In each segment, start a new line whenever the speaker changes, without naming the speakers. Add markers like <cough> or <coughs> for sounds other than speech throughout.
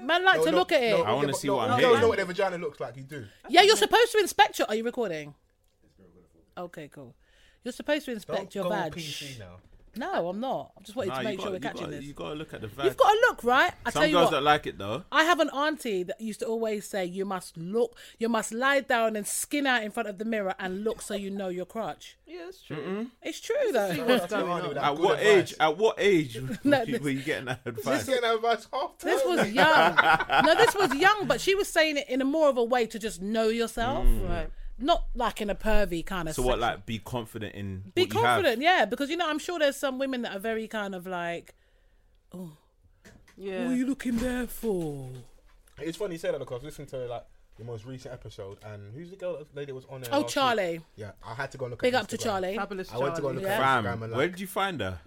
Man like
No,
to
no,
look at it.
no,
I
yeah,
wanna
but
see
no,
what I'm
no,
hitting.
No, know what their vagina looks like. You do.
Yeah, you're supposed to inspect your. Are you recording? Okay, cool. You're supposed to inspect
Don't
your
go
badge.
PC now.
No, I'm not. I just wanted
Nah,
to
you
make sure
gotta-
we're
you
catching
gotta-
this.
You gotta look at the vibe.
You've got to look, right? I
Some
tell you
girls
what.
don't like it though.
I have an auntie that used to always say, "You must look. You must lie down and skin out in front of the mirror and look so you know your crotch."
Yeah, that's true.
It's true though.
That's your auntie with that
At
good
what
advice.
age? At what age
<laughs> No,
<laughs> were you, were you getting that
She's
advice?
getting her advice half time.
This was
<laughs>
young. No, this was young, but she was saying it in a more of a way to just know yourself,
Right.
not like in a pervy kind of.
Mm. So what?
sexual-
Like, be confident in.
be
what you have.
confident, yeah, because you know I'm sure there's some women that are very kind of like,
Yeah.
"What are you looking there for?"
It's funny you say that because I've listened to like your most recent episode, and who's the girl that lady was on there?
Oh,
last
Charlie,
week? Yeah, I had to go and look.
big
at
up to
Instagram.
Charlie.
Fabulous
I went to go
Charlie.
look
Yeah.
at
Fam,
Instagram and
where
like,
did you find her?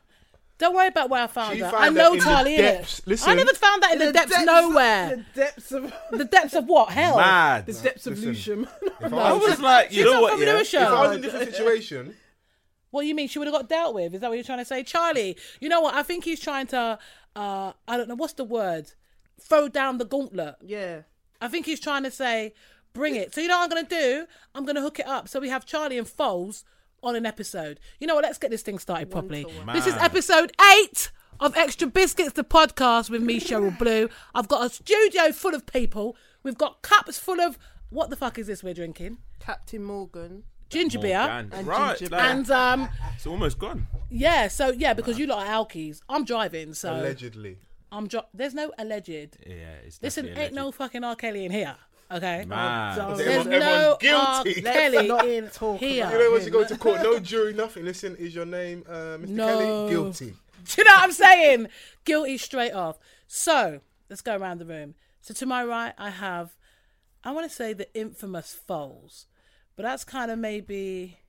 Don't worry about where I found
She
her.
found
I
that
know
in the
Charlie. innit?
depths-
I
listen.
never found that in, the, depths, nowhere.
The depths
<laughs>
of
the depths of what? Hell.
Mad.
the depths of
Listen.
Lucian.
if
<laughs>
I
I was,
was like, you
She's
know
not
what?
from
Yeah.
Lewisham.
if I was in a different situation,
<laughs> What do you mean? She would have got dealt with. Is that what you're trying to say, Charlie? You know what? I think he's trying to. Uh, I don't know what's the word. Throw down the gauntlet.
yeah.
I think he's trying to say, bring it. So you know what I'm gonna do? I'm gonna hook it up. So we have Charlie and Foles on an episode. You know what? Let's get this thing started properly. This is
Man.
episode eight of Extra Biscuits, the podcast with me, Cheryl Blue. I've got a studio full of people. We've got cups full of what the fuck is this we're drinking?
Captain Morgan.
Ginger beer.
Morgan. Right.
ginger
like,
And um
it's almost gone.
yeah, so yeah, because you lot are alkies. I'm driving, so
allegedly,
I'm dri- there's no alleged.
Yeah. It's
Listen,
definitely
ain't no fucking R. Kelly in here. Okay.
Mad.
Oh,
There's
Everyone-
no
everyone's
R.
guilty.
Kelly
not
in
talk
here.
about
<laughs> you know once you go to court,
<laughs>
no jury, nothing. Listen, is your name uh, Mr.
No.
Kelly guilty?
Do you know what I'm saying? Guilty straight off. So let's go around the room. So to my right, I have, I want to say the infamous Foles, but that's kind of maybe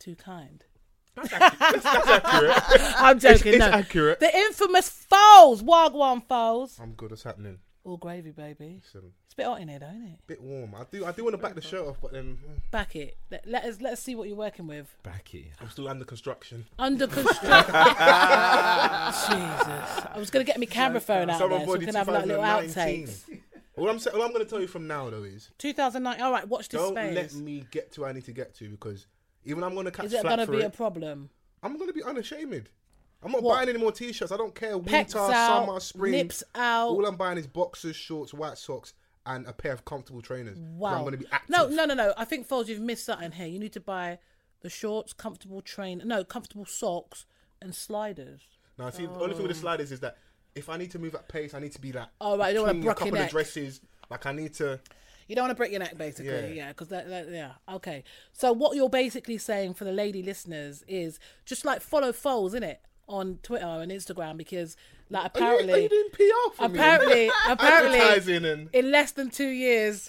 too kind. <laughs> I'm joking.
it's
no.
accurate.
The infamous Foles, Wagwan Foles.
I'm good. What's happening?
All gravy, baby.
Listen,
It's a bit hot in here, though, isn't it?
bit warm. I do. I do want to back the shirt off, but then mm,
Back it. Let, let us let us see what you're working with.
Backy.
I'm still under construction.
Under construction. Jesus, I was gonna get my camera phone out there so we
Somebody
can have like little
2019.
outtakes.
<laughs> All I'm, sa- all I'm going to tell you from now though is
2009. All right, watch this
don't
space.
let me get to where I need to get to because even I'm going to catch
Is it
flack
gonna
for
be
it.
a problem?
I'm going to be unashamed. I'm not
What?
buying any more t-shirts. I don't care winter,
Pecs out,
summer, spring.
nips out.
All I'm buying is boxers, shorts, white socks, and a pair of comfortable trainers. 'Cause
Wow.
I'm going to be active.
No, no, no, no. I think Foles, you've missed something here. You need to buy the shorts, comfortable train, no, comfortable socks and sliders.
Now, see, the only thing with the sliders is that if I need to move at pace, I need to be like.
Oh, right, you don't wanna
between
brook
a couple
your neck.
of dresses. Like I need to.
You don't want to break your neck, basically.
Yeah.
Yeah, because that, that, yeah. Okay. So what you're basically saying for the lady listeners is just like follow Foles, it on Twitter and Instagram because like
Are you-
apparently.
are you, doing PR for me? <laughs>
apparently,
Advertising
apparently,
and-
in less than two years,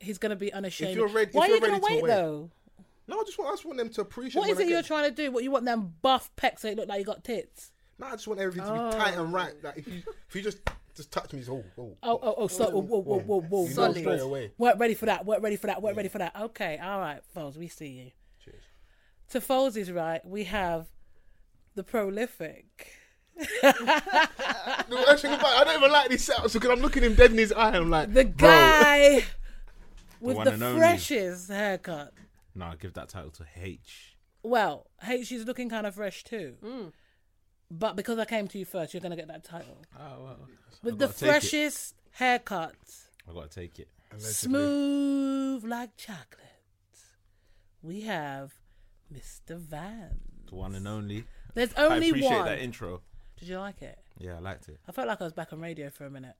he's gonna be unashamed.
If you're ready- if
Why are
you're
you gonna
ready to
wait,
wait.
though?
No, I just want. I just want them to appreciate.
What
when
is
I
it you're
get-
trying to do? What you want them buff pecs so it look like you got tits?
No, I just want everything to be tight and right. Like if you, if you just just touch me, it's oh, oh.
Oh, oh, oh, so, whoa, whoa, whoa, whoa, whoa.
You know
whoa.
straight away.
Weren't ready for that, weren't ready for that, weren't ready for that. Okay, all right, Foles, we see you.
Cheers.
To Foles is right, we have the prolific.
No, actually, but I don't even like these setups because I'm looking him dead in his eye. I'm like,
The guy with
one
the
and only.
freshest haircut.
No, give that title to H.
Well, hey, she's looking kind of fresh too.
Mm.
But because I came to you first, you're going to get that title.
Oh well.
With the
gotta take it.
freshest haircut,
I gotta take it.
smooth like chocolate, we have Mr. Van.
The one and only.
There's
I
only
appreciate
one.
that intro.
Did you like it?
Yeah, I liked it.
I felt like I was back on radio for a minute.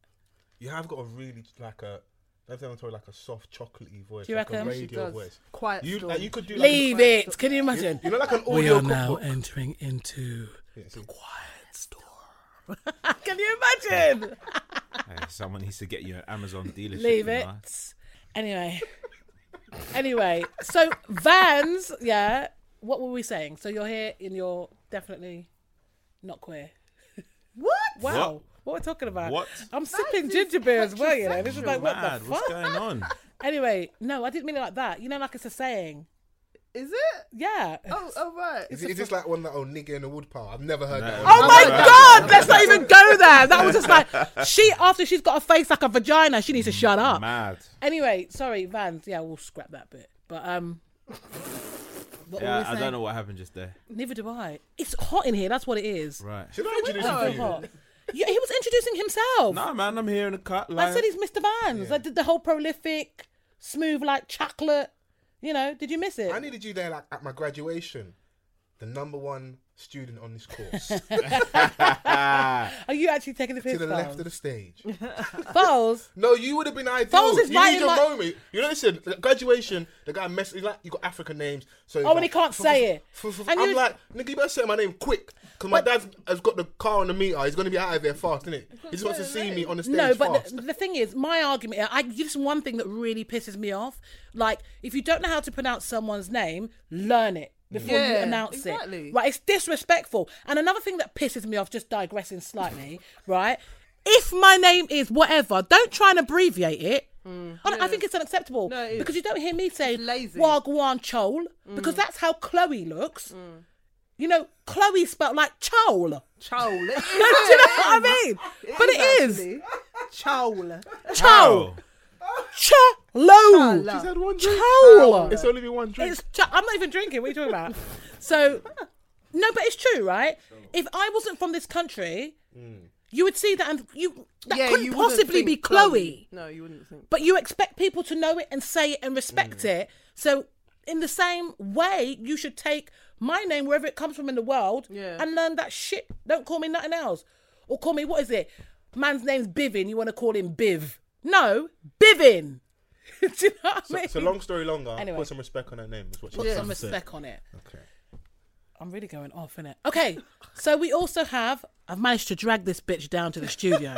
you have got a really like a. That's what I'm talking like a soft chocolatey voice,
Do you
like
reckon?
a
She
radio voice.
Quiet
You,
storm.
like, you could do like
Leave it. Can you imagine?
you know like an audio cookbook.
entering into
Yeah, see.
quiet storm. <laughs> Can you imagine?
Hey, someone needs to get you an
<laughs>
Amazon dealership.
Leave
you
it.
know.
Anyway. anyway, so Vans, yeah. What were we saying? So you're here and you're definitely not queer. What? Wow. What,
What?
we're talking about?
What?
I'm sipping ginger beer as well, you know. This is like what
Mad,
the
what's
fuck?
<laughs>
going on?
Anyway, no, I didn't mean it like that. You know, like it's a saying.
Is it?
Yeah.
Oh, oh right.
Is, it, is this like one that oh nigga in the wood pile? I've never heard
No.
that.
Oh
one.
my
I've heard that
god, let's not even go there. That was just like she after she's got a face like a vagina, she needs to shut up.
Mad.
Anyway, sorry, Vans. Yeah, we'll scrap that bit. But um what were we
Yeah, I
saying?
don't know what happened just there.
Neither do I. It's hot in here, that's what it is.
Right.
Should
Oh,
I introduce
So
you? to
hot. Yeah, he was introducing himself.
Nah, man, I'm here in the cut. Like,
I said he's Mr. Vans. I did the whole prolific, smooth like chocolate. You know, did you miss it?
you? I needed you there like at my graduation, the number one student on
<laughs>
this course
Are you actually taking the piss?
to the left of
Foles?
the stage.
Foles?
No, you would have been ideal.
Foles is
you
right in
need your
my-
moment. You know, listen, at graduation, the guy messed, he's like, you got African names. So he's
Oh, and
like,
he can't
"F-
say
f-
it."
f- f- f-"
And
<laughs> I'm
you-
like, nigga, you better say my name quick. Because my dad has got the car on the meter. He's going to be out of there fast, isn't it? He just wants to see me on the stage
No, but
fast.
the, the thing is, my argument, I just one thing that really pisses me off. Like, if you don't know how to pronounce someone's name, learn it before you
Yeah,
announce
exactly.
it. Right? It's disrespectful. And another thing that pisses me off, just digressing slightly, <laughs> right? If my name is whatever, don't try and abbreviate it. I, I think it's unacceptable
Hmm. No, it is.
because you don't hear me say
lazy. Hmm.
Wagwan Chol because that's how Chloe looks. You know, Chloe spelled like Chol.
Chowl. Do you know
<laughs> Do you know what I mean? but it is.
Chowl.
Chow. Chalo.
He's had one drink.
Chow.
It's only been one drink.
It's ch- I'm not even drinking. What are you talking
<laughs>
about? so, no, but it's true, right? If I wasn't from this country, you would see that, and you that
Mm. Yeah,
couldn't
you wouldn't
possibly
think
be Chloe.
No, you wouldn't
<laughs>
think.
But you expect people to know it and say it and respect it. So, in the same way, you should take my name wherever it comes from in the world
Yeah.
and learn that shit. Don't call me nothing else. Or call me, what is it? Man's name's Bivin. You want to call him Biv. No, Bivin. <laughs> Do you know what I
So,
mean?
so long story longer,
Anyway.
put some respect on her name. Is what she
Put
said.
some respect on it.
Okay.
I'm really going off, innit? Okay, so we also have, I've managed to drag this bitch down to the studio.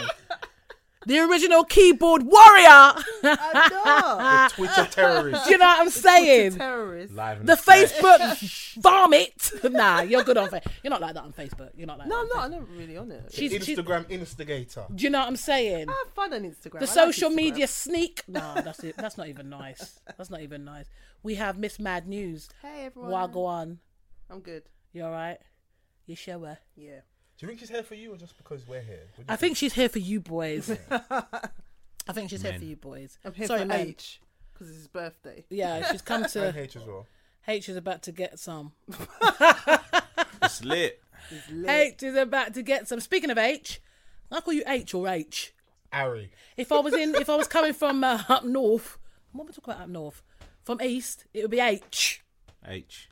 the original keyboard warrior. <laughs>
I
The Twitter terrorist.
Do you know what I'm
know.
saying?
Terrorist.
Live in
The <laughs>
flesh.
Facebook vomit. <laughs> Nah, you're good on Facebook. You're not like that on Facebook. You're not like
No,
that.
I'm not. I'm not really on it.
She's, she's, do
Instagram instigator.
you know what I'm saying?
I have fun on Instagram.
The social media sneak. Nah, that's it. That's not even nice. That's not even nice. We have Miss Mad News.
Hey everyone.
Wagwan.
I'm good.
You all right? You show her.
Yeah.
Do you think she's here for you or just because we're here? What do you
I think she's here for you <laughs> boys. I think she's here
Men.
for you boys.
I'm here
Sorry,
for
men.
H because it's his birthday.
Yeah, she's
<laughs>
come
and
to.
H as well.
H is about to get some.
It's lit.
It's lit.
H is about to get some. Speaking of H, I call you H or H.
Ari.
If I was in, if I was coming from uh, up north, what am I talking about up north? From east, it would be H. <laughs>
H.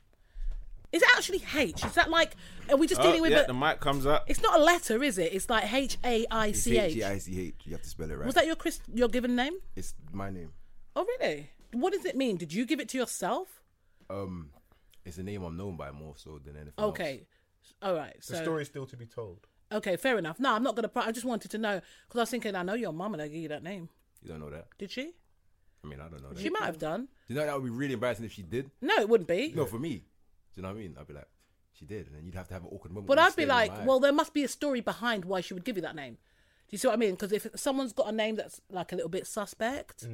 Is it actually H? Is that like, are we just
Oh,
dealing with
yeah,
a,
the mic comes up.
It's not a letter, is it? It's like H A I C H.
H-G-I-C-H. You have to spell it right.
Was that your Chris, your given name?
It's my name.
Oh, really? What does it mean? Did you give it to yourself?
Um, it's a name I'm known by more so than anything else.
Okay. All right.
The
So,
story is still to be told.
okay, fair enough. No, I'm not going to. I just wanted to know because I was thinking, I know your mum and I gave you that name.
You don't know that.
Did she?
I mean, I don't know that.
She might have done.
you know that would be really embarrassing if she did.
No, it wouldn't be.
No, for me. Do you know what I mean? I'd be like, she did, and then you'd have to have an awkward moment.
But
where you
I'd be
stare in
like,
my eye.
well, there must be a story behind why she would give you that name. Do you see what I mean? Because if someone's got a name that's like a little bit suspect,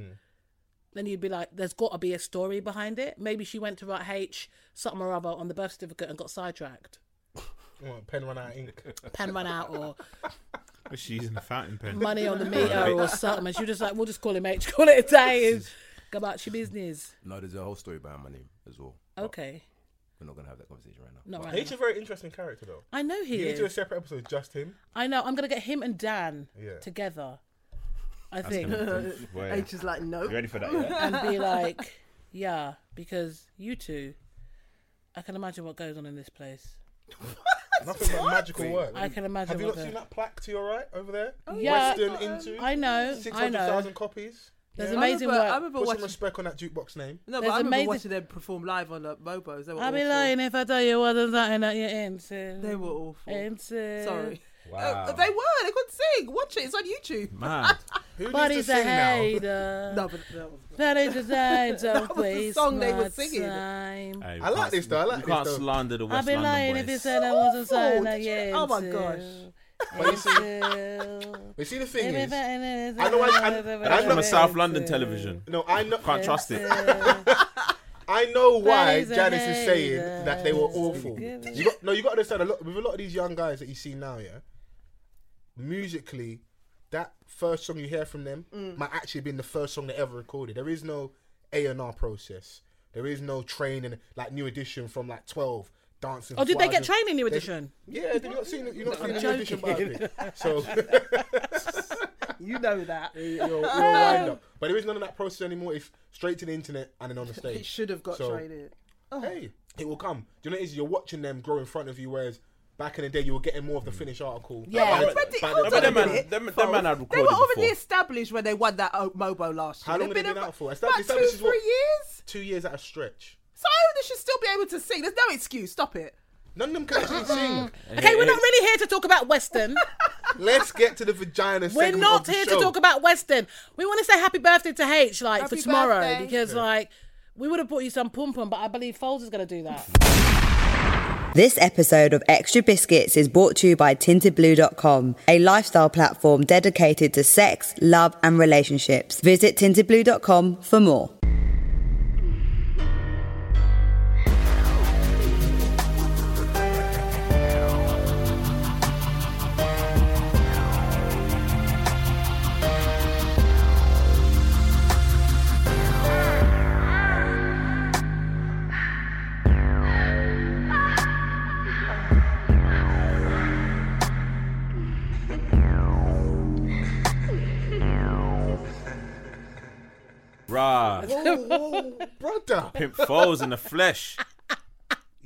then you'd be like, there's got to be a story behind it. Maybe she went to write H something or other on the birth certificate and got sidetracked.
Oh, pen run out of ink.
Pen ran out or
She's using a fountain pen.
money on the meter or something. And she was just like, we'll just call him H, <laughs> call it a day and go about your business.
no, there's a whole story behind my name as well. But
Okay.
we're not gonna have that conversation right now.
Not
But
right.
H is
now.
a very interesting character, though.
I know he
You need to do a
is.
separate episode, just him.
I know. I'm going to get him and Dan
Yeah.
together. I
That's
think.
gonna- Wait.
H is like no.
You ready for that? Yeah?
and
<laughs>
be like, yeah, because you two, I can imagine what goes on in this place.
Nothing but magical work.
I can imagine
Have you
what
not
the-
seen that plaque to your right over there?
yeah.
Western into.
I know, I know.
600,000 copies.
There's
I
amazing
remember, I
work.
Put
remember
some
watching.
respect on that jukebox name.
No,
There's
but I remember
amazing-
watching them perform live on uh, Mobos. They were
I'd be
awful.
lying if I tell you what is that in that you're into.
They were awful.
into.
Sorry.
Wow.
Uh, they were. They couldn't sing. Watch it. It's on YouTube.
Mad.
Who needs
Body's
to
a
sing now?
hater.
No, but that was
That
<laughs>
is a that
That was the song they were singing.
Time.
<laughs> Hey, we
I like
can't-
this though, I like
you
this
can't
though.
slander the
I'd
Uh, West
be
London
lying
boys.
if you said I wasn't
awful.
saying that
Did you-
you're
oh my
into.
gosh.
But you see,
Into.
you see, the thing
Everything
is,
is
I know I- I-
a-
I'm
From a
not-
South London television.
no, I know,
Can't trust it.
Into.
I know why
Daddy's a
Janice is saying
hater.
that they were awful.
Did
You got, no, you got to understand a lot with a lot of these young guys that you see now. Yeah, musically, that first song you hear from them
Mm.
might actually have been the first song they ever recorded. There is no A and R process. There is no training like New Edition from like twelve dancing.
Oh,
for
did they
hours
get
of-
trained in New Edition?
Yeah, you've not seen you've not seen New
joking.
Edition by it.
<laughs>
So. <laughs>
You know that.
you're, you're wind up. But there is none of that process anymore. It's straight to the internet and then on the
It
stage.
should have got
So-
traded.
hey, it will come. Do you know what it is? You're watching them grow in front of you, whereas back in the day you were getting more of the
Mm.
finished article.
Yeah.
By the-
But the-
by the
hold
I
time-
mean,
on a
them man,
minute.
them, them man had
They
recorded
were already
before.
established when they won that O- Mobo last
How
year.
long
They've
have they been
a-
out for? Estab-
About two,
established is
three
what-
years.
two years at a stretch.
So they should still be able to sing. There's no excuse. Stop it.
None of them can
<laughs>
actually sing.
Okay, we're not really here to talk about
<laughs>
Western.
Let's get to the vagina.
We're
segment
not
of the
here
show.
to talk about Western. We want to say happy birthday to H, like for
Happy
tomorrow,
birthday.
because like we would have bought you some pom pom, but I believe Foles is going to do
<laughs>
that.
This episode of Extra Biscuits is brought to you by tintedblue.com, a lifestyle platform dedicated to sex, love, and relationships. Visit tintedblue.com for more.
Rah,
Oh, oh, brother.
Pimp Foles in the flesh.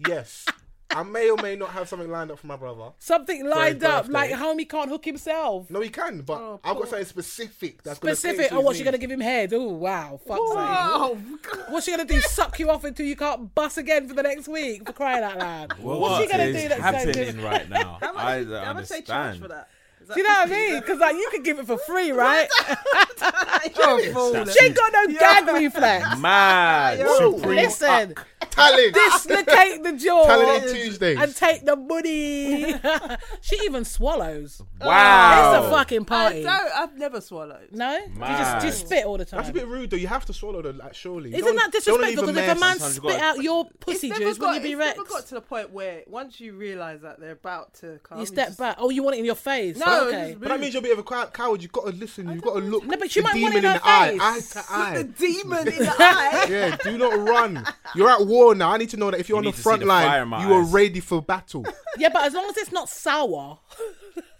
Yes. I may or may not have something lined up for my brother.
Something lined up,
birthday.
like homie can't hook himself.
No, he can, but I've got something specific that's gonna
Oh, Specific.
cater
Oh,
to
what
his
she going to
needs.
give him head? Oh wow, fuck's sake.
Oh, God.
What's she going to do? Suck you off until you can't bust again for the next week? For crying out
<laughs>
loud.
Well,
What's she
what
going to
is
do? That's so
happening
different?
<laughs>
right now?
How much,
I
how
don't
much they charge for
understand.
that? <laughs> Is that
Do you know what I mean? Because like you could give it for
<laughs>
free, right?
You're fooling.
she ain't got no gag
<laughs>
reflex.
Mad.
Yo.
Supreme
Uh,
Listen,
Talent.
dislocate the jaw.
Talent on Tuesdays.
and take the money. <laughs> she even swallows.
Wow.
It's a fucking
I
party.
don't. I've never swallowed.
No, you just,
Mad.
just spit all the time.
That's a bit rude though. You have to swallow the like surely.
Isn't that disrespectful? Because if a man
sometimes.
spit
You've got to-
out your
It's
pussy
never
juice,
got,
will you be
it's
Rex?
never got to the point where once you realise that they're about to come,
You step
just-
back. Oh, you want it in your face?
No,
okay.
it's
But that means you're a bit of a cow- coward. You've got to listen. You've got to look.
No, but you
the
might want
demon
it in
in
her
the eye,
face.
eye to
the
<laughs>
eye.
demon in the eye.
Yeah, do not run. You're at war now. I need to know that if you're on
need
the
to see
front
the fire in
line,
my
you are
eyes.
ready for
<laughs>
battle.
Yeah, but as long as it's not sour.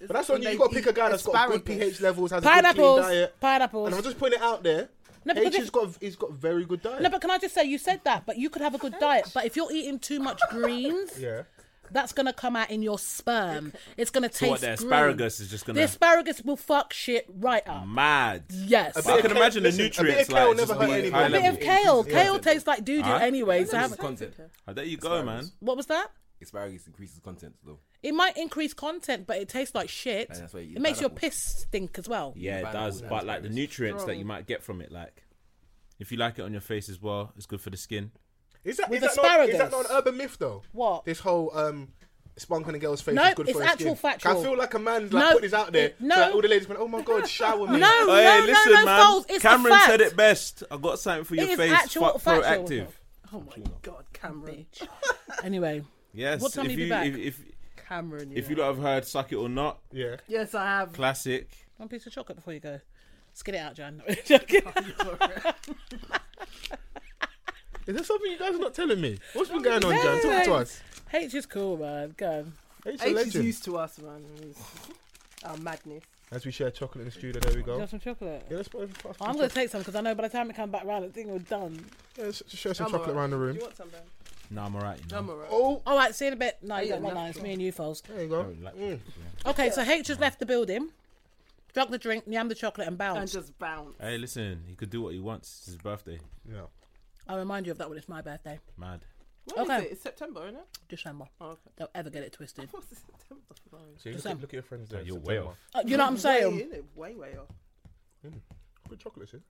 but that's on you.
When
You've
they
got to pick a guy that's got good
asparagus.
pH levels, has a good clean
Pineapples.
diet. And I'm
Pineapples.
just putting it out there.
No, because
H has
if-
got he's got very good diet.
No, but can I just say, you said that, but you could have a good diet. But if you're eating too much greens,
yeah.
that's going to come out in your sperm. It's going to taste
So what? The
green.
asparagus is just gonna Mm.
The asparagus will fuck shit right up.
mad.
Yes.
A
I
bit
can
of
imagine
kale-
the
listen, a bit
nutrients
of kale
like
never
just
hurt
being
anybody.
high
A bit
level.
of kale.
Yeah.
Kale tastes like doo doo
Huh?
anyway. So
Increases
have,
content.
Oh, there you go, man.
what was that?
Asparagus increases content though.
It might increase content, but it tastes like shit.
And that's why you eat
It makes your
pineapple.
piss stink as well.
Yeah, it
Bad
does.
boy,
But
that's
like the
gross.
nutrients that you might get from it, like if you like it on your face as well, it's good for the skin.
Is that,
With
is, that not, is that
asparagus.
not an urban myth though?
What?
This whole um spunk on a girl's face
No,
is good
it's
for his
actual
skin.
factual.
I feel like a man's like
No,
putting this out there.
it- no.
So that all the ladies went, Oh my god, shower
<laughs>
me.
No, no, no, no, Foles, it's a
Cameron
fact.
said it best. I got something for your
is
face.
actual
Fuck
factual.
proactive.
Oh my God, Cameron,
<laughs> Anyway,
Yes.
What time will
if
you be
you
back?
if if,
Cameron.
if
yeah.
you lot have heard "Suck It or Not,"
Yeah.
yes, I have. <laughs>
classic.
one piece of chocolate before you go. Let's get it out, Jan. <laughs> No, joking.
<laughs> Is there something you guys are not telling me? What's been going on, Jan? Talk
Yes.
to us.
H is cool, man. Go. on.
H a
H is
legend.
used to us, man. It's Our madness.
As we share chocolate in the studio, there we
Do you
go.
want some chocolate?
Yeah, let's, put- let's, put-
Oh, I'm
let's,
going to take some because I know by the time it comes back round, the thing was done.
yeah, let's share some
I'm
chocolate
alright.
around the
Do
room.
you want some, Ben?
No, I'm alright. You
I'm
know.
alright.
Oh,
All right, see you in a bit. No, you
Yeah,
got one
no,
line. It's me and you, Foles.
there you go.
Like-
Mm.
Okay, so H has left the building, drunk the drink, yam the chocolate, and
And
bounced.
just bounce.
Hey, listen, he could do what he wants. It's his birthday.
Yeah.
I'll remind you of that when it's my birthday,
Mad.
What is
Okay.
it? It's September, isn't it?
December.
Oh, okay. <laughs>
Don't ever get it twisted.
What's it, September? Sorry.
So you look,
Sam.
at, look at your friends there.
You're
September.
way off.
Uh, you know what I'm saying?
Way, innit? way, way off.
Good chocolate, sis.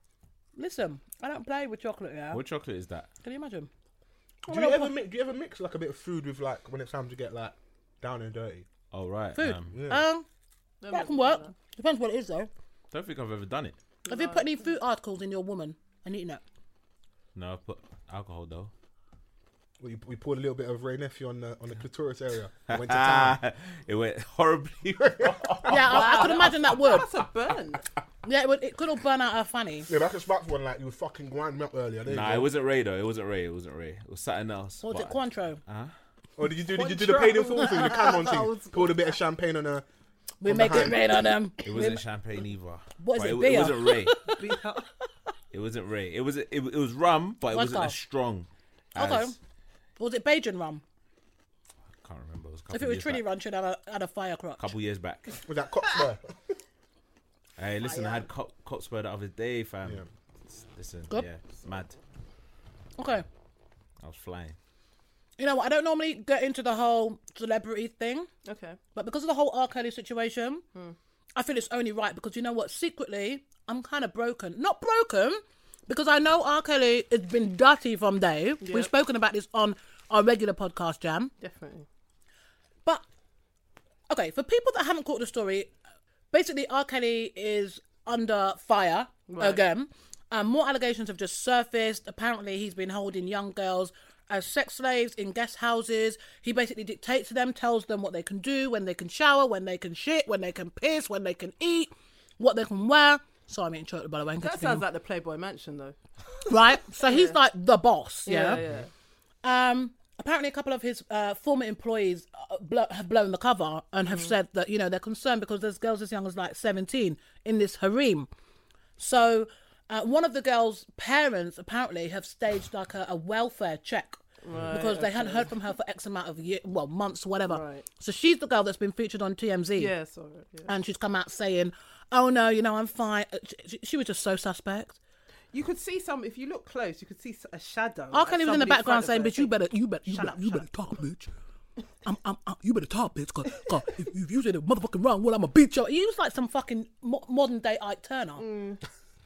Listen, I don't play with chocolate, yeah?
What chocolate is that?
Can you imagine?
Do you ever mix? Do you ever mix like a bit of food with like when it's time to get like down and dirty?
Oh right.
Food.
Um,
Um,
No,
that
no,
can
no,
work.
no.
Depends what it is, though.
don't think I've ever done it.
Have you put any food articles in your woman and eaten it?
No, I put alcohol though.
We, we poured a little bit of Ray Nephew on the on the clitoris area. Went to <laughs> town.
Ah, <laughs> it went horribly.
Yeah, I, I could imagine that would.
That's a burn.
<laughs>
Yeah, it, would, it could all burn out her fanny.
Yeah, that's a spark one like you were fucking grinding up earlier. There you
nah,
go.
it wasn't Ray though. It wasn't Ray. It wasn't Ray. It was something else.
What was it,
but-
Quantro?
Or did you do did you do the paid in full thing, the Cameron thing? Poured a bit of champagne on her.
we make it
behind.
rain on them.
It wasn't champagne either.
What is
But
it,
wa-
beer?
It
<laughs>
wasn't Ray.
Beat up.
It wasn't Ray. It was it, it was rum, but it wasn't
Vodka.
as strong. As,
Okay. Was it Bajan rum?
Can't remember. It was a couple
If it was
years
Trini
back.
rum, should have had a fire crotch.
couple years back.
Was that Coxburg?
<laughs>
Hey, listen, I had cop, cops word the other day, fam. Listen,
Good.
yeah, mad.
Okay.
I was flying.
You know what? I don't normally get into the whole celebrity thing,
Okay.
but because of the whole R. Kelly situation, I feel it's only right because you know what? Secretly, I'm kind of broken. Not broken, because I know R. Kelly has been dirty from day. We've
Yep.
spoken about this on our regular podcast, Jam.
Definitely.
But okay, for people that haven't caught the story, basically R. Kelly is under fire again. Um, more allegations have just surfaced. Apparently, he's been holding young girls as sex slaves in guest houses. He basically dictates to them, tells them what they can do, when they can shower, when they can shit, when they can piss, when they can eat, what they can wear. Sorry, I'm eating chocolate, by the way.
That sounds like the Playboy Mansion, though.
right. So he's like the boss.
Yeah,
yeah.
yeah.
Um, apparently, a couple of his uh, former employees uh, blo- have blown the cover and
Mm.
have said that you know they're concerned because there's girls as young as like 17 in this harem. So, uh, one of the girls' parents apparently have staged like a, a welfare check. because they hadn't heard from her for X amount of year, well, months, whatever.
Right.
So she's the girl that's been featured on TMZ
Yeah, sorry. Yeah.
and she's come out saying, "Oh no, you know I'm fine." Uh, she- She, she was just so suspect.
You could see some, if you look close, you could see s- a shadow.
R.
like
Kelly was in the
somebody front
background
of
saying,
her.
"Bitch, you better, you better, you
Shut
better,
up,
you
shut
better talk, bitch. I'm, I'm, i you better talk, bitch, cause, 'cause if, if you say the motherfucking wrong word, I'ma beat you." He was like some fucking mo- modern day Ike Turner.
Mm.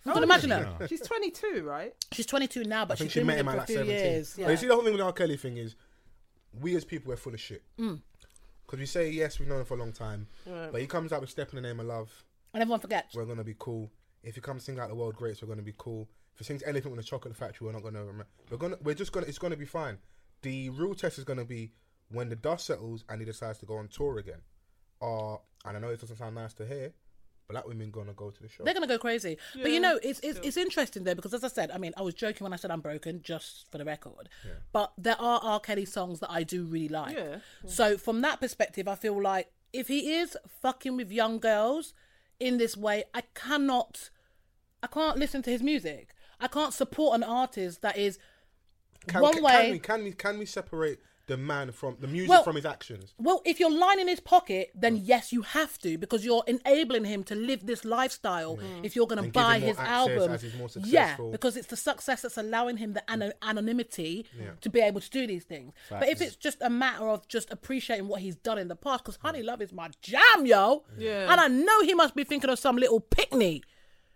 You can imagine her.
<laughs> She's 22, right?
She's 22 now, but
I think
she's
she
been
met
with him
him
for
at
a
like
few
17.
years.
But
yeah.
You see, the whole thing with the R. Kelly thing is we as people, we're full of shit.
Hmm.
Because we say, yes, we've known him for a long time. But he comes out with Step in the Name of Love,
and everyone forgets.
we're going to be cool. If he comes sing out the world greats, we're going to be cool. If he sings anything with the chocolate factory, we're not going to remember. We're, gonna, we're just going to, it's going to be fine. The real test is going to be when the dust settles and he decides to go on tour again. Uh, and I know it doesn't sound nice to hear, black women going to go to the show.
They're gonna go crazy. But you know, it's it's, it's interesting there because as I said, I mean, I was joking when I said I'm broken, just for the record. But there are R. Kelly songs that I do really like.
Yeah.
So from that perspective, I feel like if he is fucking with young girls in this way, I cannot, I can't listen to his music. I can't support an artist that is
Can,
one
can,
way.
Can we, can, we, can we separate the man from the music
Well-
from his actions?
Well, if you're lying in his pocket, then
Mm.
yes, you have to because you're enabling him to live this lifestyle. If you're going to
Mm. And give him
buy
more
his
access
album,
as he's more
yeah,
successful. Mm.
because it's the success that's allowing him the ano- anonymity to be able to do these things. But if it's just a matter of just appreciating what he's done in the past, because Honey Love is my jam, yo,
Yeah.
and I know he must be thinking of some little picnic.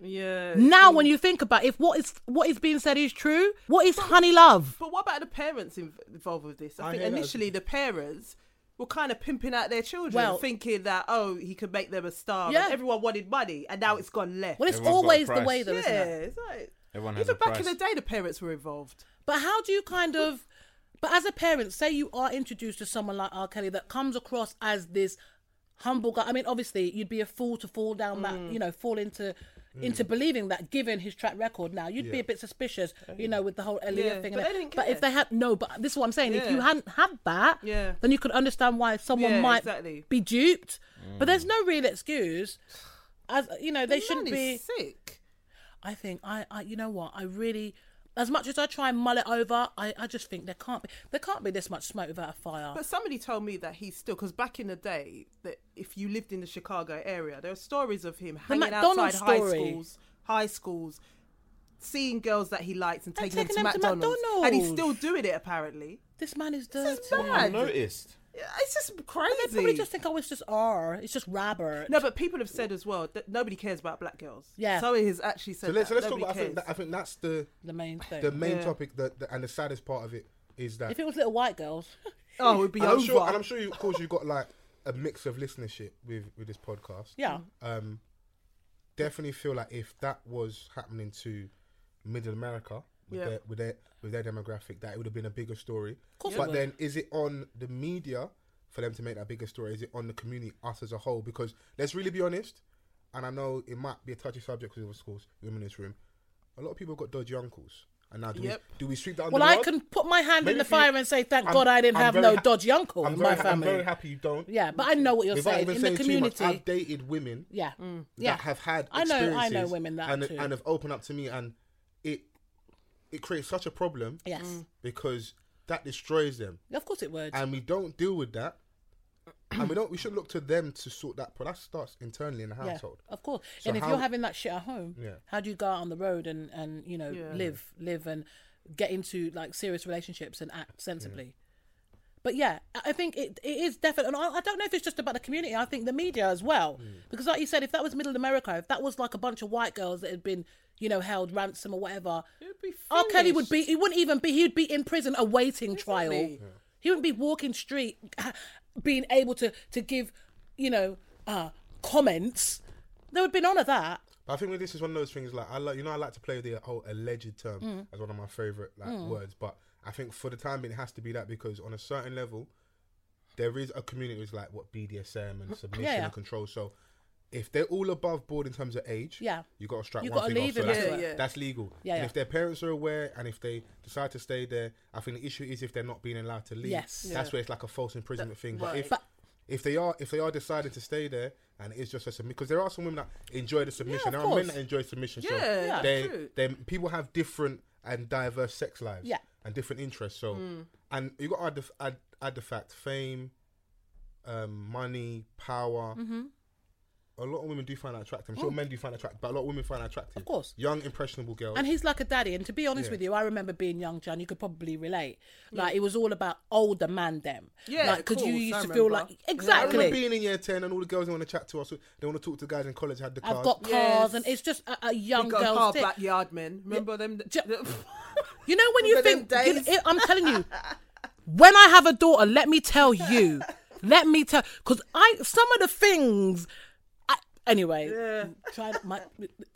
Yeah.
Now,
Mm.
when you think about if what is what is being said is true, what is Honey Love?
But what about the parents inv- involved with this? I,
I
think
hear that as-
initially the parents were kind of pimping out their children,
Well-
thinking that oh he could make them a star.
Yeah.
And everyone wanted money, and now it's gone left.
Well, it's <laughs>
Everyone's got a
always the
price.
way, though,
yeah,
isn't it?
it's like-
Everyone has
even
a
back in
price.
the day, the parents were involved.
But how do you kind of, but as a parent, say you are introduced to someone like R. Kelly that comes across as this humble guy. I mean, obviously, you'd be a fool to fall down
Mm.
that, you know, fall into into believing that given his track record now you'd be a bit suspicious you know with the whole Aaliyah
Yeah,
thing
but
and
they
it.
didn't
but if
care.
they had no but this is what I'm saying if you
Yeah.
hadn't had that
Yeah.
then you could understand why someone
Yeah,
might
exactly. Mm.
be duped but there's no real excuse as you know they
The
shouldn't
man
be
is sick.
I think I, I you know what I really as much as I try and mull it over I, I just think there can't be there can't be this much smoke without a fire
But somebody told me that he's still because back in the day that if you lived in the Chicago area, there were stories of him hanging
McDonald's
outside high
story.
schools, high schools, seeing girls that he likes and
And
taking,
taking
them, to, McDonald's. and he's still
McDonald's.
doing it apparently.
this man is dirty
This is bad.
Noticed.
Yeah, It's just
they probably
crazy.
just think oh it's just R it's just Robert
No, but people have said as well that nobody cares about black girls.
Yeah.
so he has actually said.
So let's, so
that.
let's talk
Nobody
about. I think,
cares.
that, I think that's the
the main thing
the main
Yeah.
topic that the, and the saddest part of it is that.
if it was little white girls <laughs>
Oh, it'd be
and
over.
I'm sure, and I'm sure, you, of course, you've got like a mix of listenership with with this podcast.
yeah
Um, definitely feel like if that was happening to Middle America, with
Yeah.
their with their with their demographic that it would have been a bigger story.
course it
but
would.
then is it on the media for them to make that bigger story? Is it on the community, us as a whole? Because let's really be honest, and I know it might be a touchy subject because of course women in this room. A lot of people got dodgy uncles. And now do
Yep.
we do we sweep that under
Well,
the
I
rug?
can put my hand in
Maybe
the
if you-
fire and say, thank
I'm-
God I didn't
I'm
have
very
no
ha-
dodgy uncle
I'm
in
very,
my
ha-
family.
I'm very happy you don't.
Yeah, but I know what you're
Without
saying
even
in
saying
the
too much,
community.
I've dated women
Yeah, yeah.
Mm. that have had
I know- I know
experiences
women that
and,
too.
and have opened up to me and it it creates such a problem
Yes,
because that destroys them
of course it would.
and we don't deal with that and we don't we should look to them to sort that but that starts internally in the
yeah,
household
of course.
So
and if
how-
you're having that shit at home,
Yeah.
how do you go out on the road and and you know
Yeah.
live live and get into like serious relationships and act sensibly? But yeah, I I think it, it is definitely. And I, I don't know if it's just about the community. I think the media as well, because like you said, if that was Middle America, if that was like a bunch of white girls that had been you know held ransom or whatever,
be
R. Kelly
finished.
would be. He wouldn't even be. He'd be in prison awaiting trial.
Exactly.
He wouldn't be walking street, being able to to give, you know, uh, comments. There would have been none of that.
but i think with this is one of those things like i like you know i like to play with the whole alleged term
Mm.
as one of my favorite like words but i think for the time being it has to be that because on a certain level there is a community that's like what bdsm and submission
Mm, yeah.
and control so if they're all above board in terms of age,
Yeah.
you got to strike
You
one
gotta
thing
leave
off.
it
So
to
that's,
it. Yeah.
that's legal.
Yeah,
and
yeah.
if their parents are aware and if they decide to stay there, I think the issue is if they're not being allowed to leave.
Yes.
that's where it's like a false imprisonment thing. But if
But-
if they are if they are decided to stay there and it's just a submission because there are some women that enjoy the submission.
of
there are men
course.
that enjoy submission. so
Yeah, yeah,
they,
true.
they people have different and diverse sex lives.
Yeah. Mm.
and different interests. So and you got to add the, f- add, add the fact fame, um, money, power.
Mm-hmm.
A lot of women do find that attractive. I'm sure men do find that attractive, but a lot of women find that attractive.
Oh. Of course.
Young, impressionable girls.
And he's like a daddy. And to be honest
Yeah.
with you, I remember being young, John. You could probably relate. Like it was all about older man them.
Yeah,
like because
of
you
course,
used
I
to feel like
remember. Yeah, I
I
exactly.
remember being in year 10 and all the girls they want to chat to us, they want to talk to guys in college had the cars.
I've got cars,
Yes.
and it's just a, a young
Big old
girl's
hard
thing.
backyard men. Remember them?
Ju- <laughs> You know when you
Remember
think
them
you
days?
know, I'm telling
<laughs>
you, when I have a daughter, let me tell you, let me tell, because I some of the things. I, anyway, try my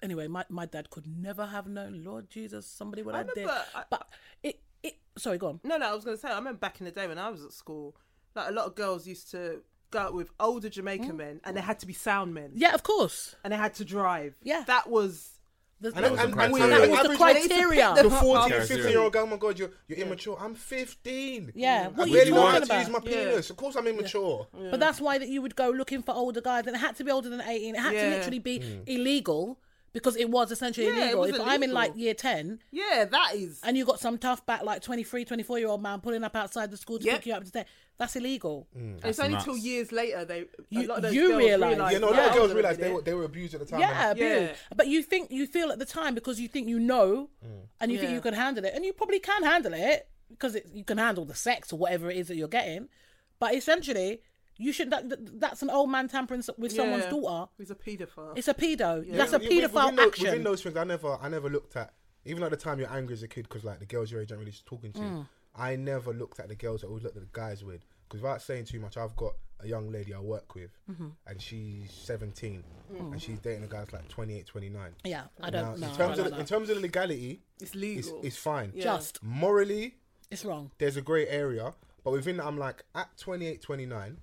anyway. My, my dad could never have known. Lord Jesus, somebody what I, did,
remember, I-
but it it. Sorry, go on.
No, no, I was going to say, I remember back in the day when I was at school, like a lot of girls used to go out with older Jamaican men and they had to be sound men
Mm. Yeah, of course.
and they had to drive.
Yeah.
That was.
There's
And that
no-
was the
and
criteria.
that was the
Average-
<laughs>
criteria.
the 14,
Character.
15 year old girl, oh my god, you're, you're immature. I'm 15.
Yeah, what
I
are you
barely know how
talking
to
about?
use my penis. Of course, I'm immature.
But that's why that you would go looking for older guys, and it had to be older than eighteen. It had
Yeah.
to literally be
Mm.
illegal because it was essentially
Yeah, it
illegal.
was
if I'm in
illegal.
like year ten
Yeah, that is.
and you got some tough back like 23, 24 year old man pulling up outside the school to
Yep.
pick you up today, that's illegal.
Mm.
it's only
nuts.
till years later they.
You-
a lot of those
you
girls
realise.
realised
Yeah, no, a lot
Yeah.
of girls realised they
Yeah.
were, they were abused at the time.
Yeah,
and-
abuse.
Yeah.
But you think you feel at the time because you think you know,
Mm.
and you think
Yeah.
you can handle it, and you probably can handle it because it, you can handle the sex or whatever it is that you're getting. But essentially, you should. That, that- that's an old man tampering s- with someone's
Yeah.
daughter.
He's a paedophile.
It's a pedo. That's a
Yeah, within-
pedophile
within those,
action.
Within those things, I never, I never looked at. Even at the time you're angry as a kid, because like the girls your age aren't really talking to.
Mm.
you. I never looked at the girls. I always looked at the guys with. Because without saying too much, I've got a young lady I work with,
Mm-hmm.
and she's 17,
Mm.
and she's dating a guy that's like 28, 29.
yeah, I
Now,
don't know.
in
I
terms
don't
of
know.
in terms of the legality,
It's
it's,
legal.
it's fine.
Just
Morally,
it's wrong.
there's a grey area, but within that, I'm like at 28, 29.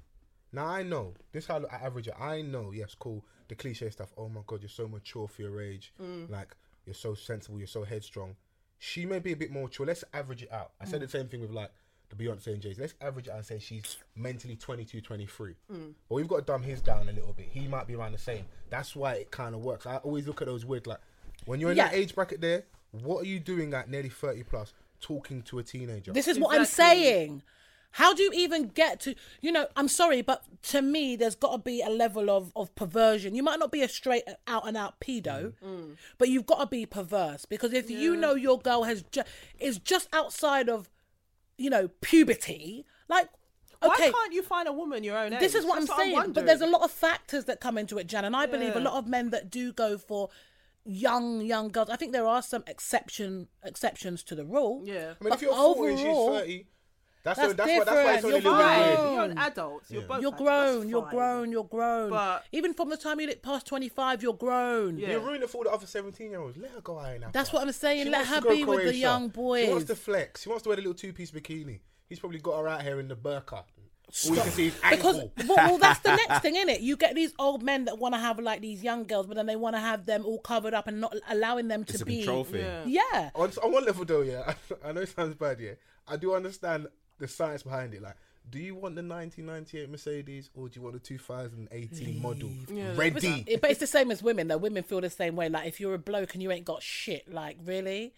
Now I know this. Is how I look at average. it. I know. Yes, cool. The cliche stuff. Oh my god, you're so mature for your age. Like you're so sensible. You're so headstrong. She may be a bit more mature. Let's average it out. I said the same thing with like the Beyonce and Jay Z. Let's average it out and say she's mentally 22, 23. But we've got to dumb his down a little bit. He might be around the same. That's why it kind of works. I always look at those weird like when you're in that
Yeah.
age bracket there. What are you doing at nearly 30 plus talking to a teenager?
This is what I'm
Exactly.
saying. How do you even get to, you know, I'm sorry, but to me, there's got to be a level of, of perversion. You might not be a straight out and out pedo,
Mm.
but you've got to be perverse because if you know your girl has ju- is just outside of, you know, puberty, like,
Why
okay,
can't you find a woman your own age?
this is what
That's
I'm saying. but
wondering.
there's a lot of factors that come into it, Jan, and I believe a lot of men that do go for young young girls. I think there are some exception exceptions to the rule.
Yeah.
I mean, if
But
you're 40 and she's
overall-
30, That's
That's
that's, that's, why, that's why it's
different.
only a
You're
little bit
fine.
weird.
You're an adult. You're
Yeah.
both
You're
adults,
grown,
that's
you're
fine.
grown, you're grown.
But-
Even from the time you hit past 25, you're grown.
Yeah.
You ruin it for all the other seventeen-year-olds. Let her go out now.
That's what I'm saying.
She
Let
wants
her
to go
be with the
Croatia.
young
She wants
boys.
to flex. She wants to wear the little two-piece bikini. He's probably got her out here in the burqa. All you can see is
because
ankle.
well, well, that's the
<laughs>
next thing, isn't it? You get these old men that want to have like these young girls, but then they want to have them all covered up and not allowing them to
It's a
be.
control thing.
Yeah.
Yeah,
on, on one level, though, yeah, <laughs> I, know it sounds bad, yeah, I do understand the science behind it. Like, do you want the 1998 Mercedes or do you want the 2018 model? Ready.
It- but it's the same as women though. Women feel the same way. Like if you're a bloke and you ain't got shit, like really,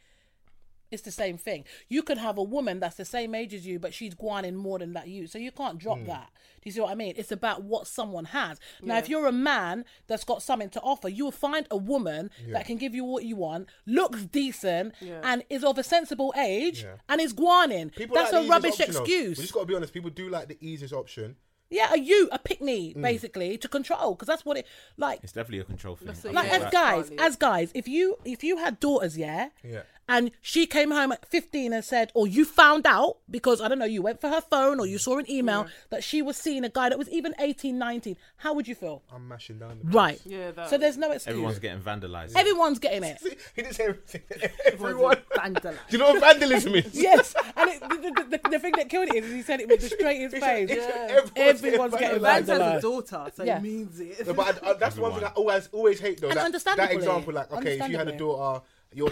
it's the same thing. You can have a woman that's the same age as you, but she's guaning more than that you. So you can't drop
Hmm.
that. Do you see what I mean? It's about what someone has. Now, if you're a man that's got something to offer, you will find a woman that can give you what you want, looks decent, and is of a sensible age, and is guaning. that's
like the
a
easiest
rubbish
option, though.
excuse.
We just got to be honest. People do like the easiest option.
Yeah, a you a
Hmm.
pickney basically to control because that's what it like.
It's definitely a control thing.
it,
I
like
feel
yeah.
as
like-
guys
Partly.
as guys if you if you had daughters yeah
Yeah.
and she came home at 15 and said or you found out because i don't know you went for her phone or you saw an email that she was seeing a guy that was even 18 19 how would you feel
I'm mashing down. The
right
Yeah, that-
so there's no excuse
Everyone's getting vandalized.
Everyone's getting it <laughs>
See, <laughs> He didn't say everything. <laughs> Everyone. <laughs>
Vandalised.
Do you know what vandalism is?
yes and it, the, the, the, the thing that killed it is he said it with the straightest
It's-
face
it's- everyone's getting
everyone's getting
Van's
vandalised.
vandalized
has a daughter, so
Yeah.
he means it.
No, but I, I, that's one thing I always always hate though.
And
that, that
understandably.
example, like okay, if you had a
Understandably.
daughter, your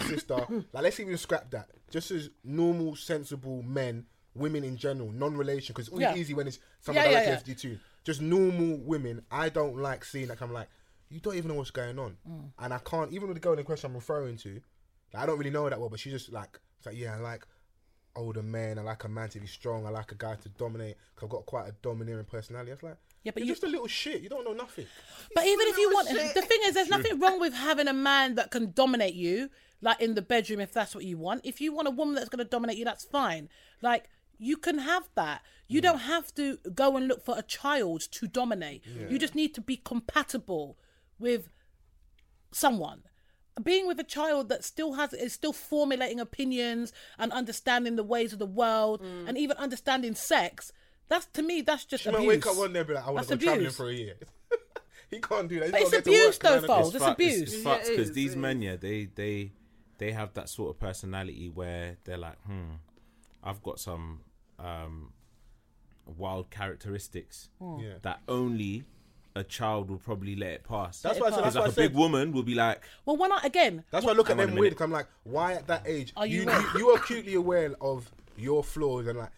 <coughs>
sister, like let's even scrap that. Just as normal, sensible men, women in general, non-relation, because it's
Yeah.
easy when it's someone
Yeah, yeah,
directly
yeah.
after you too. Just normal women. I don't like seeing like I'm like, you don't even know what's going on,
Mm.
and I can't even with the girl in the question I'm referring to. Like, I don't really know her that well, but she's just like, it's like yeah, I like older men. I like a man to be strong. I like a guy to dominate. i I've got quite a domineering personality. It's like.
Yeah, but
you're
you-
just a little shit. You don't know nothing.
But even if you want, the thing is, there's nothing wrong with having a man that can dominate you, like in the bedroom, if that's what you want. If you want a woman that's going to dominate you, that's fine. Like you can have that. You don't have to go and look for a child to dominate. You just need to be compatible with someone. Being with a child that still has is still formulating opinions and understanding the ways of the world and even understanding sex. That's to me, that's just
Mm. She
abuse.
might wake up one day and be like, I
That's
want to go traveling
abuse.
for a year. <laughs> he can't do that. He's
But
gotta
it's
get to
abuse
work, man,
though,
and-
Foles. It's
fucked-
Oh, abuse.
It's,
Yeah, it
because
is,
these
it
men, yeah, they they they have that sort of personality where they're like, hmm, I've got some um, wild characteristics
Hmm.
Yeah.
that only a child will probably let it pass.
That's why I said-
Because
that's why
like
I
a big
said-
woman will be like,
Well, why not again?
That's why I look at
Hang on
them
a
weird.
minute.
'cause I'm like, why at that age?
Are you
you,
aware?
you are acutely aware of your flaws and like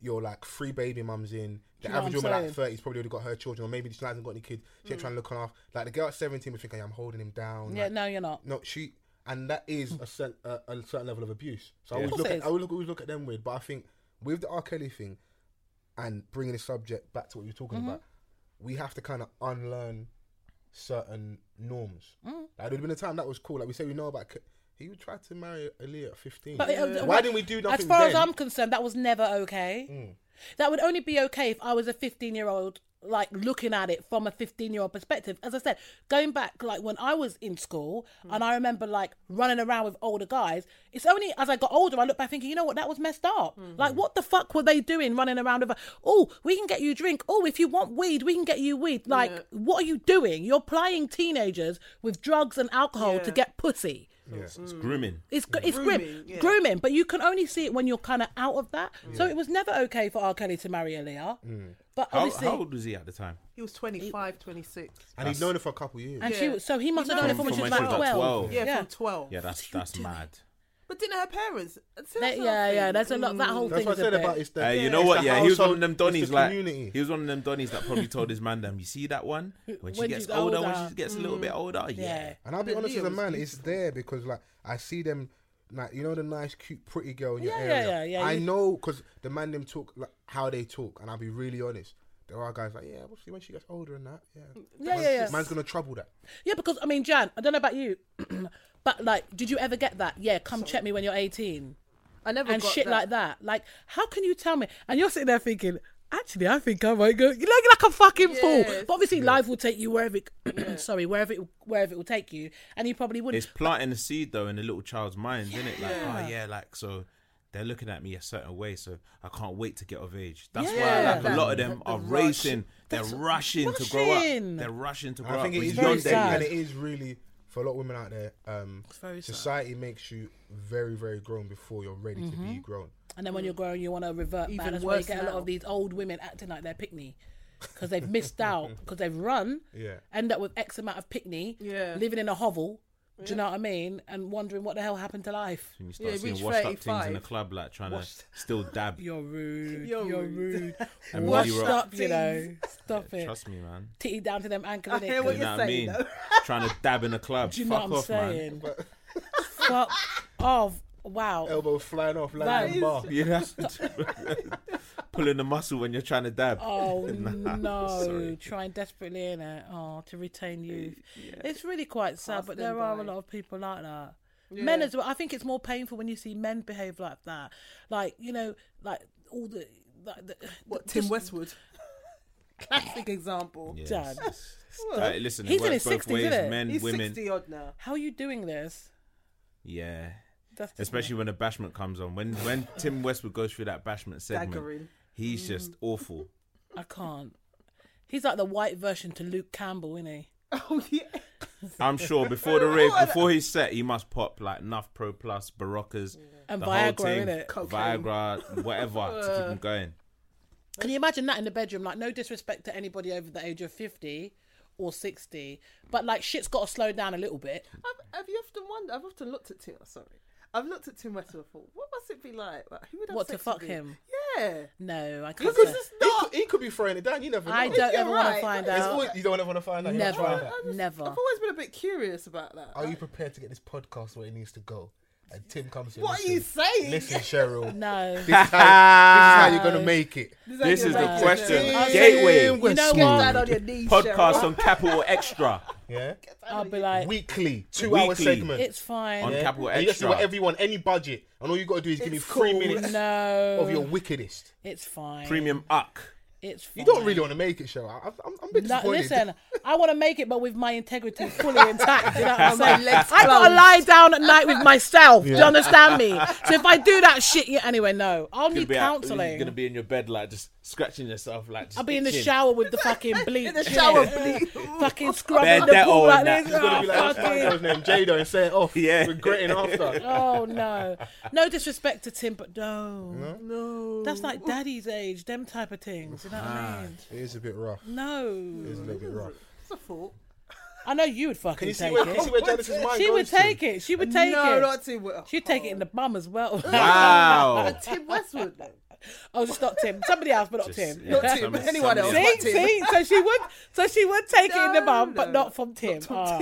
you're like three baby mums in. The
know what
average
I'm
woman like
saying? Mm.
30's probably already got her children, or maybe she hasn't got any kids. She's trying to look after. Like the girl at 17 was thinking, I'm holding him down.
Yeah,
like,
no, you're not.
No, she, and that is a, cert, a, a certain level of abuse. So I
Yeah.
Hmm. Of course
always look
it
at,
is.
I always look, always look at them weird. But I think with the R. Kelly thing, and bringing the subject back to what you were talking
Mm-hmm.
about, we have to kind of unlearn certain norms.
Mm.
Like, there'd been a time that was cool. Like we say, we know about. Ke- He tried to marry Aaliyah at fifteen.
But uh,
Why didn't we do nothing?
As far as
then? Mm.
I'm concerned, that was never okay. That would only be okay if I was a 15 year old, like looking at it from a 15 year old perspective. As I said, going back, like when I was in school,
Mm.
and I remember like running around with older guys. It's only as I got older I look back thinking, you know what, that was messed up.
Mm.
Like, what the fuck were they doing running around with? a- Oh, we can get you drink. Oh, if you want weed, we can get you weed. Like, what are you doing? You're plying teenagers with drugs and alcohol to
Yeah.
get pussy.
it's grooming.
It's gr- it's grim,
Grooming, yeah.
grooming, but you can only see it when you're kind of out of that. So it was never okay for R. Kelly to marry Aaliyah, but
Mm. How,
obviously,
how old was he at the time?
He was 25, 26.
and he'd known her for a couple of years.
and she
Yeah.
was so he must have known it
From-
from when she
from
was
when
about
she was
twelve.
about
12.
Yeah,
Yeah.
from 12.
Yeah, that's that's mad.
But didn't her parents? See,
They-
that's another
yeah,
thing.
yeah, that's a lot. That
Mm.
whole
That's
thing
what
is
I
a
said
bit.
about it's the.
Hey, you
it's
know what?
the
Yeah, he was one
household,
of them
it's the
Donnies. Like
community.
he was one of them Donnies that probably told his man, "Them, you see
<laughs>
that one? When she
When
gets
she's
older,
older. Mm.
when she gets a little bit older, yeah.
yeah.
And I'll be
The
honest as a
Leo's
man, it's there because like I see them, like you know the nice, cute, pretty girl in your
Yeah, yeah,
area.
yeah, yeah,
I
you-
know because the man them talk like how they talk, and I'll be really honest. There are guys like, yeah, we'll see when she gets older and that. Yeah,
Yeah,
man's,
yeah, yeah.
man's gonna trouble that.
Yeah, because I mean, Jan, I don't know about you, <clears throat> but like, did you ever get that? Yeah, come check me when you're 18
I never
and
got
shit
that.
like that. Like, how can you tell me? And you're sitting there thinking. Actually, I think I might go. You look like a fucking fool.
Yes.
But obviously, life will take you wherever. It, <clears throat> sorry, wherever it wherever it will take you, and you probably wouldn't.
It's planting a seed though in a little child's mind, isn't it? Like, oh yeah, like so they're looking at me a certain way, so I can't wait to get of age. That's
Yeah.
why like a lot of them
The
are
rush.
racing. They're rushing, to grow
rushing.
up. They're rushing to grow
I think
up.
it
with
is
very
very
young
sad.
sad, and
days.
it is really for a lot of women out there. Um,
very sad.
society makes you very, very grown before you're ready to
Mm-hmm.
be grown.
And then when you're growing, you want to revert back.
Mm. Even
That's why you
worse
get a lot
now.
of these old women acting like they're pickney because they've missed out
<laughs>
because they've run,
Yeah.
end up with X amount of pickney,
Yeah.
living in a hovel. Do you know what I mean? And wondering what the hell happened to life.
And you start
Yeah,
seeing
reach
washed up things in the
35.
club, like trying
Washed-
to still dab.
You're rude. You're,
You're
rude.
rude. <laughs>
And
Washed
Molly Rock.
up, you know. Stop it.
Trust me, man.
Titty down to them ankle.
I
innit?
hear what
You
you're
know what I
saying,
mean? <laughs> trying to dab in a club.
Do you
Fuck
know what
off,
I'm
man.
<laughs>
saying? Fuck off. Wow.
Elbow flying off like
That
a
is-
bar.
<laughs> You know, <laughs> pulling the muscle when you're trying to dab.
<laughs>
Oh no!
Sorry.
Trying desperately in it, oh, to retain youth. It's really quite sad,
Pass
but
them
there are a
by.
lot of people like that. Men as well. I think it's more painful when you see men behave like that. Like you know, like all the like the,
What
the-
Tim
just-
Westwood? <laughs> Classic example.
Yes.
Dad.
Like, listen,
He's
it
in
works
his
both
60s,
ways,
isn't it?
men,
He's
women.
sixty
<laughs>
odd now.
How are you doing this?
Yeah.
That's just
Especially when the bashment comes on. When when Tim Westwood goes through that bashment segment,
Daggering.
he's just awful.
me. I can't. He's like the white version to Luke Campbell, isn't he?
Oh yeah.
I'm sure before the rave, before he's set, he must pop like Nuff Pro Plus, Barocas,
And
the
Viagra,
whole thing,
innit?
Cocaine.
Viagra, whatever to keep him going.
Can you imagine that in the bedroom? Like, no disrespect to anybody over the age of fifty or sixty, but like shit's got to slow down a little bit.
I've, have you often wondered? I've often looked at Tim. oh, Sorry, I've looked at Tim Westwood. and thought, What must it be like? Like, who would have
What, to
sex
fuck
with
him?
Yeah.
No, I can't.
Because
say-
it's
He
not.
could, he could be throwing it down. You never know.
I don't
You're
ever want to
right.
find
It's
out.
always, you don't ever want to find out. You never.
Never.
Find out.
I just-
Never.
I've always been a bit curious about that.
Are you prepared to get this podcast where it needs to go? And Tim comes here.
What are you
listen,
saying?
<laughs>
Listen, Cheryl.
No.
This is,
Ah.
how, this is how you're gonna make it.
This is the
Right.
question.
Yeah.
Gateway
You know
Get
what?
down on your knees,
podcast
Cheryl.
on Capital Extra.
Yeah.
I'll be like,
Weekly, two-hour
Weekly.
segment.
it's fine.
On
yeah?
Capital
And you just do
Extra.
whatever you want, any budget, and all you gotta do is give me three
cool.
minutes
no.
of your wickedest.
it's fine.
Premium Uck.
It's fine.
You don't really want to make it, Cheryl. I, I'm, I'm a bit
No,
disappointed.
listen, I want to make it, but with my integrity fully intact. Do you know what
<laughs>
I'm saying?
legs
I gotta
closed.
lie down at night with myself. Do you understand me? So if I do that shit, yeah, anyway, no, I'll need
You're gonna
counseling.
be in your bed like just scratching yourself like. Just
I'll be in the
itching.
shower with the fucking
<laughs>
bleach.
In the
innit?
shower, please.
Fucking
Bare
scrubbing the
Dettol
pool like
and that.
this.
It's
It's gonna be
Oh,
like that
fucking-
girl's name, Jada, and say it off.
Yeah.
<laughs>
Regretting after.
Oh no. No disrespect to Tim, but no. No. That's like daddy's age, them type of things. You know what I mean?
It is a bit rough. It
No.
is a little bit rough.
It's a thought.
I know you would fucking
Can you see
take
where, can you see
it.
where Janice's mind
She
goes
would
to?
take it. She would take
no,
it.
not Tim Westwood.
She'd take it in the bum as well.
<laughs>
<laughs>
Wow.
<laughs> Tim Westwood. though.
<laughs>
oh, just not Tim. Somebody else, but not Tim.
yeah,
Tim,
some-
anyone
some-
else.
See,
Not Tim.
see, so she would, so she would take it in the
No,
bum, but
no.
not from Tim. Ah.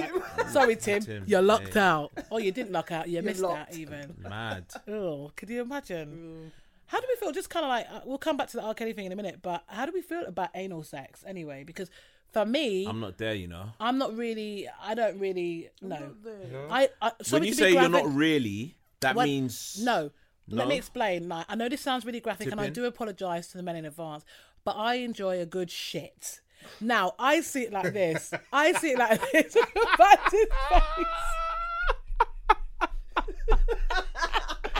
Sorry, Tim,
Tim,
you're locked
yeah.
out. Oh, you didn't lock out. You missed
locked.
that even.
Mad.
Oh, could you imagine? How do we feel? Just kind of like uh, we'll come back to the R. Kelly thing in a minute, but how do we feel about anal sex anyway? Because for me,
I'm
I'm,
not there, you know.
not really. I don't really know.
No.
I, I sorry
when you
to be
say you're
graphic-
not really, that
What-
means
No. Let
No?
me explain. Like, I know this sounds really graphic, and I
Tipping?
do apologise to the men in advance, but I enjoy a good shit. Now I see it like this. I see it like <laughs> this. Look at Pat's face.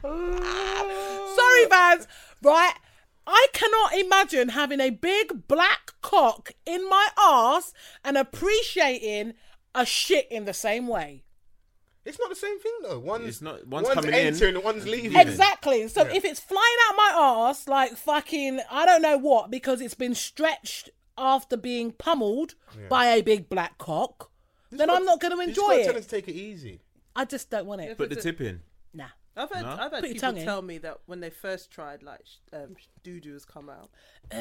<laughs> Sorry, Vans. Right. I cannot imagine having a big black cock in my ass and appreciating a shit in the same way.
It's not the same thing though. One's
It's not- one's coming in,
entering, and one's leaving.
leaving.
Exactly. So if it's flying out my ass like fucking I don't know what because it's been stretched after being pummeled by a big black cock, then I'm not going to
You just
enjoy
gotta tell them
it.
to take it easy.
I just don't want it.
But the tipping.
Nah.
I've had,
No?
I've had
Put your
people
tongue in.
tell me that when they first tried, like, sh- um, sh- doo-doo has come out.
Uh,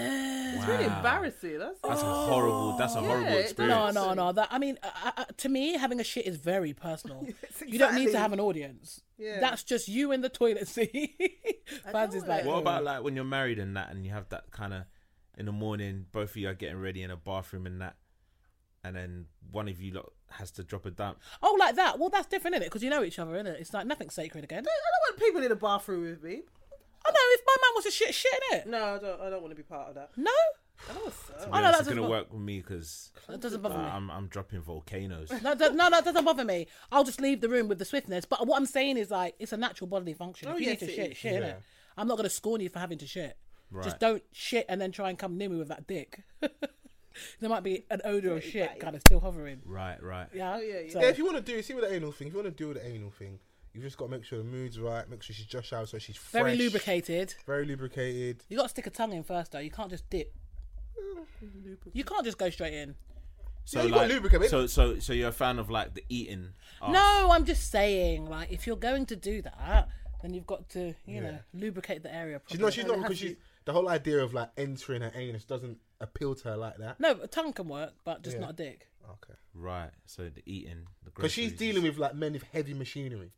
It's really embarrassing. That's,
That's a horrible. That's a horrible
it
experience.
Oh, No,
doesn't-
no, no. That I mean, uh, uh, to me, having a shit is very personal.
<laughs> Yes,
You don't need to
exactly.
have an audience.
Yeah.
That's just you in the toilet seat.
<laughs>
Fans is like,
What
"Oh."
about like when you're married and that, and you have that kind of in the morning, both of you are getting ready in a bathroom and that, and then one of you lot has to drop a dump.
oh, like that? Well, that's different, innit? Because you know each other, innit? It's like nothing's sacred again.
I don't want people in the bathroom with me.
I know if my man was a shit, shit, innit?
No, I don't. I don't want to be part of that.
No.
To be
Oh, no,
honest,
that
it's gonna
doesn't-
work with me because
That doesn't bother me.
I'm I'm
<laughs>
dropping volcanoes.
No, that, no, that doesn't bother me. I'll just leave the room with the swiftness. But what I'm saying is, like, it's a natural bodily function.
Oh,
if you
yes,
need to
it
shit,
is.
shit, innit? I'm not going to scorn you for having to shit. Just
Right.
don't shit and then try and come near me with that dick. <laughs> there might be an odor of shit
bad, yeah. Oh,
kind of still hovering.
right, right.
Yeah.
yeah, yeah.
So,
Yeah, if you want to do it, see with the anal thing. If you want to deal with the anal thing, you've just got to make sure the mood's right. Make sure she's just showered, so she's fresh,
very lubricated.
very lubricated.
You got to stick a tongue in first, though. You can't just dip. You can't just go straight in.
So
Yeah, you got
like,
lubricant,
so so so you're a fan of like the eating. Oh,
Oh.
art.
No, I'm just saying, like, if you're going to do that, then you've got to, you know, lubricate the area.
She's
Properly.
not. She's not because she's the whole idea of like entering her anus doesn't appeal to her like that.
No, a tongue can work, but just
Yeah.
not a dick.
Okay.
Right. So the eating. the
Because she's
groceries.
dealing with like men with heavy machinery.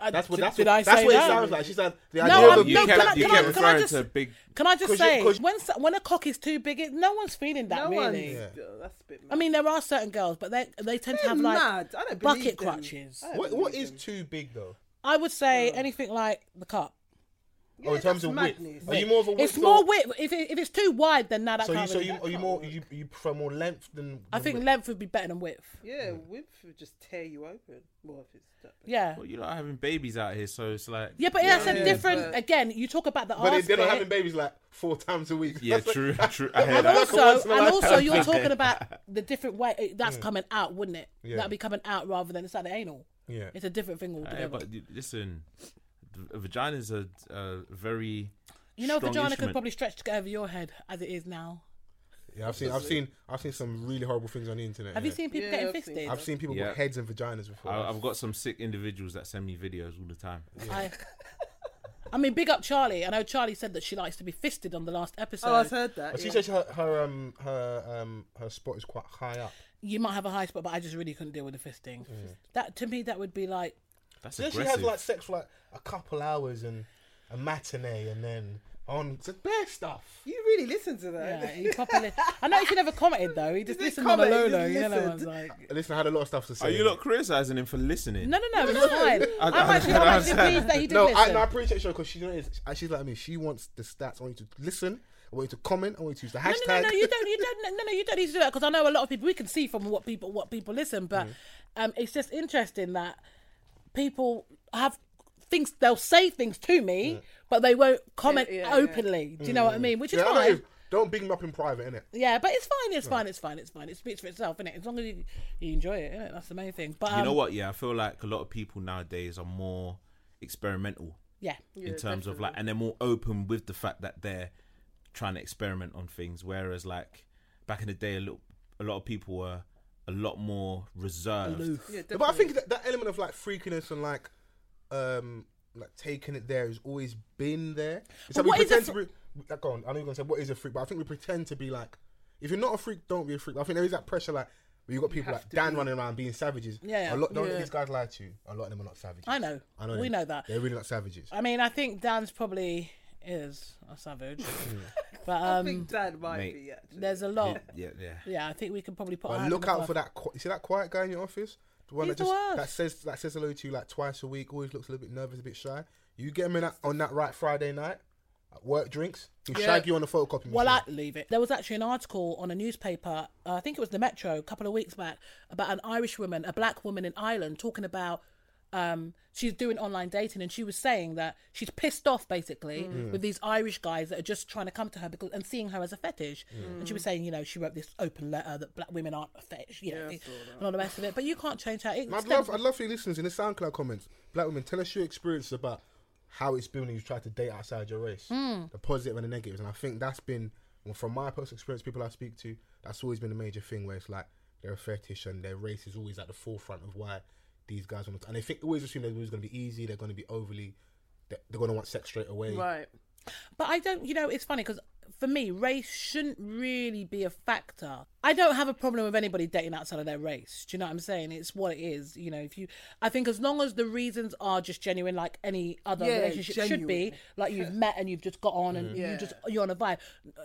I-
That's what.
did,
That's
did
what,
I say
that's what
that?
it sounds like. She's like the
No,
idea
I'm-
of a
you
no,
kept,
can I-
you
can I-
kept
can I
referring
just-
to a big.
Can I just
'Cause you-
say,
'cause-
when so- when a cock is too big, it, no one's feeling that
no
really.
one's. That's a bit.
I mean, there are certain girls, but they they tend to
They're
have like
mad. I don't believe
bucket
them.
crutches.
I don't
What,
believe
what is
them.
too big though?
I would say anything like the cup.
oh, in terms
that's
of width,
madness.
are you more of a width?
It's more
or-
width. If, it, if it's too wide, then now that
So you,
can't.
so
really-
you, are you more? You, you prefer more length than?
I
than
think
width?
length would be better than width.
Yeah, width would just tear you open. Well, if it's that big.
Yeah.
Well, you're not having babies out here, so it's like.
Yeah, but that's a
yeah,
different.
but-
Again, you talk about the
But they-
arse
they're not
bit.
having babies like four times a week. <laughs>
Yeah,
That's like-
true, true. I hear
and
that.
Like a once
also,
in
and
a
also,
lifetime
you're
thing. <laughs>
talking about the different way that's coming out, wouldn't it?
Yeah.
That'd be coming out rather than it's like the anal.
Yeah.
It's a different thing
Yeah,
altogether.
Eh, but you- listen, the- vaginas are uh, very.
you know, vagina
strong
could
instrument.
probably stretch to get over your head as it is now.
Yeah, I've seen, I've seen, I've seen some really horrible things on the internet.
Have you
yeah.
seen people
Yeah,
getting
I've seen
fisted?
I've seen people
Yeah.
with heads and vaginas before.
I, I've got some sick individuals that send me videos all the time.
I, I mean, big up Charlie. I know Charlie said that she likes to be fisted on the last episode.
Oh, I've heard that.
But she
yeah.
says her, her um her um her spot is quite high up.
you might have a high spot, but I just really couldn't deal with the fisting. That to me, that would be
<laughs>
like
That's
Yeah, she
aggressive.
has like sex for like a couple hours and a matinee and then on to bare stuff.
You really listen to that.
yeah,
<laughs>
he properly. I know he never commented though. He just
didn't
listened on a low
comment,
low.
he just
You know, I was
listened.
like,
Listen, I had a lot of stuff to say.
Are Oh, you not criticizing him for listening?
no, no, no,
<laughs>
it's fine. I'm actually, I'm actually pleased that he did
No, I,
listen.
no, I appreciate her because she knows she's like me. She wants the stats. I want you to listen. I want you to comment. I want <laughs> you to use the
No,
hashtag.
no, no, no, you don't, you don't, no, no, you don't need to do that because I know a lot of people. We can see from what people, what people listen, but
Mm.
um, it's just interesting that people have things. They'll say things to me, but they won't comment
yeah, yeah.
openly. Do you know what I mean? Which is
Mm. Yeah, I know
fine.
if- don't big them up in private, innit?
Yeah, but it's fine. It's fine. It's fine. It's fine. It speaks for itself, innit? As long as you, you enjoy it, innit? That's the main thing. But um,
You know what? Yeah, I feel like a lot of people nowadays are more experimental
Yeah.
in terms of like, and they're more open with the fact that they're trying to experiment on things. Whereas like back in the day, a lot, a lot of people were a lot more reserved.
Yeah,
But I think that, that element of like freakiness and like um like taking it there has always been there. It's
But
like we
what is a
pretend
fr-
to be like, go on, I know you're gonna say what is a freak, but I think we pretend to be like if you're not a freak, don't be a freak. But I think there is that pressure like where you got people like Dan running around being savages.
Yeah, yeah.
A lot don't let
Yeah.
these guys lie to you. A lot of them are not savages.
I know.
I know.
We
them.
know that.
They're really not savages.
I mean, I think Dan's probably is a
<laughs>
savage, but um,
Dad might
Mate.
be actually.
there's a lot.
Yeah, yeah.
Yeah, I think we can probably put. our
But
hand
look
on the
out for
glass.
that. Qu- you see that quiet guy in your office, the one
He's
that
the worst.
just that says that says hello to you like twice a week. Always looks a little bit nervous, a bit shy. You get him in that, on that right Friday night, at work drinks. He'll shag you on the photocopy machine.
Well, I leave it. There was actually an article on a newspaper, uh, I think it was the Metro, a couple of weeks back, about an Irish woman, a black woman in Ireland, talking about um, she's doing online dating, and she was saying that she's pissed off basically with these Irish guys that are just trying to come to her because and seeing her as a fetish. And she was saying, you know, she wrote this open letter that black women aren't a fetish, you know, and all the rest of it. But you can't change that. It
I'd
stems-
love, I'd love for you listeners in the SoundCloud comments, black women, tell us your experience about how it's been when you try to date outside your race, the positive and the negatives. And I think that's been, well, from my personal experience, people I speak to, that's always been a major thing where it's like they're a fetish and their race is always at the forefront of why these guys want to. And they think always assume they're always going to be easy, they're going to be overly, they're, they're going to want sex straight away.
Right.
But I don't, you know, it's funny because for me, race shouldn't really be a factor. I I don't have a problem with anybody dating outside of their race. Do you know what I'm saying? It's what it is. You know, if you, I think as long as the reasons are just genuine, like any other
Yeah,
relationship should be,
genuine.
like you've met and you've just got on and you
Yeah.
just you're on a vibe,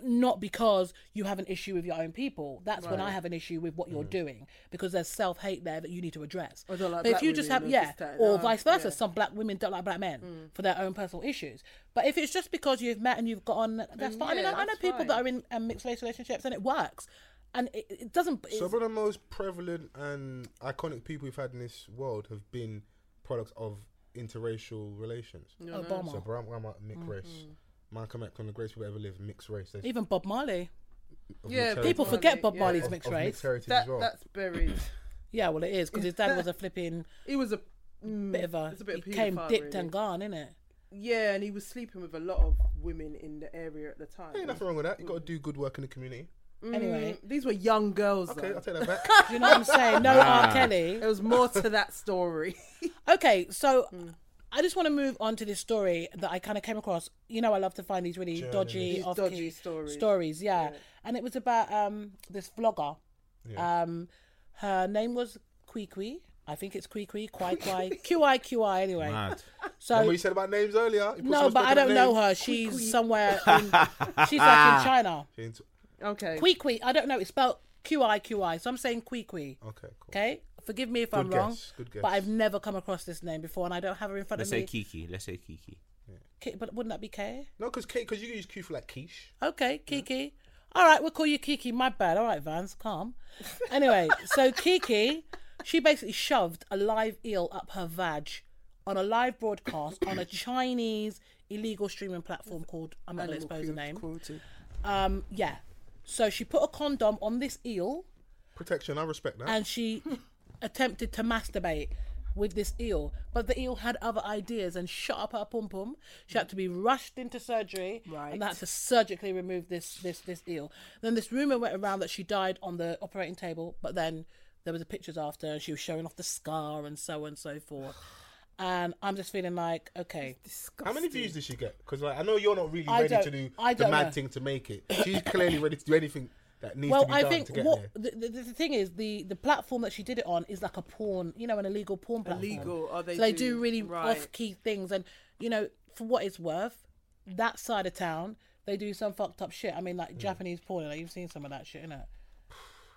not because you have an issue with your own people. That's when I have an issue with what you're doing because there's self hate there that you need to address.
Or don't like
but if
black
you just have,
women,
yeah,
they're just like,
or
"Oh,
vice versa,
yeah."
some black women don't like black men
Mm.
for their own personal issues. But if it's just because you've met and you've got on, that's fine. I mean,
yeah,
I, I know
that's
people
fine.
that are in um, mixed race relationships and it works, and it, it doesn't. It's,
Some of the most prevalent and iconic people we've had in this world have been products of interracial relations.
Obama,
So Barack Obama,
Mm-hmm.
mixed race. Malcolm X, one of the greatest people ever live, mixed race. There's
even Bob Marley.
of
Yeah,
mixed
People
heritage-
forget Bob
yeah.
Marley's
of-
mixed
of
race.
heritage
That,
as well.
That's buried.
Yeah, well, it is because his dad was
<laughs>
a flipping
He was a mm,
bit of a,
it's a bit of
he came
paedophile,
dipped
really.
and gone, innit?
Yeah, and he was sleeping with a lot of women in the area at the time. Mm,
Ain't nothing wrong with that. You got to do good work in the community.
Anyway,
These were young girls.
Okay,
though.
I'll take that
<laughs>
back.
do you know what I'm saying? No R. Kelly.
There was more to that story. <laughs>
Okay, so I just want to move on to this story that I kind of came across. You know, I love to find these really dodgy,
These
off
dodgy stories.
Stories, yeah. And it was about um this vlogger. Um, her name was Kwee I think it's Kwee Kwee, Kwai Kwai, Q I Q I. Anyway, <laughs>
Mad.
so
Remember you said about names earlier? You put
no,
someone's
but I
back in
don't
the
know
name.
her. She's somewhere.
<laughs>
In, she's like in China.
Into-
Okay.
Kwee Kwee. I don't know. It's spelled Q I Q I. So I'm saying Kwee Kwee.
Okay, cool.
Okay. Forgive me if I'm
guess,
wrong,
Oh. good guess.
but I've never come across this name before, and I don't have her in front
Let's
of
say
me.
Kiki. Let's say Kiki.
Ki- but wouldn't that be K?
No, because because you can use Q for like quiche.
Okay, Kiki. All right, we'll call you Kiki. My bad. All right, Vance, calm. Anyway, so Kiki, she basically shoved a live eel up her vag on a live broadcast on a Chinese illegal streaming platform called I'm not going to expose the name.
Cruelty.
Um, yeah. So she put a condom on this eel
Protection, I respect that.
and she attempted to masturbate with this eel, but the eel had other ideas and shot up her pum pum. She had to be rushed into surgery,
Right.
and they had to surgically remove this this this eel. Then this rumor went around that she died on the operating table, but then there was the pictures after, and she was showing off the scar and so on and so forth. And I'm just feeling like, okay,
How many views did she get? Because like, I know you're not really
I
ready
don't-
to do
I
the
don't
mad
know.
thing to make it. She's clearly ready to do anything that needs
well,
to be
I
done
think
to get
what
there.
the, the, the thing is, the the platform that she did it on is like a porn, you know, an illegal porn platform.
Illegal, oh, they
so they do,
do,
really
right.
off key things, and you know, for what it's worth, that side of town they do some fucked up shit. I mean,
Mm.
like Japanese porn, like you've seen some of that shit, innit?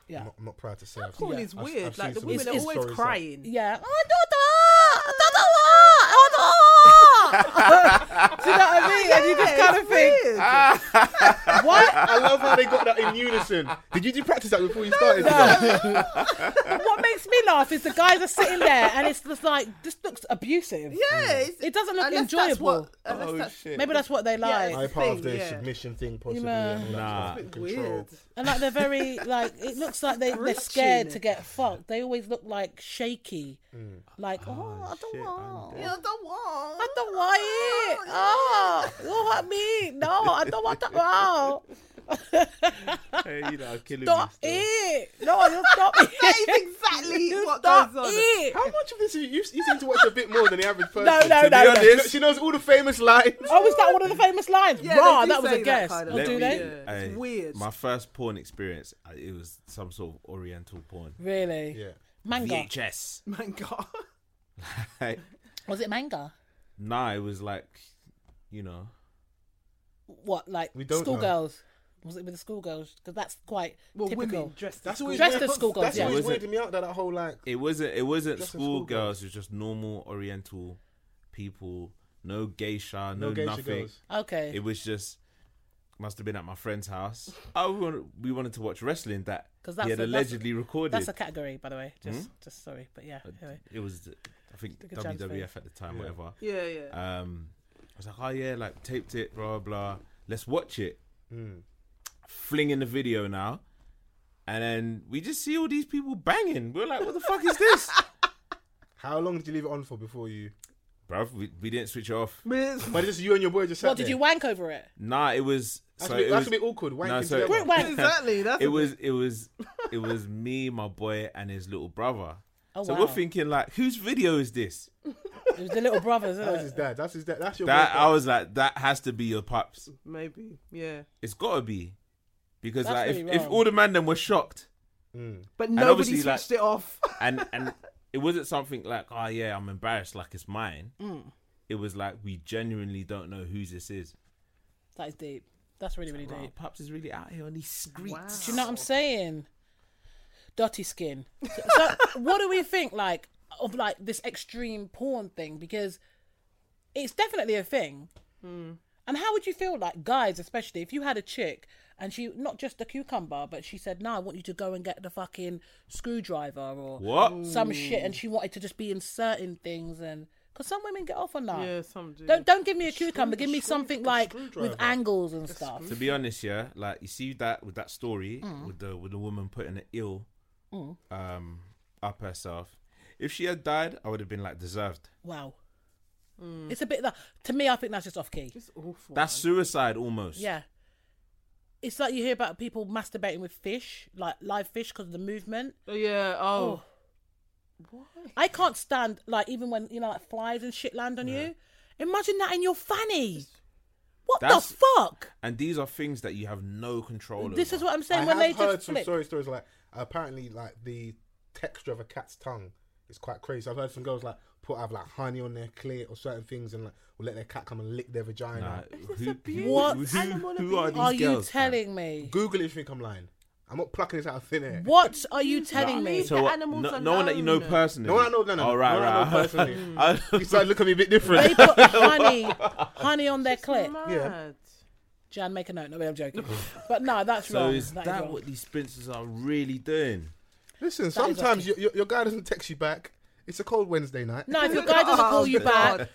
Yeah,
I'm not, I'm not proud to say. I've-
Porn
yeah,
is
I've-
weird.
I've
like
seen
the
some
women are
stories
always
like-
crying.
yeah. <laughs> Oh, daughter! Oh, Daughter, <laughs> what? Oh, daughter! do you know what I mean? And you just kind of think,
Ah.
what?
I love how they got that in unison. Did you do practice that before you started? No.
What makes me laugh is the guys are sitting there, and it's just like this looks abusive.
Yeah, it's,
It doesn't look
unless that's
enjoyable.
what-
Oh,
unless that's
Maybe that's what they like.
it's-
I part of the
Thing, yeah.
submission thing, possibly.
Yeah.
and all that
Nah.
sort of control.
weird.
And like they're
<laughs>
very like it looks like they, they're
Screeching.
scared to get fucked. They always look like shaky.
Mm.
Like, oh, I don't want
Yeah, I don't want. Ah.
I don't want it. Oh, you don't want me. No, I don't want to
<laughs>
oh
Hey, you know, I'm killing
Stop it. No, you
<laughs>
stop it. <laughs>
Exactly
You
what
stop
goes on.
it.
How much of this you, you seem to watch a bit more than the average person?
No, no,
to
no,
Be
no.
honest, she knows all the famous lines.
Oh, was that one of the famous lines?
Yeah,
Raw,
they do
that was
say
a guess.
kind of
oh,
thing.
do
Yeah,
they?
it's weird.
My first porn experience, I- it was some sort of Oriental porn.
Really?
Yeah.
Manga.
<laughs> VHS.
My God.
Like,
Was it manga?
nah, it was like, you know,
What, like
We don't know.
schoolgirls? Was it with the schoolgirls? Because that's quite
Well,
typical.
women dressed.
That's
as
always
Dressed
weird.
as schoolgirls,
That's
yeah.
always
Was it-
weirding me out. That that whole like
it wasn't it wasn't
Just in
schoolgirls. It was just normal Oriental people. No geisha, no,
no geisha
nothing.
girls.
Okay.
It was just must have been at my friend's house. Oh, we wanted, we wanted to watch wrestling that
'Cause
he
that's
had
a- that's-
allegedly recorded.
That's a category, by the way. Just, just sorry, but yeah. Anyway.
it was, I think
a chance for you.
WWF at the time, whatever.
Yeah, yeah.
Um, I was like, oh yeah, like taped it, blah blah. blah. Let's watch it.
Hmm.
Flinging the video now, and then we just see all these people banging. We're like, what the fuck
<laughs>
is this,
How long did you leave it on for before you?
bruv? We, we didn't switch it off.
Miss-
But just you and your boy just sat
What did you
there.
wank over it?
Nah, it was.
That's,
so
a, bit,
it
that's
was-
a bit awkward. Wanking
No, so-
together.
Group wank.
<laughs>
exactly. That's
it was it was it was me, my boy, and his little brother.
Oh,
so
wow.
we're thinking like, whose video is
<laughs>
this?
It was the little
<laughs>
brothers,
That's
isn't
his
it?
dad. That's his dad. That's your.
That
boyfriend.
I was like, that has to be your pops.
maybe. Yeah.
It's gotta be, because
That's
like
really
if, if
wrong.
all the man them were shocked,
But
obviously,
nobody
like-
switched it off.
and and it wasn't something like oh yeah i'm embarrassed like it's mine
Mm.
it was like we genuinely don't know whose this is
That is deep. That's really, really
Right,
deep.
Pops is really out here on these streets.
Do you know what I'm saying? Dotty skin. So, so <laughs> what do we think, like, of like this extreme porn thing? Because it's definitely a thing. And how would you feel, like, guys, especially if you had a chick and she not just a cucumber, but she said, "No, I want you to go and get the fucking screwdriver or
What?
some shit," and she wanted to just be inserting things and because some women get off on that.
<laughs> yeah, some do.
Don't don't give me a cucumber. Give me something like with
screwdriver.
angles and stuff.
To be honest, yeah, like you see that with that story
Mm.
with the with the woman putting an ill um up herself. If she had died, I would have been like deserved.
Wow. It's a bit that to me. I think that's just off key.
It's awful.
That's suicide almost.
Yeah. It's like you hear about people masturbating with fish, like live fish, because of the movement.
Oh, yeah. Oh.
I can't stand like even when you know like flies and shit land on you. Imagine that in your fanny. What
That's-
the fuck?
And these are things that you have no control
This
over.
is what I'm saying.
I
when
have
they
heard
just
some
flip.
story stories like apparently like the texture of a cat's tongue is quite crazy. I've heard some girls like put have like honey on their clit or certain things and like will let their cat come and lick their
Nah,
vagina.
who, who,
What
who-
animal abuse?
who are these
Are you
girls? man?
telling me?
Google it if you think I'm lying. I'm not plucking this out of thin air.
What are you telling me?
leave
So
the
what-
animals
no, no one that you know
alone.
personally.
No one I know, no, no,
All right,
no one I know
right. <laughs>
personally.
Mm.
I-
<laughs> You started looking at me a bit
They
different.
put honey, honey on their clit.
Yeah.
Mad.
Jan, make a note. No, I'm joking. but no, that's
so
wrong.
is
That
that,
is wrong.
what these spinsters are really doing?
Listen,
That is
sometimes your, your, your guy doesn't text you back. It's a cold Wednesday night.
No, if
<laughs>
your guy doesn't call you
Oh,
back,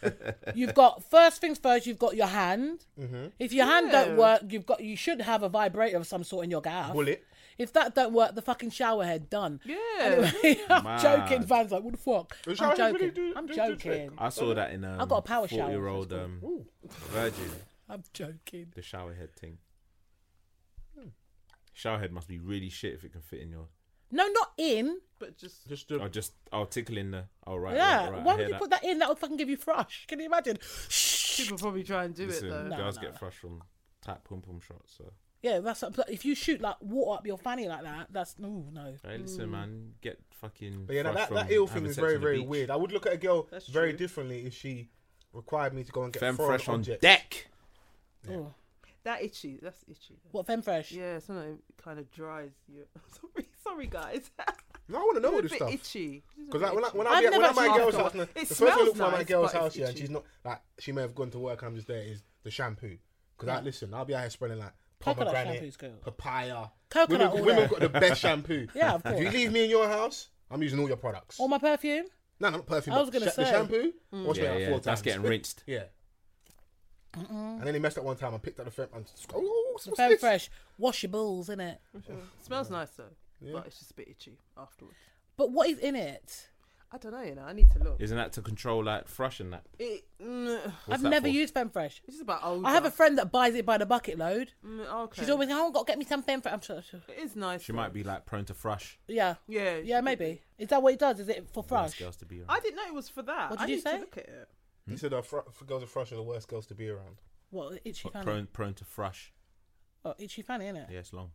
you've got first things first. You've got your hand. If your hand don't
Yeah.
work, you've got you should have a vibrator of some sort in your gaff.
Bullet.
If that don't work, the fucking shower head done. <laughs>
Yeah.
I'm
Mad.
joking. Van's like, what the fuck?
The shower
I'm
head really
joking.
do-
I'm
do the trick.
joking.
I saw that in um,
I got a power shower,
year old
so it's
um, virgin,
I'm joking.
the shower head thing. Hmm. Shower head must be really shit if it can fit in your.
No, not in.
But just.
Just do
I'll just, I'll tickle in the. All right.
yeah.
right, right, I
Why would
hear
you put that in? That would fucking give you thrush. Can you imagine?
People probably try and do
Listen,
it, though.
girls
no,
get fresh from tight pum pum shots. So,
Yeah, that's but if you shoot like water up your fanny like that. That's no, no.
hey, listen, man, get fucking.
But yeah, now
fresh
that, that
from
ill
having
thing is
sex
very,
on the
very
beach.
weird. I would look at a girl
That's
very
true.
differently if she required me to go and get
Femme
foreign
fresh on
objects.
deck.
Oh.
That itchy. That's itchy.
What femme fresh?
Yeah, sometimes it kind of dries you. <laughs> sorry, sorry, guys. <laughs>
No, I want to know all
it's
this
a bit
stuff.
itchy. It's a
Because
bit
like, when, I,
itchy.
when,
I've
I be
never
at, when I'm at
actually
my girl's
thought-
house, and the
it
first thing I look
smells
for at my
nice,
girl's
but
house,
it's
yeah, and
itchy.
she's not like she may have gone to work and I'm just there. Is the shampoo? Because
Mm.
like, listen, I'll be out here spreading like
Coconut
pomegranate,
shampoo's cool.
papaya,
Coconut all
Women, women
day.
got the best shampoo.
<laughs> Yeah,
<laughs>
of
If you
course.
leave me in your house, I'm using all your products.
Or my
<laughs>
perfume?
no, no, not perfume.
I was
but
gonna
sh- the
say. Mm.
shampoo. Wash me
Yeah,
out
yeah,
four
that's
times.
getting rinsed.
<laughs> yeah. And then he messed up one time. I picked up the fem and oh, oh, what's
The femme
this?
fresh. Wash your balls, innit?
It smells nice though, but it's just a bit itchy afterwards.
But what is in it?
I don't know, you know. I need to look.
Isn't that to control like thrush and that?
It, mm,
What's
I've
that
never
for?
used Femme Fresh.
it's just about old.
I have a friend that buys it by the bucket load.
Mm, okay.
She's always, oh, I've got to get me some Femme Fresh. I'm sure, sure.
It is nice.
She
though.
might be like prone to thrush.
Yeah.
Yeah. she
Yeah,
could be.
maybe. Is that what it does? Is it for
Nice
thrush?
girls to be around.
I didn't know it was for that.
What
I
did you
need
say?
To look at it.
He said, uh, fr- "Girls are fresh are the worst girls to be around."
What, itchy
Pro-
fanny?
prone, prone to thrush.
Oh, itchy fanny, innit?
Yeah, it's long.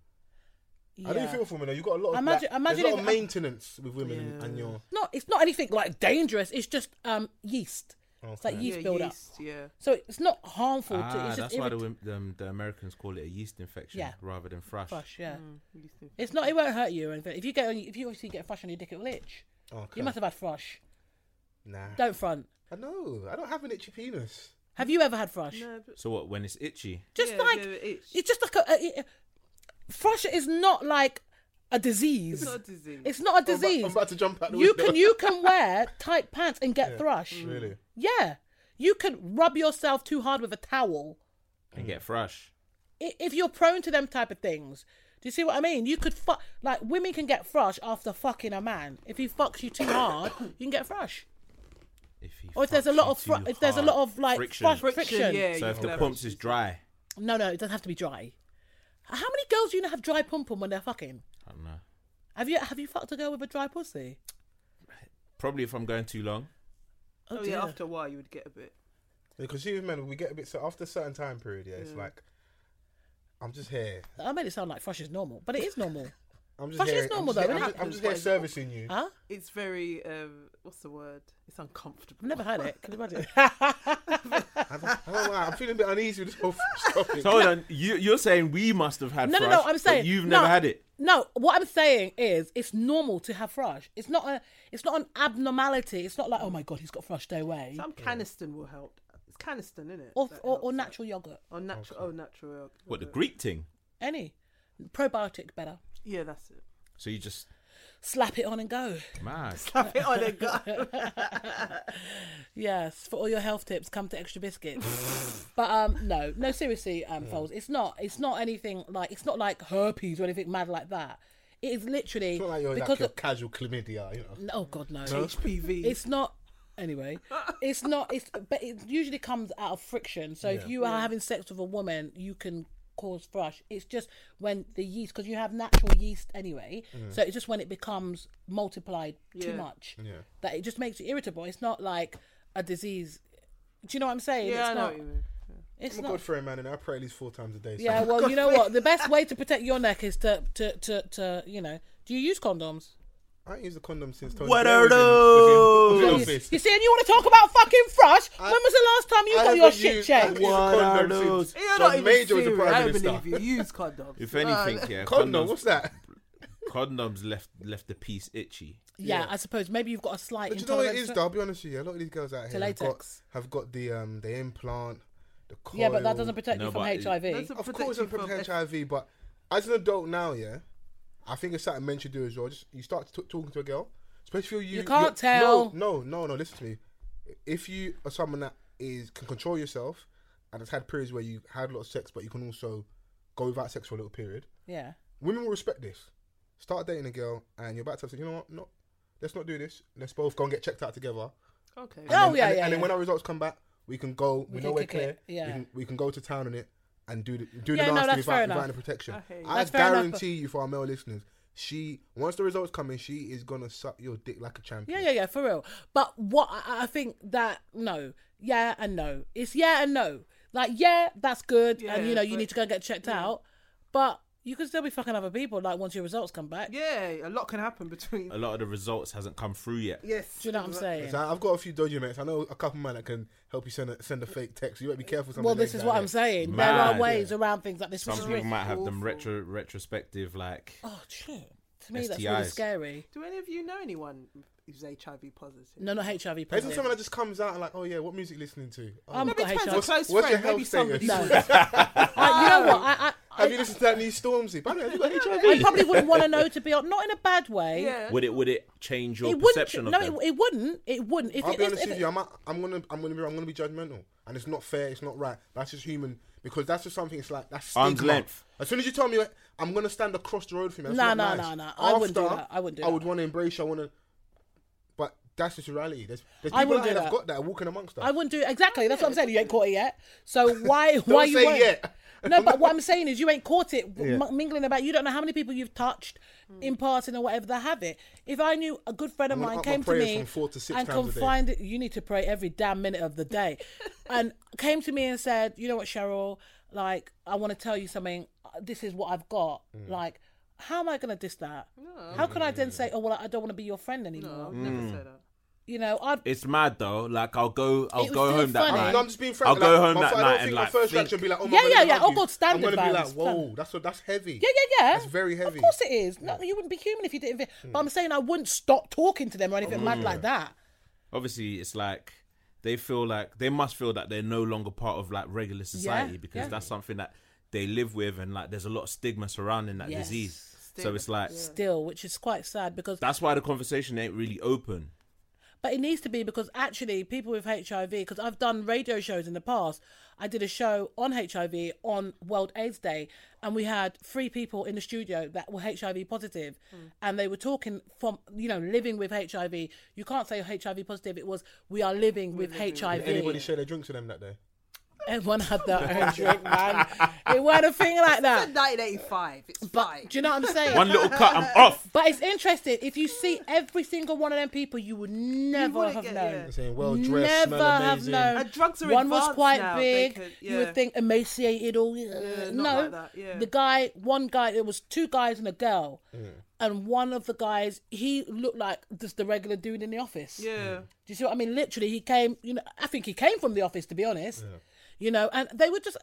Yeah.
I do feel for women though. You got a lot of
Imagine-
imagine,
imagine um,
a lot
if-
of maintenance with women and- and your
No, it's not anything like dangerous. It's just um yeast. It's like
Okay.
yeast
yeah,
build up.
yeast, Yeah.
So it's not harmful to
Ah,
it's just
that's why the,
irrit-
wom- um, the Americans call it a yeast infection
Yeah.
rather than thrush.
thrush, yeah.
Mm, Yeast in-
It's not it won't hurt you or anything. If you get on if you obviously get thrush on your dick, it'll itch.
okay.
You must have had thrush.
nah.
Don't front.
I know. I don't have an itchy penis.
Have you ever had thrush?
No, but
So what? When it's itchy,
Just
Yeah,
like
yeah, it itched.
it's just like a, a, a thrush is not like a disease.
it's not a disease.
It's not a
I'm about,
disease.
I'm about to jump out the
you
window. <laughs>
can you can wear tight pants and get thrush.
really.
Yeah, you can rub yourself too hard with a towel
and get thrush.
i- if you're prone to them type of things. Do you see what I mean? You could fuck like women can get thrush after fucking a man. If he fucks you too hard, you can get thrush.
If he
Or if there's a
fucks
lot
you
of fru-
too
if there's a lot
hard.
of like
friction.
thrush friction.
Friction, yeah.
So
you
if
can
the
have
pumps
it.
is dry,
No, no, it doesn't have to be dry. How many girls do you know have dry pum pum when they're fucking?
I don't know.
Have you have you fucked a girl with a dry pussy?
Probably if I'm going too long.
Oh,
oh
dear.
yeah. After a while, you would get a bit.
Because you men, we get a bit so after a certain time period. Yeah, it's like I'm just here.
<laughs>
I made it sound like thrush is normal, but it is normal.
I'm just
Fashion's
here.
normal
I'm just,
though,
here-
isn't
I'm just,
it?
I'm just here servicing you.
Huh?
It's very um, what's the word? It's uncomfortable.
I've never had it. Can you imagine?
I don't, I don't know why, I'm feeling a bit uneasy with
<laughs>
this whole <laughs> topic.
So <laughs> hold on, you, you're saying we must have had
No, no,
thrush,
no. I'm
but
saying
you've
no,
never had it.
No, what I'm saying is it's normal to have thrush. It's not a, it's not an abnormality. It's not like oh my god, he's got thrush. Stay away.
Some caniston will help. It's caniston, isn't it?
Or,
That
or,
helps.
or natural yogurt.
Or natural. Oh, natural.
What the Greek thing?
Any probiotic better.
Yeah,
<laughs>
that's it. <laughs>
So you just
Slap it on and go.
mad.
Slap it on a Oh,
<laughs>
guy.
Yes, for all your health tips, come to Extra
<laughs>
Biscuits. but um, no, no, seriously, um, Foles, it's not, it's not anything like, it's not like herpes or anything mad like that. It is literally
It's not like you're like
because
your
of-
casual chlamydia, you know.
oh god, no,
HPV.
it's not. Anyway, it's not. It's but it usually comes out of friction. So if you are having sex with a woman, you can cause thrush. It's just when the yeast, because you have natural yeast anyway.
Mm.
So it's just when it becomes multiplied too
Yeah.
much that it just makes you irritable. It's not like a disease. Do you know what I'm saying?
yeah,
it's
I know.
not.
What you
<laughs>
mean.
It's
I'm a
not.
good friend, man, and I pray at least four times a day. so-
Yeah, well, you know what? The best way to protect your neck is to, to, to, to you know, do you use condoms?
I ain't used a condom since Tony
What
Blair
are
was in- was in-
You,
was in
Yes.
office.
you see, and you want to talk about fucking thrush?
I-
when was the last time you
I
got your
haven't
shit
used- I
checked?
haven't used a
What are
condom since
those?
You're
John
not even
Major was the
serious.
prime
I don't
minister.
believe you. Use condoms.
<laughs>
If
Uh,
anything, yeah,
Condom,
condoms,
what's that?
condoms left left the piece itchy.
Yeah, I suppose maybe you've got a slight.
But you know what it
intolerance
is,
to-
though? I'll be honest with you. A lot of these girls out here have got,
latex.
have got the um the implant, the coil.
Yeah, but that doesn't protect
No,
you from
but it-
HIV.
That's a-
Of
protect
course,
you
it doesn't protect
from-
HIV. But as an adult now, yeah, I think it's something men should do as well. Just you start t- talking to a girl, especially if you.
You can't
you're-
tell.
No, no, no, no. Listen to me. If you are someone that is can control yourself, and has had periods where you had a lot of sex, but you can also go without sex for a little period,
Yeah.
women will respect this. Start dating a girl, and you're about to say, you know what? No, let's not do this. Let's both go and get checked out together.
okay.
Oh,
And then,
yeah,
and,
yeah,
And then
yeah.
when our results come back, we can go.
We
We, know
can
we're
kick
clear.
it, yeah.
We can we can go to town on it and do the do
Yeah,
the
no,
nasty
that's
without,
fair
without
enough.
any protection.
Okay.
I
That's fair enough,
guarantee you for our male listeners, she once the results come in, she is gonna suck your dick like a champion.
Yeah, yeah, yeah, for real. But what I, I think that no, yeah and no. It's yeah and no. Like yeah, that's good, and
Yeah,
you know you
but-
need to go get checked out. But you can still be fucking other people. Like once your results come back,
Yeah, a lot can happen between.
A lot of the results hasn't come through yet.
<laughs> Yes.
do you know what I'm saying?
So I've got a few dodgy mates. I know a couple man that can help you send a, send a fake text. You better be careful. some of
Well,
the
this
names
is
out
what
here.
I'm saying. there
Mad.
are ways around things like this.
Some
which is
people
really-
might have them
awful.
retro retrospective like
Oh shit! To me, that's really
STIs.
scary.
Do any of you know anyone who's HIV positive?
No, not HIV
Isn't
positive.
someone that just comes out and like, oh yeah, what music you listening to? Oh,
I'm
Maybe
not
it depends on
HIV.
What's
close
your
friend.
health
Maybe somebody.
No.
status?
<laughs> I, you know what? I, I,
Have you listened to that new Stormzy? By the way, have you got HIV?
<laughs> I probably wouldn't want to know to be on. Not in a bad way.
Yeah.
would it would it change your
It wouldn't.
perception of
No,
them?
it, it wouldn't. It wouldn't. If
I'll
it,
be
if-
honest
if
with
it-
you. I'm, I'm gonna, I'm gonna be, I'm gonna be judgmental, and it's not fair. It's not right. That's just human because that's just something. It's like that's stigma.
Arm's length.
As soon as you tell me like, I'm gonna stand across the road from you, that's
Nah,
not
nah,
nice.
nah, nah. I wouldn't do that. I wouldn't do
I would
that.
want to embrace. you, I want to, but that's just reality. There's, there's
I
people
wouldn't
out there
do
that have
that.
got that walking amongst us.
I wouldn't do it. Exactly. That's what I'm saying. You ain't caught it yet.
<laughs>
So why? why you
say
won't?
yet.
No, but what I'm saying is you ain't caught
<laughs>
it m- mingling about. You don't know how many people you've touched in passing or whatever that have it. If I knew a good friend of
gonna
mine
up my
came to
prayers
me
from four to six
and
times a day.
confined it, you need to pray every damn minute of the day, and came to me and said, you know what, Cheryl, like I want to tell you something. Uh, This is what I've got.
Hmm.
Like, how am I gonna diss that? How can I then say, oh well, I don't want to be your friend anymore?
Oh, I've
Hmm.
never said that.
You know, I'd
It's mad though. Like I'll go, I'll
was
go
still
home that
funny.
night.
no, I'm just being frank.
I'll
like,
go home
my,
that
I don't
night
think
and
my
like
first
think,
reaction would be like, oh my
Yeah,
God,
yeah,
let me
yeah.
hug
Oh,
you.
God, standard
I'm gonna be like,
violence,
whoa, that's that's heavy.
Yeah, yeah, yeah.
That's very heavy. Hmm.
Of course it is. No, you wouldn't be human if you didn't. Feel, But I'm saying I wouldn't stop talking to them or anything mad like that.
obviously it's like they feel like they must feel that they're no longer part of like regular society
Yeah,
because
yeah.
that's something that they live with and like there's a lot of stigma surrounding that
Yes.
disease. So
Stigma,
it's like
Still, which is quite sad because,
that's why the conversation ain't really open.
but it needs to be because actually people with HIV, because I've done radio shows in the past. I did a show on HIV on World AIDS Day, and we had three people in the studio that were HIV positive, and they were talking from you know living with HIV. You can't say HIV positive. It was we are living with HIV.
Did anybody share their drinks with them that day?
Everyone had their own drink, man. It weren't a thing like that.
1985. It's fine.
But do you know what I'm saying?
One little cut, I'm off.
But it's interesting. If you see every single one of them people, you would never
wouldn't
have
get-
known.
yeah.
Saying well dressed,
Never
smell
have
amazing.
known.
And drugs are
one was
advanced
quite
now, they
big.
could-
You
yeah.
would think emaciated. All uh,
not
no,
like that, yeah.
the guy, one guy. There was two guys and a girl, and one of the guys he looked like just the regular dude in the office.
Yeah.
Do you see what I mean? Literally, he came. You know, I think he came from the office to be honest. You know, and they were just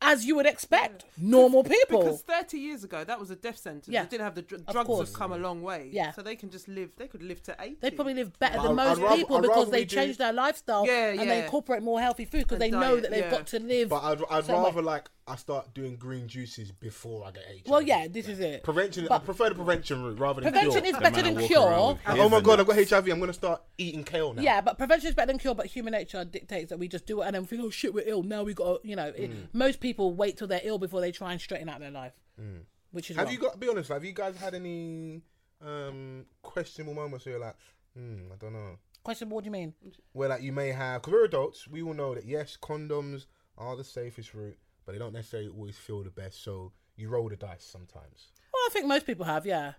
as you would expect, normal people.
<laughs> Because 30 years ago, that was a death sentence.
Yeah.
They didn't have the dr- drugs
course.
have come a long way.
Yeah.
So they can just live. They could live to 80.
They probably live better than
I'd-
most
I'd rather-
people
I'd
because
rather
they
we do-
change their lifestyle
Yeah,
and they
yeah.
incorporate more healthy food because
And
they know
diet,
that they've
yeah.
got to live.
But I'd, I'd
some way.
rather like I start doing green juices before I get AIDS.
Well, yeah, this is it.
Prevention. I prefer the prevention route rather than
Prevention
cure.
is better
man, I
than
walk
cure.
around with
oh my
HIV.
god, I've got HIV. I'm gonna start eating kale now.
Yeah, but prevention is better than cure. But human nature dictates that we just do it and then think, oh shit, we're ill. Now we got, to, you know, it-
Mm.
most people wait till they're ill before they try and straighten out their life, which is
Mm. Have
wrong.
you got? Be honest. Have you guys had any um questionable moments where you're like, hmm, I don't know,
question? What do you mean?
where like you may have? Because we're adults. We will know that yes, condoms are the safest route, but they don't necessarily always feel the best. So you roll the dice sometimes.
Well, I think most people have. Yeah,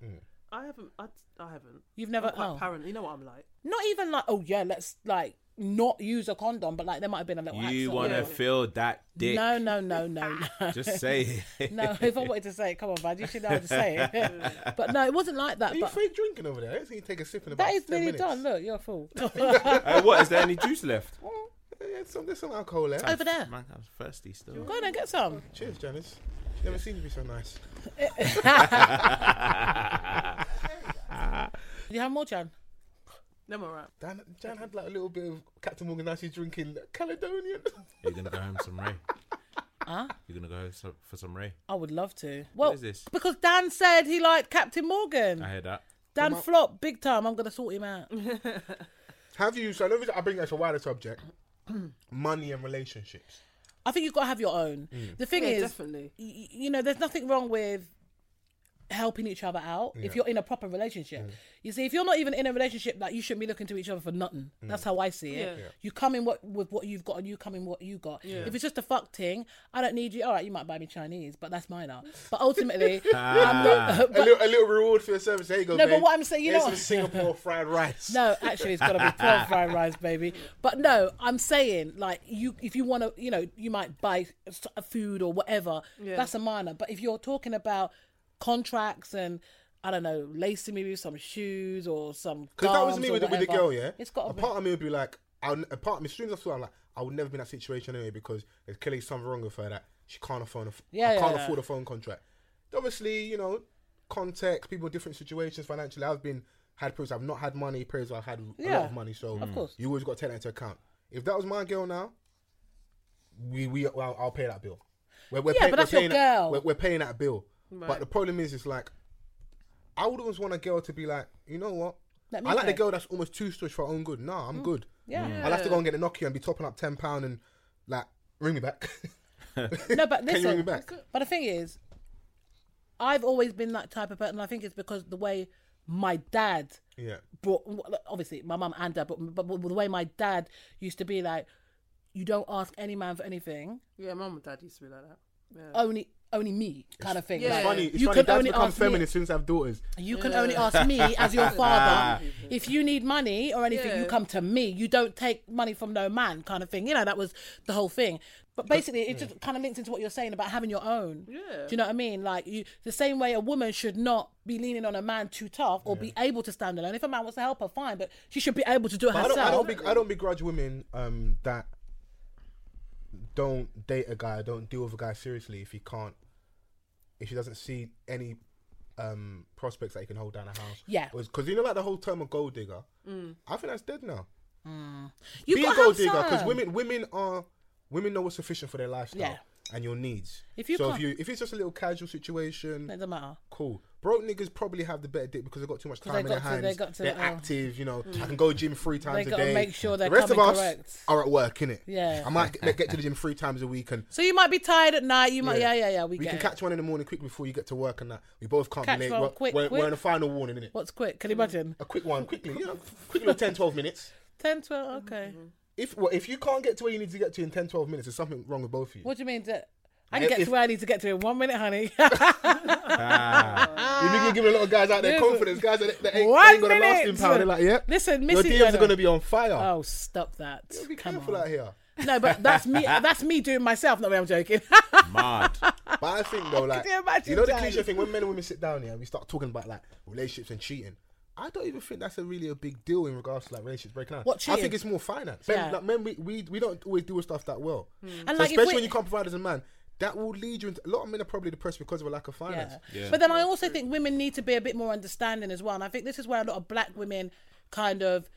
I haven't. I, I haven't.
You've never-
I'm quite
oh.
paranoid. You know what I'm like.
not even like, oh yeah, let's like not use a condom, but like there might have been a little.
You
accident.
want to feel that dick?
No, no, no, no, no.
<laughs> Just say
<laughs>
it. <laughs>
No, if I wanted to say it, come on, man, you should know how to say it. but no, it wasn't like that.
Are you
But
fake drinking over there? I don't think you take a sip in about
that is
10
nearly
minutes.
done. Look, you're a
<laughs>
fool.
Uh, what is there any juice left?
Yeah, some, there's some alcohol left.
Over there.
Man, I'm thirsty still.
Go on and get some.
Cheers, Janice. She never seen you be so nice.
Do you have more, Jan?
No, I'm all right.
Dan, Jan had like a little bit of Captain Morgan. Now she's drinking Caledonian. <laughs>
You're gonna go home some Ray.
<laughs>
You're gonna go home so- for some Ray.
I would love to. Well,
is this?
because Dan said he liked Captain Morgan.
I
<laughs>
hear that.
Dan flop big time. I'm gonna sort him out.
Have you? So I know I bring that to a
<clears throat>
wider subject. Money and relationships.
I think you've got to have your own. The thing
Yeah,
is,
definitely.
y- you know, there's nothing wrong with helping each other out if you're in a proper relationship. You see, if you're not even in a relationship, like you shouldn't be looking to each other for nothing. That's how I see it.
Yeah. Yeah.
You come in what with what you've got, and you come in what you got. If it's just a fuck thing, I don't need you. All right, you might buy me Chinese, but that's mine. art. But ultimately, I'm not. <laughs>
a,
but-
little, a little reward for your service. There you go.
No, but
babe.
what I'm saying- you
Here's
know-
some Singapore fried rice.
<laughs> No, actually, it's got to be
<laughs>
prawn fried rice, baby. But no, I'm saying like you, if you want to, you know, you might buy s- a food or whatever. That's a minor. But if you're talking about contracts and I don't know, lacing me with some shoes or some
Because that was
gums
me
or
with, the- with the
whatever,
girl, yeah.
It's got
a
to be.
part of me would be like, I would, a part of me, as soon as I saw, her, I'm like, I would never be in that situation anyway because there's clearly something wrong with her that she can't afford. A, f-
Yeah,
I
yeah,
can't
yeah.
afford a phone contract. Obviously, you know, context, people in different situations financially. I've been had periods I've not had money, periods I've had a
Yeah,
lot of money. So
of course.
you always got to take that into account. If that was my girl now, we we I'll, I'll pay that bill. We're, we're
Yeah, but
we're
that's your
paying
girl.
That, we're, we're paying that bill. But the problem is, it's like I would always want a girl to be like, you know what?
Let me
I like the
pay.
girl that's almost too stush for her own good. Nah, I'm good.
Yeah.
I'll have to go and get a Nokia and be topping up ten pound and like ring me back.
No, but
<laughs> Can you ring me
listen.
back?
But the thing is, I've always been that type of person. I think it's because the way my dad
Yeah.
brought obviously my mum and dad, but, but the way my dad used to be like, you don't ask any man for anything,
Yeah, mum and dad used to be like that. Yeah.
only only me kind of thing.
Yeah.
Like,
Funny, it's
you
funny.
can
Dads
only
become
ask me-
feminist since I have daughters.
You can only ask me as your
<laughs>
father. if you need money or anything, you
Yeah.
come to me. You don't take money from no man, kind of thing. You know, that was the whole thing. But basically, it just kind of links into what you're saying about having your own.
Yeah.
Do you know what I mean? Like you, the same way a woman should not be leaning on a man too tough or be able to stand alone. If a man wants to help her, fine, but she should be able to do it
But I
herself.
don't, I don't, beg- I don't begrudge women um, that don't date a guy, don't deal with a guy seriously if he can't, if she doesn't see any um, prospects that he can hold down a house.
Yeah. Mm.
because you know, like the whole term of gold digger. I think that's dead now.
You've
Be
got
a
to have
gold digger because
some.
women, women are women know what's sufficient for their lifestyle
Yeah.
and your needs.
If you
so if
can't-
you if it's just a little casual situation,
It doesn't matter.
Cool. Broke niggas probably have the better dick because they've got too much
they
time in
got
their
to-
hands.
they got to-
are
oh.
active, you know. I can go gym three times a
gotta
day.
make sure they're
the rest of
coming
us
correct.
are at work, innit?
Yeah.
I might get, get to the gym three times a week and
So you might be tired at night. You might, yeah, yeah, yeah. we,
we
get
can
it.
catch one in the morning quick before you get to work and that. We both can't
Catch
be late.
one
we're,
quick,
we're,
quick.
we're in a final warning, innit?
What's quick? Can you imagine?
A quick one, quickly. You know, quick little 10, 12 minutes.
10, 12,
Mm-hmm,
okay.
If well, if you can't get to where you need to get to in 10, 12 minutes, there's something wrong with both of you.
What do you mean? That I can get
If-
to where I need to get to in one minute,
<laughs>
honey. <laughs>
Ah,
If you can give a lot of guys out there
Listen.
confidence, guys that, that ain't,
One
ain't got a lasting
minute.
power, they're like, yeah.
Listen,
Your
Missy
DMs are
Jenner.
going to be on fire.
oh, stop that!
be
Come
careful
on.
out here. <laughs>
No, but that's me. That's me doing myself. Not me. I'm joking. <laughs>
Mad.
But But I think though, like
Could you imagine
you know the
that?
cliche thing when men and women sit down here and we start talking about like relationships and cheating. I don't even think that's a really a big deal in regards to like relationships breaking down.
What,
I
cheating?
think it's more finance.
Yeah. Hmm.
Men, like, men we, we we don't always deal with stuff that well.
And,
So
like, if
especially
we-
when you can't provide as a man, that will lead you into a lot of men are probably depressed because of a lack of finance.
Yeah. But then I also think women need to be a bit more understanding as well. And I think this is where a lot of black women kind of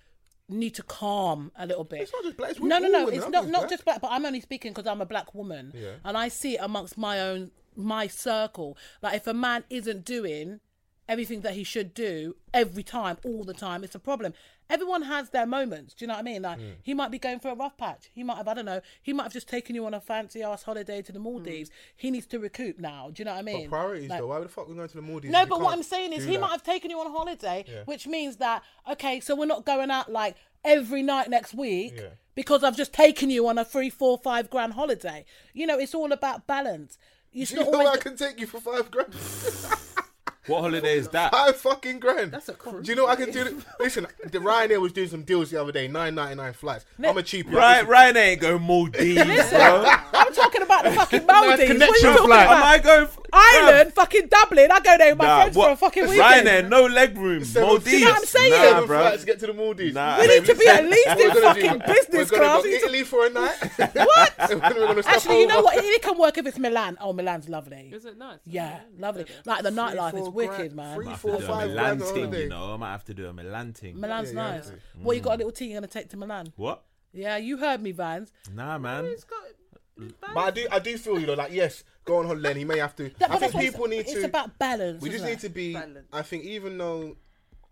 need to calm a little bit.
It's not just black, it's
no,
with
no,
all
no.
women,
It's
I'm
not
just
not
black.
just black, but I'm only speaking because I'm a black woman,
Yeah.
and I see it amongst my own my circle. Like if a man isn't doing everything that he should do every time, all the time, it's a problem. Everyone has their moments. Do you know what I mean?
Mm.
Like he might be going for a rough patch. He might have, I don't know, he might have just taken you on a fancy ass holiday to the Maldives. He needs to recoup now. Do you know what I mean?
Mm. But priorities
Like-
though, why the fuck we going to the Maldives?
no,
if we
but what
can't
I'm saying is
do
he
that?
might have taken you on holiday,
Yeah.
which means that okay, so we're not going out like every night next week
Yeah.
because I've just taken you on a three, four, five grand holiday. You know, it's all about balance. You
Do
should
<laughs>
<laughs>
you know
always.
I can take you for five grand?
What holiday is that?
Five fucking grand.
That's a cruise,
Do you know what I can do? Listen, the Ryanair was doing some deals the other day, nine ninety nine flights. I'm a cheap
Right, Ryan ain't going Maldives, bro.
<laughs> I'm talking about
<laughs>
the fucking Maldives. what are you
connection Oh
talking
flight.
about? <laughs>
Am I going f-
Ireland, fucking Dublin. I go there with
Bruv,
my
Nah,
friends for a
what?
fucking
Ryan
weekend.
ain't no leg room. Maldives.
You know what I'm saying?
Nah,
Seven
bro.
flights to get to the Maldives.
Nah.
we need to be
<laughs>
at least
What
in
we're gonna do- <laughs>
fucking business
we're
class. We
gonna go
need to-
Italy for a night.
<laughs>
<laughs> What?
Actually, you know what? It can work if it's Milan. Oh, Milan's lovely.
Is it nice?
Yeah, lovely. Like the nightlife is wicked, man.
Three,
I
four,
have to do a
five
Milan
grand on
thing,
holiday.
you know. I might have to do a Milan thing.
Milan's
yeah, Mm.
nice. What you got a little tea you're gonna take to Milan?
What?
Yeah, you heard me, Vans.
Nah, man. <laughs>
He's got-
But I do, I do feel you know, like yes, go on holiday. and He may have to.
That-
I
but
think
that's what
people need
it's,
to.
It's about balance.
We just
isn't
need
it?
to be.
Balance.
I think even though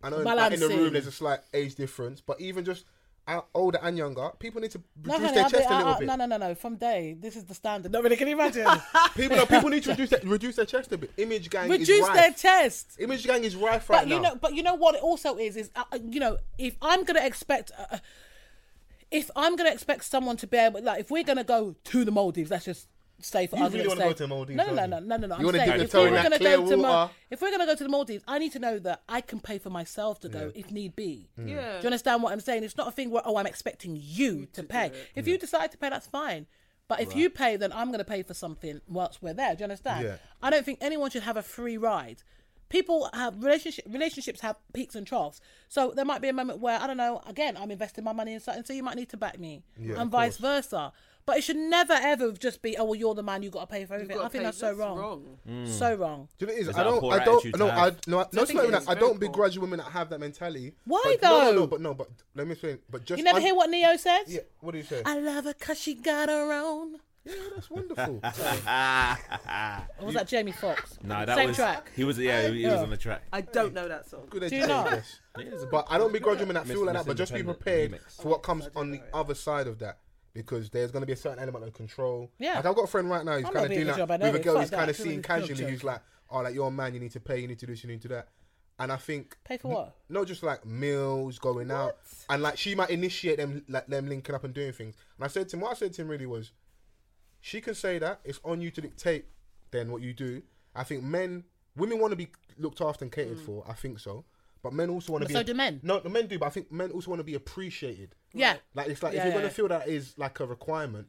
I know in,
Balance
in the
scene.
room there's a slight age difference, but even just uh, older and younger, people need to
No,
reduce
honey,
their
I'll be,
chest a little
I'll,
bit.
no, no, no, no. From day, this is the standard. No, <laughs> really, can you imagine?
People, no, people need to reduce their, reduce their chest a bit. Image gang is
Reduce
rife.
their chest.
Image gang is rife right
But you
now.
know, but you know what? It also is is uh, uh, you know, if I'm gonna expect. Uh, uh, if I'm gonna expect someone to be able, like, if we're gonna go to the Maldives, let's just say for
You really
argument's
wanna go
sake-
to the Maldives,
No, no, no,
don't
no, no,
you?
no. no.
You
I'm
wanna
saying
dip your
if
toe
we
in
were
that
gonna
clear
go to Ma-
water.
if we're gonna go to the Maldives, I need to know that I can pay for myself to go if need be.
Yeah.
Do you understand what I'm saying? It's not a thing where oh I'm expecting you to pay. If you decide to pay, that's fine. But if you pay, then I'm going to pay for something whilst we're there. Do you understand?
Yeah.
I don't think anyone should have a free ride. People have relationship relationships have peaks and troughs. So there might be a moment where I don't know. Again, I'm investing my money in something, so you might need to back me, and vice versa. But it should never ever just be oh well you're the man you got to pay for everything. I
gotta
think
pay-
that's so
that's
wrong.
wrong.
So wrong.
Do you know what it is?
Is
I
that a
don't.
poor
I don't.
attitude
No,
to
I
have?
no. I- No, it's
think
not
it
even
is
that. I
very
don't
poor.
begrudge women that have that mentality.
Why
but, No, no,
though?
no. But no. But let me explain. But just
You never
un-
hear what Neo says?
Yeah. What do you say?
I love her cause she got her own.
Yeah, that's
<laughs>
wonderful.
Or was that Jamie Foxx?
Nah, that
Same
was
track.
he was yeah he, he was
Yeah.
on the track.
I don't know that song.
Good
you not?
education. But I don't begrudge women that
Miss-
feel like that. But
Miss
just be
Independent
prepared
remix.
for what comes on the other side of that. Because there's going to be a certain element of control.
Yeah.
Like I've got a friend right now who's
I'm
kind
not
of
being
doing
a
that
job, I know
with a
it.
girl
Fuck
who's
that,
kind of
it's really
seen
a job,
casually,
joke.
who's like, "Oh, like you're a man, you need to pay, you need to do this, you need to do that." And I think
Pay for what?
not just like meals going out and like she might initiate them like them linking up and doing things and i said to him what i said to him really was she can say that it's on you to dictate then what you do i think men women want to be looked after and catered for i think so but men also want to
Mm. But
be
so do men.
no the men do but i think men also want to be appreciated
Yeah.
like it's like
Yeah,
if you're
yeah.
gonna feel that is like a requirement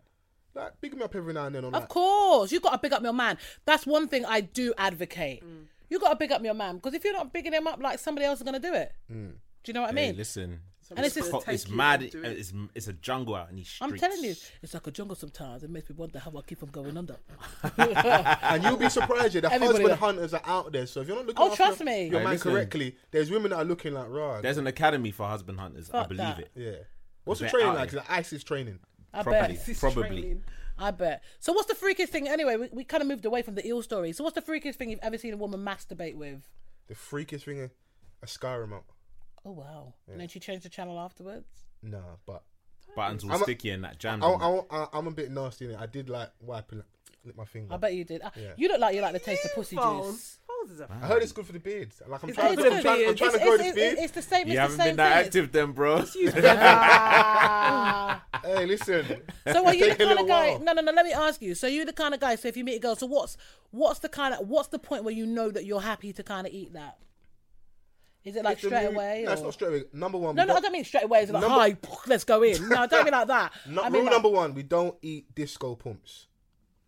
like big me up every now and then on
Of
that
course, you got to big up your man. That's one thing I do advocate. You got to big up your man because if you're not bigging him up, like somebody else is gonna do it.
Mm.
Do you know what I
Hey,
mean?
listen,
and it's
it's,
just,
co- it's
take you
mad.
and do it.
It's it's a jungle out in these streets.
I'm telling you, it's like a jungle sometimes. It makes me wonder how I keep on going
<laughs>
under.
and you'll be surprised yeah,
<laughs>
the
Everybody
husband
does.
hunters are out there so if you're not looking
Oh,
after
trust
your,
me.
your
Hey,
man
listen.
correctly there's women that are looking like raw
There's an academy for husband hunters. I
Fuck
believe
that.
it.
Yeah. What's the
They're
training
out
like?
here.
Like ISIS training.
I
Probably,
bet.
probably.
I bet. So what's the freakiest thing? Anyway, we, we kind of moved away from the eel story. So what's the freakiest thing you've ever seen a woman masturbate with?
The freakiest thing, a- a Skyrim up.
Oh wow! And then she changed the channel afterwards.
Nah, but
Buttons all
I'm a-
sticky and that
I,
jam.
I, I, I'm a bit nasty in it. I did like wipe and lick my finger.
I bet you did. Uh,
Yeah.
You look like you like the taste of pussy juice.
Foles. Foles is a
I heard it's good for the beard. Like I'm
It's
trying,
good
I'm
for
trying,
the
I'm trying to
it's,
grow
it's,
this
it's,
beard.
it's the same.
you
It's
haven't
the same
been that
thing.
active then, bro.
<laughs> Hey, listen.
<laughs> So are you the
Take a
kind of
little
guy?
while.
No, no, no. Let me ask you. So you're the kind of guy. So if you meet a girl, so what's what's the kind of what's the point where you know that you're happy to kind of eat that? Is it <laughs> like
It's the
straight
new-
away?
No, it's
or-
not straight away. Number one.
No,
we
no, I don't mean straight away. It's like
Number-
hi,
<laughs>
let's go in. No, I don't mean like that.
No,
I mean
rule
like,
number one: we don't eat disco pumps.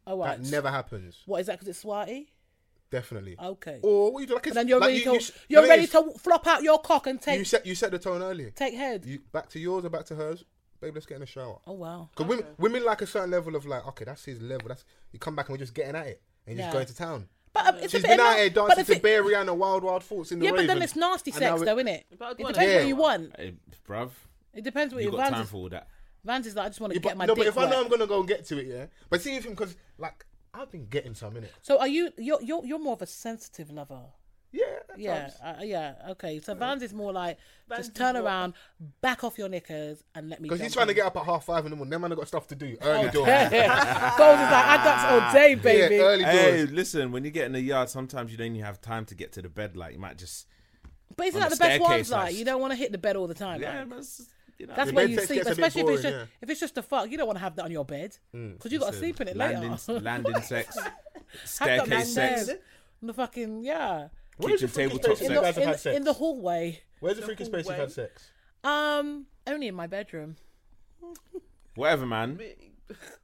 All right.
That never happens.
What is that? Because it's Swati.
Definitely.
Okay.
Or what you do? Like,
Oh. And then you're
like
ready
you-
to
you s-
you,
you
are
know
ready
it is?
to flop out your cock and
You
take
set you set the tone earlier.
take head.
You, back to yours or back to hers? Babe, let's get in the shower.
oh wow.
Because women, women like a certain level of like, okay, that's his level. That's you come back and we're just getting at it and you're
Yeah.
just going to town.
But um, it's
She's
a bit
been out
anno-
here
but
dancing
the
to
thi-
Bear Rihanna Wild Wild Thoughts in the
Yeah, but then
Raven.
it's nasty
And now
sex,
it-
though, isn't it?
But I'd
It
wanna-
depends
Yeah.
what you want.
<laughs> Hey, bruv,
It depends what
you
you
got
Vans,
time
is,
for all that.
Vans is like, I just want
Yeah,
to
but,
get my
no,
dick
but if I
wet.
know I'm gonna go and get to it, yeah. But see with him because like I've been getting some in it.
So are you? You're, you're you're more of a sensitive lover.
Yeah. at
Yeah,
times.
uh, yeah. Okay, so Vans is more like
Vans
just turn
is what-
around, back off your knickers, and let me.
Because he's
jump
trying to
in.
get up at half five in the morning. Them man have got stuff to do.
<laughs>
Early doors. <laughs>
Yeah. Gold is like, I got all day, Oh. baby.
Yeah, early
Hey,
doors.
listen, when you get in the yard, sometimes you don't even have time to get to the bed. Like, you might just.
but isn't
on
that
the
the best ones?
staircase,
Like,
like-
you don't want to hit the bed all the time.
Yeah,
like.
that's, you know,
That's
the
where
bed
you
sex
sleep,
gets a bit
especially if it's
boring,
just
yeah. Mm,
if it's just a fuck. You don't want to have that on your bed because you got to
bed-
sleep in it
landing,
<laughs> later.
landing sex,
Have that down
staircase
there.
sex,
In the fucking yeah.
Where is the
kitchen
freaking
tabletop
place
In
you guys
sex.
the,
have had
in,
sex?
in the hallway.
Where's the freaking space you've
hallway.
had sex?
Um, only in my bedroom.
whatever, man.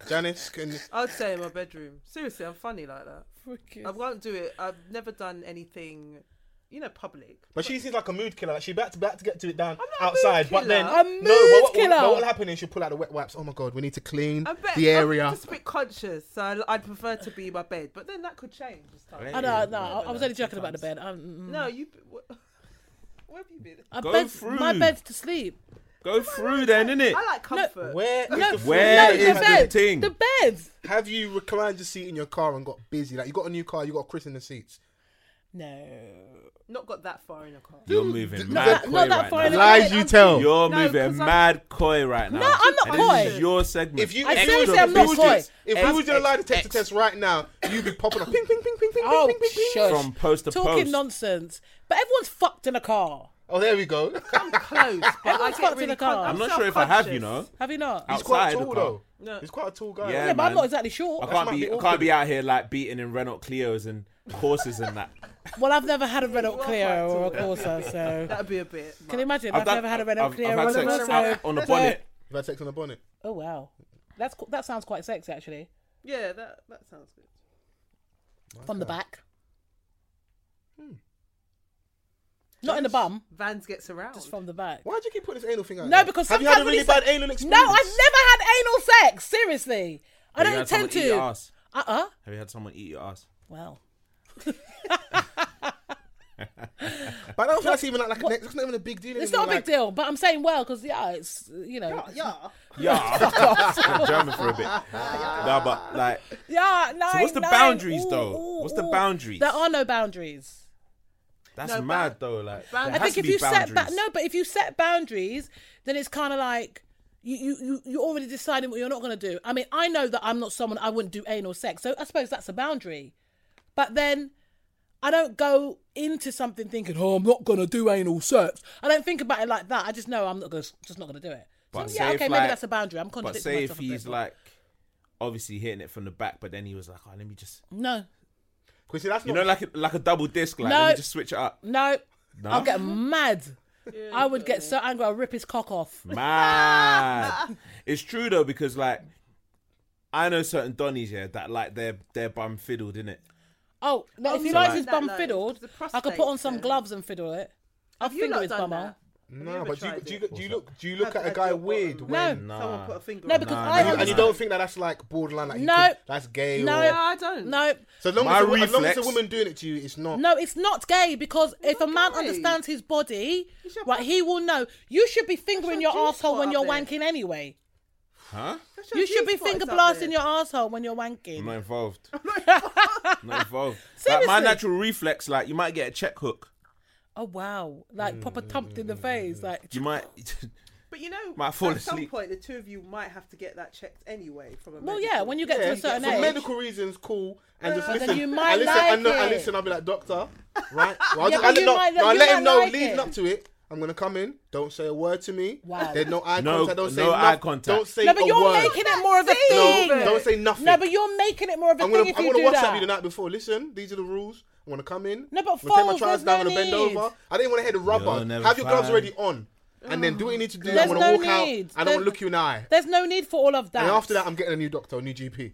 Janice, can
I'd say in my bedroom. Seriously, I'm funny like that.
Freaking.
I won't do it. I've never done anything, you know, public.
But she seems like a mood killer. Like she about to, about to get to it down
not a mood
outside, but then
killer. A
mood
no. But what,
killer.
But what'll happen is she'll pull out the wet wipes. Oh my god, we need to clean
I bet
the area.
I'm just a bit conscious, so I- I'd prefer to be in my bed. But then that could change. As time. Uh,
Oh,
Right.
no,
Yeah,
no, I, I was only joking about the bed. Um, mm, mm.
No, you. What, <laughs> where have you been?
I
Go
bed,
through.
My bed's to sleep.
Go through then, innit?
I like comfort.
Where is the
Where
no,
freaking-
is
the
the
bed?
thing?
The bed.
Have you reclined your seat in your car and got busy? Like you got a new car, you got Chris in the seats.
No.
Not got that far in a car.
You're
Not
moving mad
that,
coy
not that
right
far in
now.
the
Lies
bed.
you
I'm-
tell.
You're
No, 'cause
moving
I'm-
mad coy right now.
No, I'm not
And this
coy.
is your segment.
If you,
I
if,
seriously
if,
am not
we
coy.
was if we
X,
were doing a lie
X,
detector
X.
test right now, you'd be popping up. Ping, ping, ping, ping, ping,
Oh,
ping, ping, ping, ping.
shush.
From post to
Talking
post.
nonsense. But everyone's fucked in a car.
Oh, there we <laughs> go.
I'm close, but I
Everyone's fucked
get
in
really
the car.
con-
I'm
I'm not sure if I have, you know.
Have you not?
Outside
He's quite
the
tall
car.
though.
No.
He's quite a tall guy.
Yeah,
yeah, but I'm
man.
not exactly sure.
I
might
can't
be
be I
awkward.
can't be out here like beating in Renault Clios and courses and that.
Well, I've never had a Renault
You are
Clio or a
quite tall.
Corsa, so
That'd be a bit.
can you imagine? I've, never had a Renault
I've,
Clio
I've
or a
had sex
Corsa.
out on the bonnet.
You've had sex on a bonnet.
Oh wow, that's qu- that sounds quite sexy actually.
Yeah, that that sounds good.
From the back,
Hmm.
not in the bum,
Vans gets around.
just from the back.
Why do you keep putting this anal thing out?
No,
there?
because
have you had
sometimes
a
when
really
you
bad
say-
anal experience?
No, I've never had anal sex. Seriously, I
Have you
don't
had someone
intend
eat your
to.
ass?
Uh uh.
Have you had someone eat your ass?
Well,
But I don't think that's even like, like a, that's not even a big deal.
it's not
anymore,
a big
like-
deal, but I'm saying well because yeah, it's you know
yeah.
Yeah, <laughs> I'm German for
<laughs>
a bit. Nah, but like,
yeah. No,
what's the boundaries, though? What's the boundaries?
There are no boundaries.
that's
No,
mad
but-
though. Like,
but-
there
I
I
has
think
to
if
be
you set ba-
boundaries.
no, but if you set boundaries, then it's kind of like you you you you're already deciding what you're not going to do. I mean, I know that I'm not someone I wouldn't do anal sex, so I suppose that's a boundary. But then I don't go into something thinking, oh, I'm not going to do anal sex. I don't think about it like that. I just know I'm not going to just not going to do it.
But
so, yeah,
say
okay,
if,
maybe
like-
that's a boundary. I'm
But
contradicting
say if
myself a bit,
he's
but-
like, obviously hitting it from the back, but then he was like, oh, let me just,
no,
Because see, that's
you
not
know, like a, like a double disc, like,
No.
let me just switch it up.
<laughs> no,
No?
I'll get mad. I would get so angry, I'll rip his cock off.
Mad. it's true though because like I know certain Donnies yeah that like their their bum fiddled in it.
Oh, no, if he
so
likes
like-
his bum
That, like,
fiddled,
the
I could
prostate
put on some
thing.
gloves and fiddle it. I'll
Have you
finger
not
his
done
bum
that?
out.
no.
ever
But do you,
tried
do you,
it?
do you look do you look
Have
at a
you
guy
had your
weird
bottom?
No.
when
Someone put a finger.
No,
on
because
that.
I
and you, and you
understand.
don't think that that's like borderline like you
No.
could- that's gay
No.
or
Yeah, I don't.
No,
so as long
My
as, a, wo- as long as a
reflex-
woman doing it to you, it's not.
no, it's not gay because if a
not
man
gay.
understands his body,
It's your
right,
bum.
he will know. You should be fingering your
That's your G
asshole when
spot
you're
up there.
wanking anyway.
Huh?
That's your
You should be
G-spot
finger
is up
blasting
there.
your asshole when you're wanking.
Mm.
I'm
<laughs>
not involved. not involved. Like my
Seriously?
natural reflex, like you might get a check hook.
Oh wow, like proper thumped in the face, like
Mm.
You might <laughs>
But you know,
Might fall
at some
asleep.
point, the two of you might have to get that checked anyway. From a
Well,
medical-
yeah, when you get to
Yeah,
a certain
for
age.
medical reasons, cool. And just
But then
listen.
you might
I listen. I
like
know. I
it.
listen. I'll be like, doctor, right? Well, I'll
Yeah,
just,
but
I'll let,
you
no,
might-
no, I'll
you
let
might
him know
like
leading
it.
up to it. I'm gonna come in. Don't say a word to me.
Wow.
There's no eye
No-
contact. Don't say
no eye
nothing.
contact.
Don't say
no, but
a
you're
word.
making it more of a
no,
thing.
don't say nothing.
No, but you're making it more of a
I'm
thing
gonna,
if
I'm
you
gonna
do
WhatsApp
that.
you the night before. Listen, these are the rules. I'm gonna come in.
No, but
I'm gonna take my
false, there's
trousers down. I'm
no
gonna bend
need.
over. I didn't want to hear the rubber.
You'll never
Have your gloves
find-
already on, and then do what you need to do.
There's
I'm gonna
no
walk
need.
out. I don't
There's-
want to look you in the eye.
There's no need for all of that.
And after that, I'm getting a new doctor, a new GP.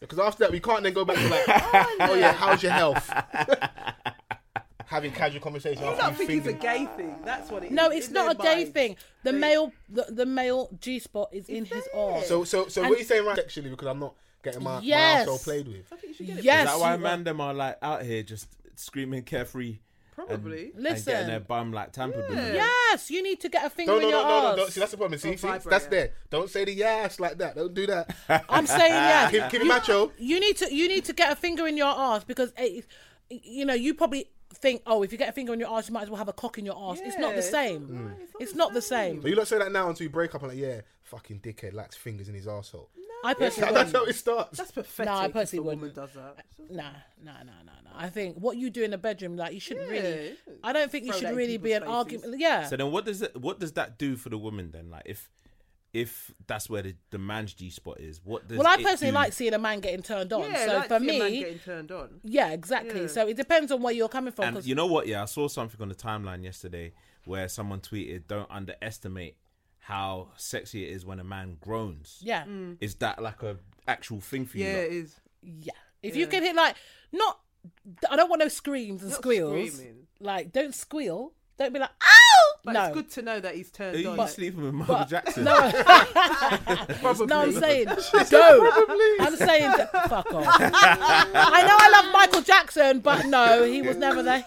Because after that, we can't then go back to
<laughs>
like, oh, yeah, how's your health? Having casual conversation.
I
after
don't
you
think it's a
fingered-
gay thing. That's what it is.
No, it's
In
not a
their
gay
minds.
thing. The male, the, the male G spot is in his arm.
So, so, so, what are you saying right sexually? Because I'm not getting my,
Yes.
my asshole played with.
yes,
Is that why
you-
man them are like out here just screaming carefree
Probably.
and getting
Listen.
their bum like tampered with?
yes, you need to get a finger
No,
in
no, no,
your
no, no,
arse.
no. See, that's the problem. See,
Or
see
vibrate,
that's
yeah.
there. Don't say the yes like that. Don't do
<laughs>
that.
I'm
<laughs>
saying yeah.
Keep, keep it
You-
macho.
You need to you need to get a finger in your ass because it, you know you probably think oh if you get a finger in your ass you might as well have a cock in your ass. it's not
Yeah,
the
it's
same.
Mm.
It's, not the same.
But you don't say that now until you break up and like, yeah, fucking dickhead lacks fingers in his asshole.
I personally
<laughs> That's
wouldn't.
how it starts.
That's pathetic.
No, I
if
personally
a woman
wouldn't.
does that.
Nah, nah, nah, nah, nah. I think what you do in the bedroom, like you shouldn't really.
Yeah.
I don't think you
Throw that
should
in
really be an
people's faces.
argument. Yeah.
So then, what does it, what does that do for the woman then? Like if if that's where the, the man's G spot is, what does
well, I
it
personally
do?
like seeing a man getting turned on.
Yeah,
so
like
for
see a man
me,
getting turned on.
yeah, exactly.
Yeah.
So it depends on where you're coming from.
And
'cause-
you know what? Yeah, I saw something on the timeline yesterday where someone tweeted, "Don't underestimate how sexy it is when a man groans."
yeah,
Mm.
Is that like a actual thing for you?
Yeah,
lot?
it is.
yeah. If you can hit like not, I don't want no screams and
Not
squeals.
screaming.
Like don't squeal. Don't be like ow.
But
no. <laughs>
it's good to know that he's turned
Are you
on.
sleeping with Michael Jackson?
Probably.
No, I'm
<laughs>
saying
<laughs>
go. I'm saying d- fuck off. I know I love Michael Jackson, but no, he was never there.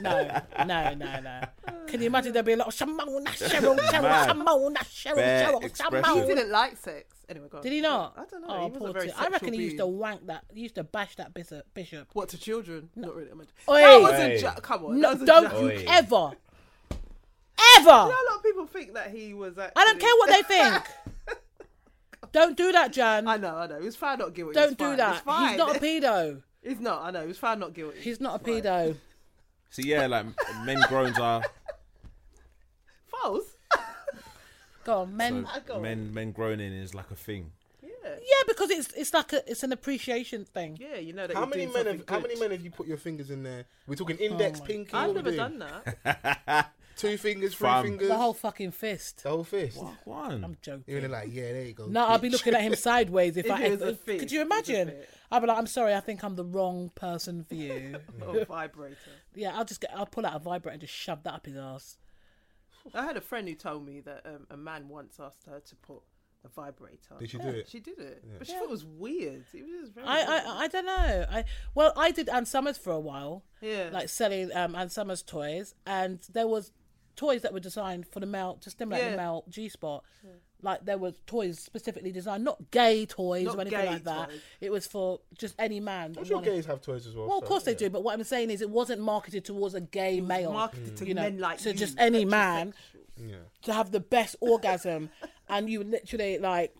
no, no, no, no. Can you imagine there'd be a lot of Shamona, Cheryl, Cheryl,
Mad.
Shamona, Cheryl,
Bare
Cheryl,
expression.
he
Shamona.
didn't like sex. Anyway, go on.
Did he not?
I don't know.
Oh,
he was
poor
a very
T. I reckon
sexual
he used to
being.
wank that. He used to bash that bishop. Bishop.
What to children? Not really. I meant-
Oi.
That was
Oi.
a joke. Come on.
No,
that was a
don't
joke.
you
Oi.
ever, ever.
You know, a lot of people think that he was. Actually...
I don't care what they think. Don't do that, Jan.
<laughs> I know. I know. He was found not guilty.
Don't
it's
do
fine.
that.
It's fine.
He's
<laughs>
not a pedo.
He's not. I know. He was found not guilty.
He's not a
It's fine.
pedo.
so yeah, like men
<laughs>
groans are
<laughs>
False.
Go on, men.
God.
men men groaning is like a thing.
Yeah.
Yeah, because it's it's like a it's an appreciation thing.
Yeah. You know that.
How
you're
many
doing
men have
something
how
good. Oh
many men have you put your fingers in there? We're talking index, pinky. what
I've
we
never
doing?
done
<laughs>
that.
Two fingers, three
Fam.
fingers,
The whole fucking fist.
the whole fist.
Fuck one.
I'm joking.
You're gonna like, yeah, there you go.
No, I'll be
bitch.
looking at him
<laughs>
sideways if,
If
I.
it was a
if-
fist,
could you
it was a
imagine?
fist.
I'll be like, I'm sorry, I think I'm the wrong person for you.
Oh, vibrator.
yeah, I'll just get, I'll pull out a vibrator and just shove that up his ass.
I had a friend who told me that um, a man once asked her to put a vibrator.
Did she do it?
She did it, but she thought it was weird. It was just very.
I,
weird.
I, I don't know. I well, I did Ann Summers for a while,
yeah.
like selling um Ann Summers toys, and there was toys that were designed for the male to stimulate
Yeah.
the male G spot. Like there were toys specifically designed, not gay toys
Not
or anything
gay
like that.
toys.
It was for just any man.
I'm
that
sure
wanted-
gays have toys as well.
Well,
so,
of course they
yeah.
do, but what I'm saying is it wasn't marketed towards a gay male.
marketed to
you know,
men like
to
you,
just any
heterosexual.
man
Yeah.
to have the best orgasm, and you literally like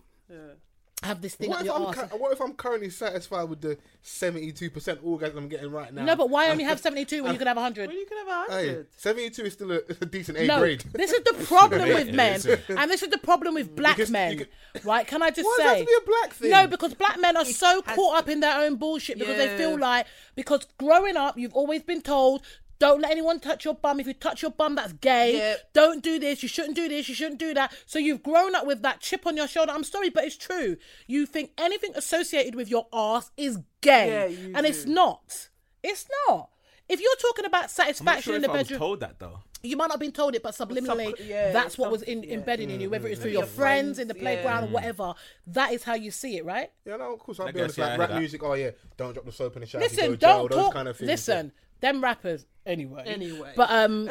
have this thing
What
up
if,
your
I'm
arse.
cu- what if I'm currently satisfied with the 72% orgasm I'm getting right now?
no, but why only have 72 when you could have 100?
Well, you can have a
Hey,
hundred.
72 is still a, a decent A
No, <laughs>
grade.
this is the
<laughs>
problem
Mate,
with
it
men,
is, yeah.
and this is the problem with black
just- you
men,
could-
right? Can I just
Why
say?
does it have to be a black thing?
No, because black men are so caught up in their own bullshit because they
Yeah.
feel like because growing up you've always been told. Don't let anyone touch your bum. If you touch your bum, that's gay.
Yep.
Don't do this. You shouldn't do this. You shouldn't do that. So you've grown up with that chip on your shoulder. I'm sorry, but it's true. You think anything associated with your ass is gay,
Yeah, you
and it's
do.
not. It's not. If you're talking about
I'm
satisfaction
not sure
in
if
the
I was
bedroom,
told that though.
you might not have been told it, but subliminally,
yeah,
that's what was in,
something, yeah. Mm.
embedded in you, whether it's through your
Your
friends, in the
friends, yeah.
playground
Mm.
or whatever. That is how you see it, right?
Yeah, no, of course. I'll
Like
be
I
honest.
say, I
Like,
heard
rap
that.
music, oh yeah, don't drop the soap in the shower. if you
Listen,
go to jail,
don't
those
talk.
kind of things.
Listen, them rappers. Anyway.
Anyway.
But
<laughs>
um.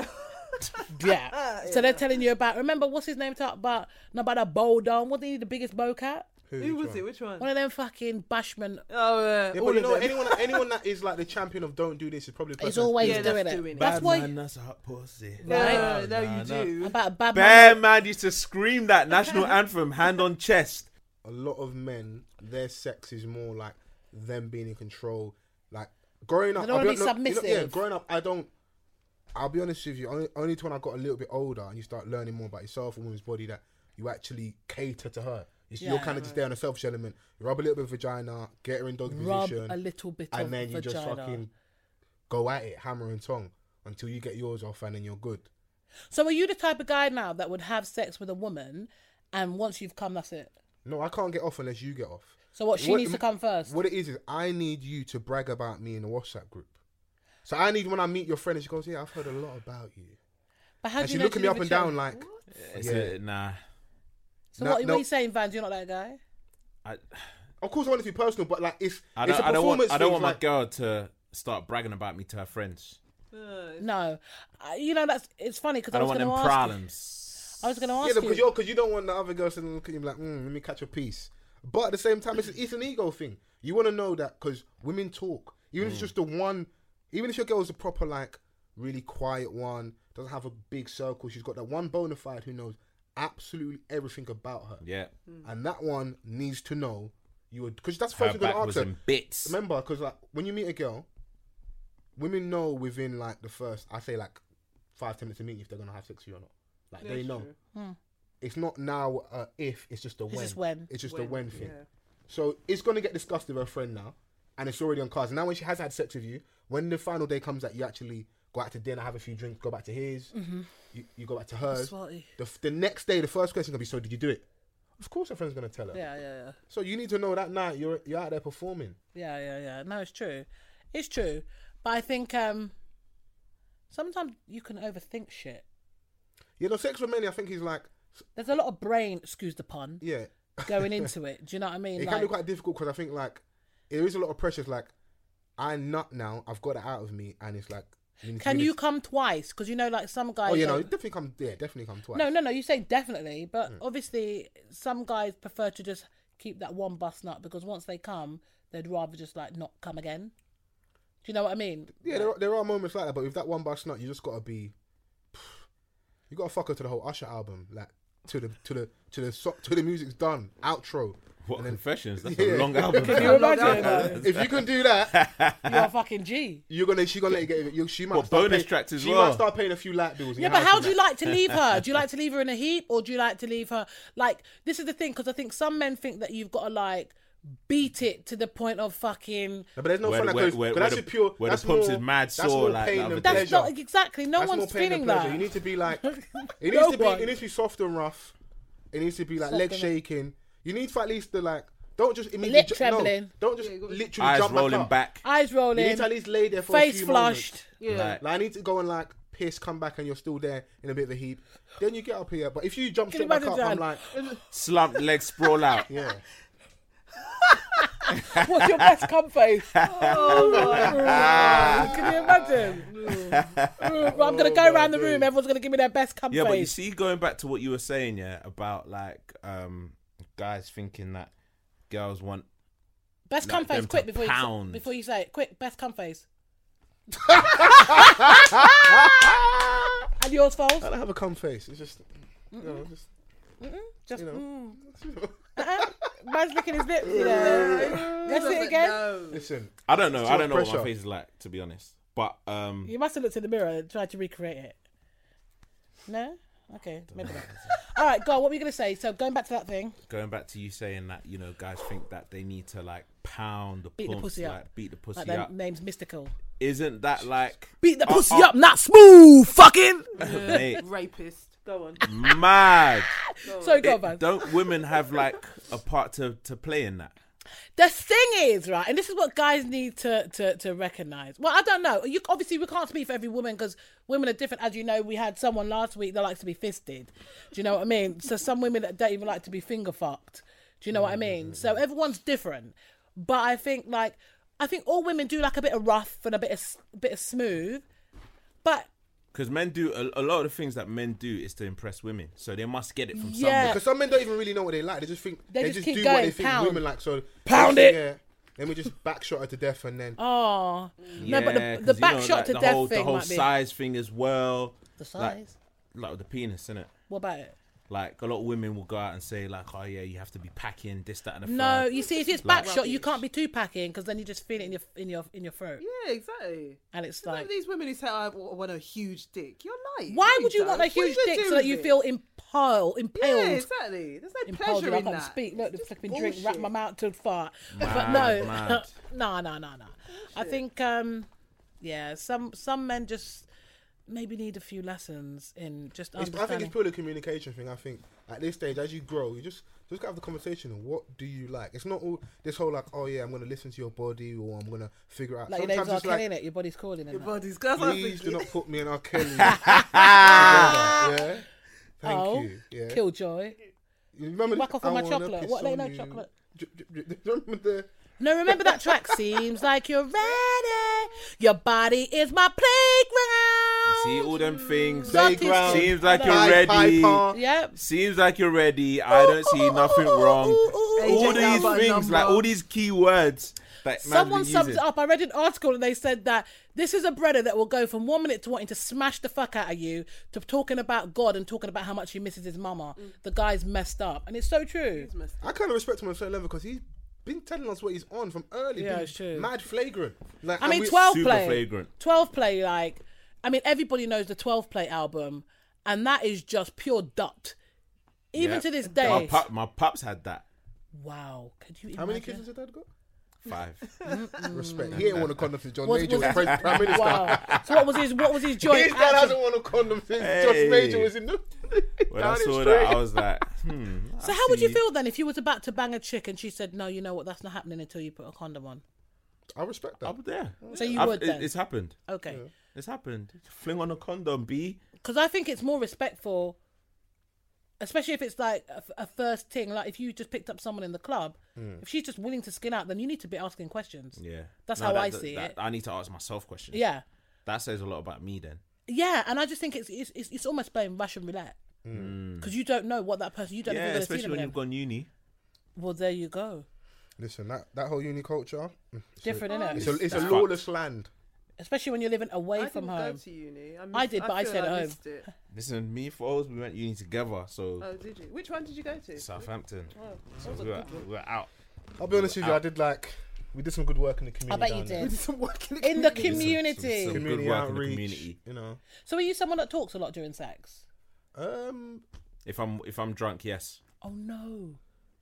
yeah. So they're telling you about. Remember what's his name? Talk about not about that bow down. Wasn't he the biggest bow cat?
Who was it? Which one?
One of them fucking bashman
Oh, uh,
Yeah,
all
but you
of
know,
them. <laughs>
anyone, anyone that is like the champion of don't do this is probably. the
is
person that's
always
Yeah, that's
doing, it.
doing it.
That's
Bad
why
man, that's a hot pussy.
No, no,
Nah,
you
nah.
do.
about a bad man.
Bear man used to scream that national anthem, hand on chest.
a lot of men, their sex is more like them being in control. Like growing up,
They don't
I'll
wanna be
hon- no, you know- yeah,
submissive.
growing up, I don't. I'll be honest with you. Only, only to when I got a little bit older and you start learning more about yourself, a woman's body, that you actually cater to her. It's, you're
Yeah.
kind of just there on a selfish element. You rub a little bit of vagina, get her in dog
Rub
position,
a little bit of
and then you just
vagina.
fucking go at it, hammer and tongue, until you get yours off, and then you're good.
So are you the type of guy now that would have sex with a woman, and once you've come, that's it?
No, I can't get off unless you get off.
So what? She
What-
needs to come first.
What it is is I need you to brag about me in the WhatsApp group. So I need when I meet your friend, and she goes, "Yeah, I've heard a lot about you,"
but how
and
do
she
you know
looking me
you're
up
with
and
your-
down like,
It's
Yeah.
a- nah.
So
No,
what, what
no.
are you saying, Vans? You're not that guy.
I,
"Of course, I want it to be personal, but like it's
I
it's
don't.
a
I don't
performance
want. I don't
thing,
want
like-
my girl to start bragging about me to her friends.
No, I, you know that's it's funny because
I
I,
don't
was
want
going
them
to ask. you-
problems.
I was going to ask
Yeah, because
you.
you're because you don't want the other girl sitting and looking at you like, mm, let me catch a piece. But at the same time, it's, it's an ego thing. You want to know that because women talk. Even if
Mm.
it's just the one, even if your girl's a proper like really quiet one, doesn't have a big circle, she's got that one bona fide who knows absolutely everything about her,
Yeah,
and that one needs to know you would because that's the
her
first thing
back
you're gonna
was
ask her.
in bits.
Remember, because like when you meet a girl, women know within like the first, I say like five ten minutes of meeting if they're gonna have sex with you or not. Like they know. It's not now uh, if it's just a when.
It's just when.
It's just a when thing. So it's gonna get discussed with her friend now, and it's already on cards. Now when she has had sex with you, when the final day comes that you actually go out to dinner, have a few drinks, go back to his,
Mm-hmm.
you, you go back to hers. The,
Sweaty.
f- the next day, the first question gonna be, so did you do it? Of course, her friend's gonna tell her.
Yeah, yeah, yeah.
So you need to know that night you're you're out there performing.
Yeah, yeah, yeah. No, it's true. It's true. But I think um sometimes you can overthink shit.
You know, sex with many, I think he's like,
There's a lot of brain, excuse the pun,
yeah. <laughs>
going into it. Do you know what I mean?
It can be quite difficult because I think like there is a lot of pressure. It's like I nut now, I've got it out of me, and it's like. need to
can
do
you
this-
come twice? Because you know, like some guys.
Oh, you know,
don't-
definitely come. Yeah, definitely come twice.
no, no, no. You say definitely, but
Hmm.
obviously some guys prefer to just keep that one bus nut because once they come, they'd rather just like not come again. Do you know what I mean?
Yeah, there are, there are moments like that, but with that one bus nut, you just gotta be. <sighs> You gotta fuck her to the whole Usher album, like to the to the to the so, to the music's done outro.
What
And then-
confessions? That's
Yeah. <laughs>
a long album.
Can you imagine? though?
if you can do that,
You're a fucking G.
you're gonna she gonna let you get. You, she might
What,
start
bonus
paying-
tracks as
she
well?
might start paying a few light bills. in
Yeah,
your
but
house
how
and
do you
that.
like to leave her? Do you
<laughs>
like to leave her in a heap, or do you like to leave her like this? Is the thing because I think some men think that you've got to like beat it to the point of fucking.
No, but there's no
Where-
fun like
where-
because
where-
that's
where
a
the-
pure.
where the
that's
pumps
more,
is mad
that's
sore
more
like
pain
the
than
other day.
That's
pleasure.
not exactly. No
That's more
one's
pain than
feeling
pleasure.
that.
You need to
<laughs>
be like, it
No
needs to be,
one.
it needs to be soft and rough. It needs to be like
Soft
leg
and-
shaking. You need for at least the like. Don't just immediately.
Lip
ju- No,
trembling.
don't just literally
Eyes
jump back
rolling
up.
back.
Eyes
You
rolling,
need to at least lay there for a
face
few
flushed.
Moments.
Like,
Like I need to go and like piss, come back, and you're still there in a bit of a heap. Then you get up here, but if you jump
Can you
straight back up,
imagine
I'm like,
that?
slumped legs sprawl out.
yeah.
What's your best cum face?
<laughs>
oh my Can you imagine?
<laughs>
Ooh, I'm gonna go around the room. Everyone's gonna give me their best cum
Yeah, but you
face.
see, going back to what you were saying, yeah, about like um guys thinking that girls want
best cum
like
face,
them
quick
to
before you
pound.
before you say it. Quick, best cum
<laughs>
face. and yours falls.
I don't have a cum face. It's just, you know, just
Just
You know.
mm. Uh-uh. man's licking his lips. You
<laughs>
know, that's it again.
listen.
I don't know.
Too
I
much
don't know what
pressure.
my face is like, to be honest. But um,
You must have looked in the mirror and tried to recreate it. No? Okay, maybe
<laughs>
not. All right, go on. What were you going to say? So, going back to that thing,
going back to you saying that, you know, guys think that they need to like pound the
Beat the
pumps,
pussy up.
like, beat the pussy
like their
up.
name's mystical.
Isn't that like
<laughs>
<laughs>
Beat the
Uh,
pussy
uh,
up, not smooth,
<laughs>
fucking.
mate,
Rapist. Go on.
<laughs>
mad?
Sorry, go on,
It-
man.
don't women have like a part to to play in that?
The thing is, right, and this is what guys need to to, to recognize. Well, I don't know. You obviously we can't speak for every woman because women are different. As you know, we had someone last week that likes to be fisted. Do you know what I mean? So some women that don't even like to be finger fucked. Do you know what I mean? So
Mm.
everyone's different, but I think like I think all women do like a bit of rough and a bit of s- bit of smooth, but
Because men do a, a lot of the things that men do is to impress women, so they must get it from
Yeah.
somewhere.
Because some men don't even really know what they like. They just think
They
they,
just
just,
keep
do what
going,
they think
pound.
women like. So
Pound
yeah,
it.
Yeah. Then
<laughs>
we just backshot her to death, and then
oh no, but
Yeah, 'cause,
the, the
you
back
know,
shot
like,
to
the
death
whole,
thing
the whole
might be
size thing as well.
the
like-
size.
Like with the penis, isn't it?
what about it?
Like a lot of women will go out and say like, "Oh yeah, you have to be packing this, that, and the
No,
third."
you see, if it's
Like-
back shot, you can't be too packing because then you just feel it in your in your in your throat,
Yeah, exactly.
and it's
Like,
like,
these women who say I w- want a huge dick, you're lying.
why
No,
would you want a
don't. What are
huge dick
gonna
so
do
that
with
you
it?
feel impaled,
Yeah,
impaled,
exactly. There's no
impaled?
pleasure
I
in
can't
that.
speak. Look, the flipping drink
bullshit.
wrapped my mouth to fart. but
Mad,
no,
mad.
<laughs> no, no, no, no. I think, um, yeah, some some men just maybe need a few lessons in just
it's, I think
understanding.
it's purely a communication thing. I think at this stage, as you grow, you just just gotta have the conversation. of What do you like? It's not all this whole like, oh yeah, I'm gonna listen to your body or I'm gonna figure out.
Like your name's R.
it's
Kelly, innit? Your body's calling. and
Your
that.
body's girls are
please do
thinking.
not put me
<laughs>
and R. Kelly. together, yeah. Thank
oh,
you. Yeah.
Killjoy.
You remember
Whack
the-
off on my
I wanna
chocolate.
piss
What, like
on
no
you. <laughs>
chocolate?
J- j- j- Remember the.
No, remember that
<laughs>
track. Seems like you're ready. Your body is my playground.
See all them things.
That
Playground.
is-
Seems like
Hello.
you're ready.
Piper.
Yep.
Seems like you're ready. I don't see nothing wrong. All
AJ
these
Alba
things, like
number.
all these keywords that
Someone
man's been
summed
using.
it up. I read an article and they said that this is a breader that will go from one minute to wanting to smash the fuck out of you to talking about God and talking about how much he misses his mama.
Mm.
The guy's messed up, and it's so true.
I kind of respect him on a certain level because he's been telling us what he's on from early.
Yeah,
being
it's true.
Mad flagrant. Like
I
and
mean,
we-
twelve
super
play,
flagrant.
twelve play. Like, I mean, everybody knows the twelve play album, and that is just pure duct. Even
Yeah.
to this
My,
day,
pop, my pops had that
wow. Could you? Imagine?
How many kids has your dad got?
five.
Respect. He ain't want a condom since John
Was-
Major
was-
was Pres- prime minister.
Wow. <laughs> so what was his? What was his joint?
<laughs> His dad
action?
hasn't worn a condom since John Major
Hey.
was in the.
When
down
I
in
saw
straight.
that, I was like, hmm.
<laughs> So how would you feel then if you was about to bang a chick and she said, "No, you know what? That's not happening until you put a condom on."
I respect that.
I'm there.
So you
I've-
would
it-
then?
It's happened.
Okay,
It's happened. Fling on a condom, B.
because I think it's more respectful, especially if it's like a, a first thing. Like if you just picked up someone in the club,
Hmm.
if she's just willing to skin out, then you need to be asking questions.
Yeah.
That's
No,
how
that-
I
that-
see
that-
it.
I need to ask myself questions.
yeah,
That says a lot about me then.
yeah, and I just think it's it's it's, it's almost playing Russian roulette because you don't know what that person you don't know if
Hmm. Yeah,
you're going to see
especially
them
when
again.
you've gone uni.
Well, there you go.
Listen, that, that whole uni culture. mm, it's a-
Oh,
Different, innit?
It's a, it's a
That's
lawless land.
Especially when you're living away
I
from
didn't
home.
go to uni. I, missed,
did, but I
feel
stayed at home.
missed it.
Listen, me for always we went uni together, so
Oh, did you? Which one did you go to?
Southampton.
oh,
So we were, we were out.
I'll be honest with you, I did like. We did some good work in the community.
bet you
down there.
did.
We did some work in the
in the
community.
community.
Some good
Community
work in the
outreach,
community.
You know.
So are you someone that talks a lot during sex?
Um,
If I'm if I'm drunk, yes.
Oh no.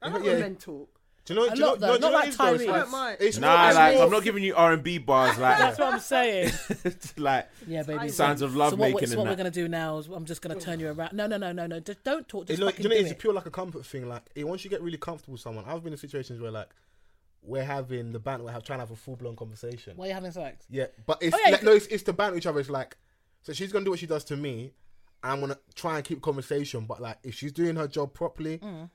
I don't
Yeah.
yeah. men talk. <laughs>
do you know?
A
do you
lot,
know,
though,
no, do
not
you know
like
what it is,
Tyrese.
though? It's
I
Yes.
don't mind.
It's
Nah,
it's
like
more-
I'm not giving you R and
<laughs>
B bars like
That's what I'm saying.
<laughs> like
<laughs> Yeah, baby.
signs of
So
love
what,
making
so what we're
and
gonna
that.
do now is I'm just gonna turn you around. No, no, no, no, no. Just don't talk.
It,
Just
like,
fucking
you know,
do
it's
it.
pure like a comfort thing. Like it, once you get really comfortable with someone, I've been in situations where like we're having the band, we're have, trying to have a full blown conversation.
Why are you having sex?
Yeah, but it's
Oh, yeah,
like,
you
no, it's, it's the banter each other. It's like, so she's gonna do what she does to me. I'm gonna try and keep conversation, but like if she's doing her job properly,
Mm.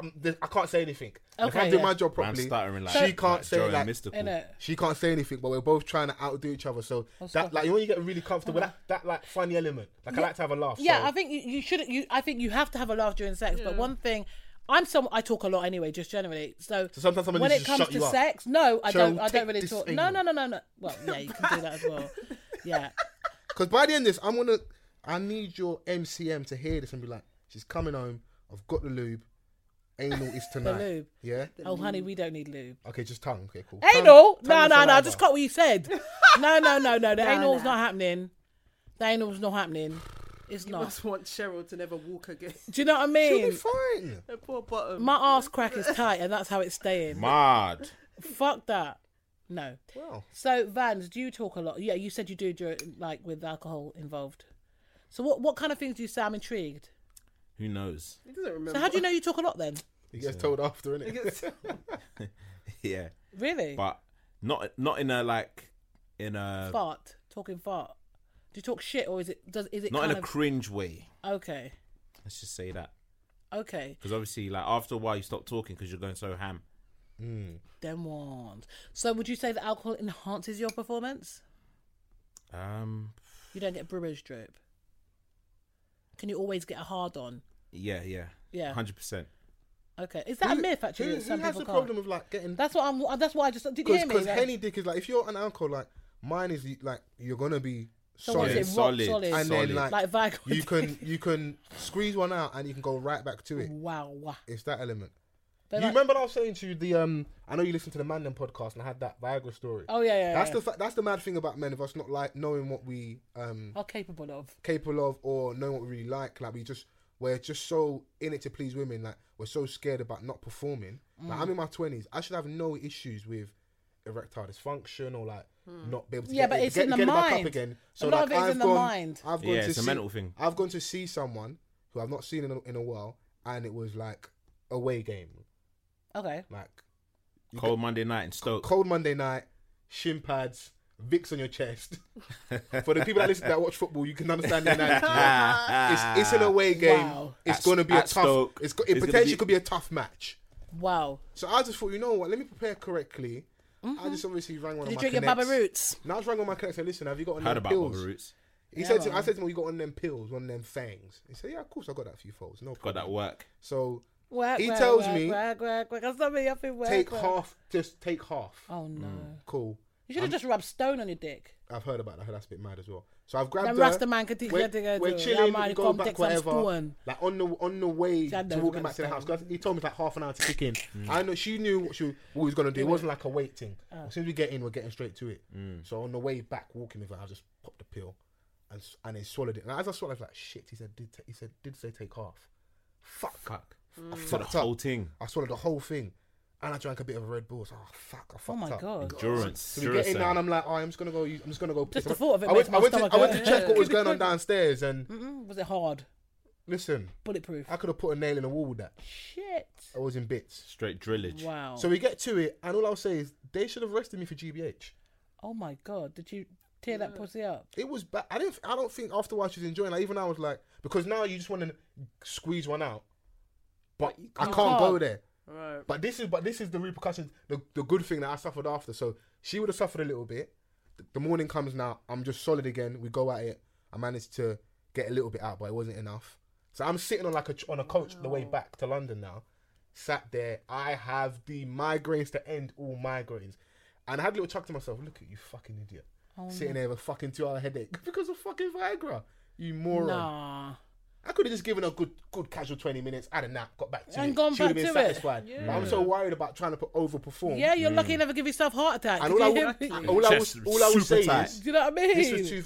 I'm, there- I can't say anything. if
Okay,
I do
yeah.
my job
Man,
properly,
stuttering like-
she
like
can't say
Joey
like
Mystical.
In it.
she can't say anything, but we're both trying to outdo each other. So that
Scott.
like when you get really comfortable, that that like funny element. Like I like to have a laugh.
Uh-huh. Yeah,
so-
I think you, you should. You, I think you have to have a laugh during sex. But one thing, I'm some. I talk a lot anyway, just generally. So,
So sometimes someone
when
needs
it
to just
comes
shut
to
you up.
sex, no, I
Cheryl,
don't. I
take
don't really
this
talk.
thing.
No, no, no, no, no. Well, yeah, you can do that as well.
<laughs>
Yeah.
Because by the end of this, I'm gonna. I need your MCM to hear this and be like, she's coming home. I've got the lube. Anal
<laughs>
is tonight.
lube.
Yeah.
Oh, honey, we don't need lube.
Okay, just tongue. Okay, cool. Tongue-
Anal?
tongue
No,
and
no, no. I
saliva.
just caught what you <laughs> said. No, no, no, <laughs> no. The
No,
anal's
no.
not happening. The anal's not happening. It's
I
not.
just want Cheryl to never
<laughs>
walk again.
Do you know what I
You'll be
mean?
fine.
Her poor bottom.
My ass crack is tight, and that's how it's staying.
Mad.
Fuck that. No.
Well,
So Vans, do you talk a lot? Yeah, you said you do during, like with alcohol involved. So what what kind of things do you say? I'm intrigued.
Who knows? <laughs>
he doesn't remember.
So how do you know you talk a lot then?
he gets
uh,
told after, innit? <laughs>
<laughs>
yeah,
Really?
but not not in a like in a
Fart. Talking fart. Do you talk shit or is it does is it
not in
kind
a
of
cringe way.
Okay.
Let's just say that
Okay.
because obviously, like after a while, you stop talking because you're going so ham.
Hmm.
Them ones. So would you say that alcohol enhances your performance?
Um,
You don't get brewer's drip. Can you always get a hard on?
yeah, yeah,
Yeah.
hundred percent.
Okay. Is that a
Who-
myth actually?
Who,
that
who
some
has
people
the
can't?
problem with like getting?
That's what I'm. That's why I just did you hear me?
Because
Like,
Henny Dick is like, if you're an alcohol, like mine is like, you're gonna be
So what is
solid.
it, rock
solid,
solid?
and
solid.
then like,
Like Viagra.
you can
<laughs>
you can squeeze one out and you can go right back to it.
wow. wow.
It's that element.
But
you
like-
remember what I was saying to you the um I know you listened to the Mandem podcast and I had that Viagra story.
Oh yeah, yeah.
that's
yeah.
the fa- that's the mad thing about men of us not like knowing what we um
are Oh, capable of.
capable of or knowing what we really like. Like we just we're just so in it to please women. Like we're so scared about not performing. Like
Mm.
I'm in my twenties. I should have no issues with erectile dysfunction or like not be able to
Hmm. Yeah,
get,
but
it,
it's
get,
in the
get it back up
mind.
again.
A lot of it is
I've
in the
gone,
mind.
I've gone
Yeah,
to
it's a
see,
mental thing.
I've gone to see someone who I've not seen in a, in a while, and it was like away game,
Okay.
like
Cold Monday night in Stoke. <laughs>
cold Monday night, shin pads, Vicks on your
<laughs>
chest. For the people that listen that watch football, you can understand the analogy.
Ah.
it's, it's an away game.
Wow.
It's
Ah, At-
going to be a
at
tough.
Stoke,
it's go,
it's
it
gonna
potentially
be-
could be a tough match.
Wow.
So I just thought, you know what? Let me prepare correctly.
Mm-hmm.
I just obviously rang one
Did you
of
drink
my
your Baba
connects.
Roots?
Now I was rang on my connect and said, listen, have you got on
Heard
them
about
pills?
Bobber Roots.
He
Yeah,
said, to, I
man.
said to him, you got on them pills, on them fangs. He said, yeah, of course I got that for you folks. No
Got
problem.
that work.
So
Work,
He
work,
tells
work,
me-
Work, work, work. Stop me up in work,
take
work.
half, Mm. just take half.
Oh no.
Cool.
You should have just rubbed stone on your dick.
I've heard about that. That's a bit mad as well. So I've grabbed
Then
her.
Rasta man could teach
we're,
you how to
we're
do it.
chilling.
Yeah, man,
we go
come
back
take some
whatever.
spoon.
Like on the on the way
Dad
to
knows
walking
about
back to the house.
stuff.
'cause he told me it's like half an hour to kick in.
Mm.
I know she knew what she was, what we was gonna do. It wasn't like a wait thing.
Ah.
As soon as we get in, we're getting straight to it.
Mm.
So on the way back, walking with her, I just popped the pill, and s- and then swallowed it. And as I swallowed, it, I was like, shit. He said, did ta- he said did say take half? Fuck.
Fuck.
I
So the
fucked
whole
up.
thing.
I swallowed the whole thing, and I drank a bit of a Red Bull. So, oh fuck, I fucked
Oh my
up.
god.
Endurance.
So we get in
Duracell.
there and I'm like, oh, I'm just gonna go. use- I'm just gonna go. piss."
the thought of it
I went,
makes my
I went,
stomach
to, I went to
hurt.
check what was
<laughs>
going on downstairs, and
Mm-mm. Was it hard?
listen,
Bulletproof.
I could have put a nail in the wall with that.
Shit.
I was in bits.
Straight drillage.
Wow.
So we get to it, and all I'll say is they should have arrested me for GBH.
oh my god. Did you tear that pussy up?
It was bad. I didn't. I don't think after a while she was enjoying. Like, even I was like, because now you just want to squeeze one out, but
But you
I
can't.
can't go
Can't.
there.
Right.
But this is but this is the repercussions, the, the good thing that I suffered after. So she would have suffered a little bit. The, the morning comes now. I'm just solid again. We go at it. I managed to get a little bit out, but it wasn't enough. So I'm sitting on like a on a coach the way back to London now. Sat there. I have the migraines to end all migraines, and I had a little chuck to myself. Look at you, fucking idiot, sitting there with a fucking two-hour headache <laughs> because of fucking Viagra. You moron.
Nah.
I could have just given her a good, good casual twenty minutes. I had a nap, got back to
And
it.
gone
she would have
back
been
to it.
satisfied. But I'm so worried about trying to put overperform.
Yeah, you're lucky you never give yourself heart attack.
And
Did
all Oh, I,
you
would,
hear me?
<laughs> all, I
Chest
would, all I would
super
say
tight.
is
Do you know what I mean?
this was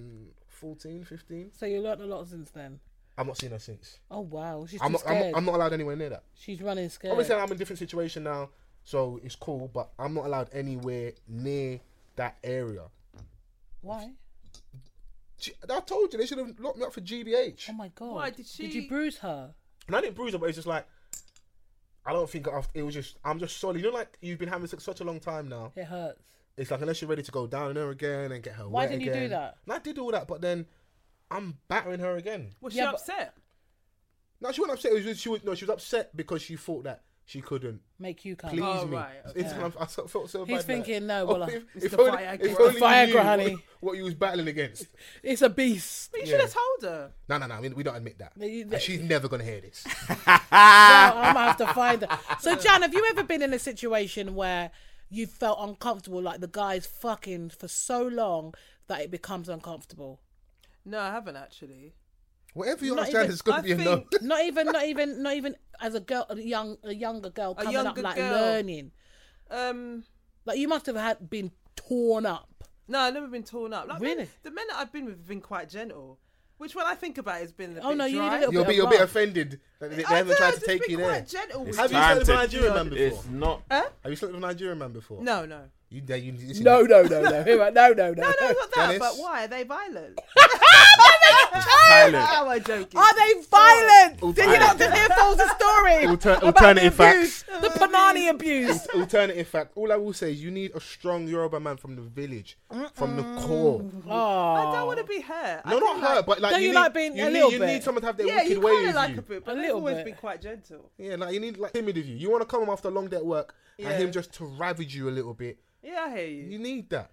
2014, 15.
So you learned a lot since then.
I've not seen her since.
Oh wow, she's
I'm
too
not, I'm,
scared.
not, I'm not allowed anywhere near that.
She's running scared.
Obviously, I'm in a different situation now, so it's cool. But I'm not allowed anywhere near that area.
Why?
G- I told you they should have locked me up for GBH.
Oh my god.
Why, did
Did you
she-
bruise her?
And I didn't bruise her, but it's just like I don't think after, it was just I'm just solid. You know, like you've been having sex such a long time now.
It hurts.
It's like unless you're ready to go down on her again and get her.
Why
wet
didn't you do
again.
that?
And I did all that, but then I'm battering her again.
Was she
Yeah, but-
upset?
No, she wasn't upset. It was just- she was no, she was upset because she thought that she couldn't
Make you come.
please
Oh,
me.
right,
It's- and I'm- I felt felt so
He's
bad. like,
thinking, no,
oh, <laughs>
well, I-
if,
It's
if
the
only,
Viagra.
if only
Viagra,
you knew
honey.
What, what you was battling against.
It's a beast.
But you
Yeah.
should have told her.
No, no, no. We, we don't admit that.
No, you-
And she's never gonna hear this.
No, I'm gonna have to find her. So, Jan, have you ever been in a situation where you felt uncomfortable, like the guy's fucking for so long that it becomes uncomfortable?
No, I haven't actually.
Whatever you
Not
understand,
even-
it's gonna
I
be a no. <laughs>
think-
Not even, not even, not even as a girl, a young, a younger girl coming up,
younger
like
girl.
learning.
Um,
Like you must have had been torn up.
no, I've never been torn up. Like, men-
Really?
the men that I've been with have been quite gentle, which when I think about it, has been a
Oh,
bit
no, you need a
dry.
little
You'll
bit
be
of
you'll be
rough.
offended that they, they
I don't
haven't
know,
tried
I've
to
just
take
been
you there.
Quite gentle with
It's
Have you
them.
time
slept with
to-
a Nigerian man before?
It's not.
Huh?
Have you slept with a Nigerian man before?
No, no.
You, yeah, you, listen,
no,
<laughs>
no, <laughs> no, no, no, no,
No, no, not that.
Dennis?
But why are they violent?
Pilot.
Ah,
How am I joking?
Are they violent? Did you not just hear Paul's story?
Alter-
about
alternative
the abuse,
facts.
The Panani abuse.
Alternative fact. All I will say is you need a strong Yoruba man from the village, from the core.
I don't want to be her. I
No, not
think, like,
her, but like
Don't
you
you
need,
like being
you
a
need,
little
you
bit?
need someone to have their
Yeah,
wicked
you
way
kind
with
of like
you.
a bit, but
A
they've
little
always
bit.
been quite gentle.
Yeah, like you need like timid with you. You want to come home after a long day at work
Yeah.
and him just to ravage you a little bit.
Yeah, I hear you.
You need that.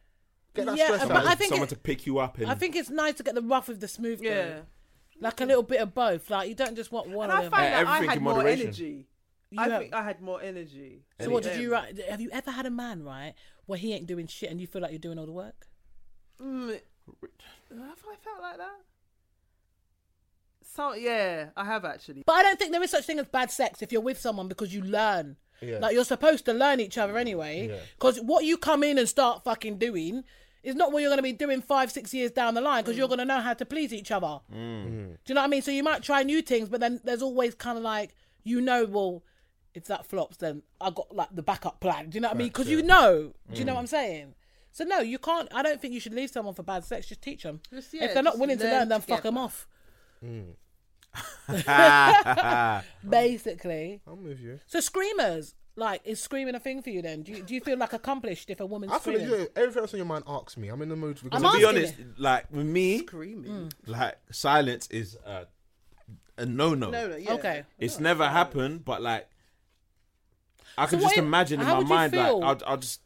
Get that
Yeah,
stress
but
out.
I think
someone
it-
to pick you up and
I think it's nice to get the rough with the smooth. though.
Yeah.
Like a little bit of both. Like you don't just want one
And
of
I
them.
find
Yeah,
that I
everything
had
in
more
moderation.
energy.
You
I
have-
think I had more energy.
so what did you write? Have you ever had a man right where he ain't doing shit and you feel like you're doing all the work?
Mm, have I felt like that? So yeah, I have actually.
But I don't think there is such thing as bad sex if you're with someone because you learn.
Yeah.
Like you're supposed to learn each other anyway.
Yeah.
Because what you come in and start fucking doing is not what you're going to be doing five, six years down the line because you're going to know how to please each other.
Mm.
Mm. Do you know what I mean? So you might try new things, but then there's always kind of like you know, well, if that flops, then I got like the backup plan. Do you know what I mean? Because you know. Do
Mm.
you know what I'm saying? So no, you can't. I don't think you should leave someone for bad sex. Just teach them.
Just, yeah,
if they're not
just
willing to
learn
learn, then fuck
together.
them off.
Mm. <laughs>
<laughs> basically.
I'm with you.
So screamers, like, is screaming a thing for you? Then do you, do you feel like accomplished if a woman's
I feel
screaming?
like you know, everything else on your mind asks me. I'm in the mood because
I'm
of
to be
asking
honest, like with me,
Screaming.
Mm.
like silence is uh, a no-no.
No, no, yeah.
Okay.
It's never happened, but like I can
So
just
what-
imagine in
how
my
would you
mind, like
feel?
I'll, I'll just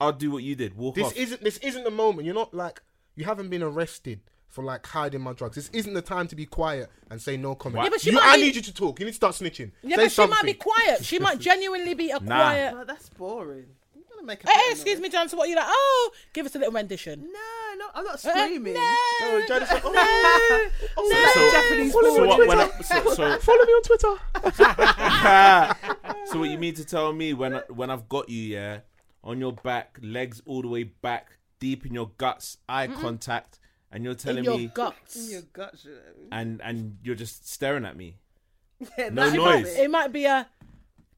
I'll do what you did, walk
this
off.
isn't this isn't the moment. You're not like you haven't been arrested for like hiding my drugs. This isn't the time to be quiet and say no comment.
Yeah, but she
you,
might
I
be-
need you to talk. You need to start snitching.
Yeah, but
say
she
something.
might be quiet. She
<laughs>
might genuinely be a
Nah.
quiet.
Well, that's boring. You're gonna make a
Hey, Eh, excuse me, Johnson. What are you like? Oh, give us a little rendition.
No, no, I'm not
Uh,
screaming.
No,
Oh, Janice, oh,
So-
no.
so-
Japanese
so
porn.
what- when I- so- so-
Follow me on Twitter.
<laughs> so what you mean to tell me when I, when I've got you, yeah, on your back, legs all the way back, deep in your guts, eye contact, and you're
In
telling
your
me,
guts.
Your guts, you know.
and and you're just staring at me.
Yeah, <laughs>
No
that's
noise.
about it.
It might be a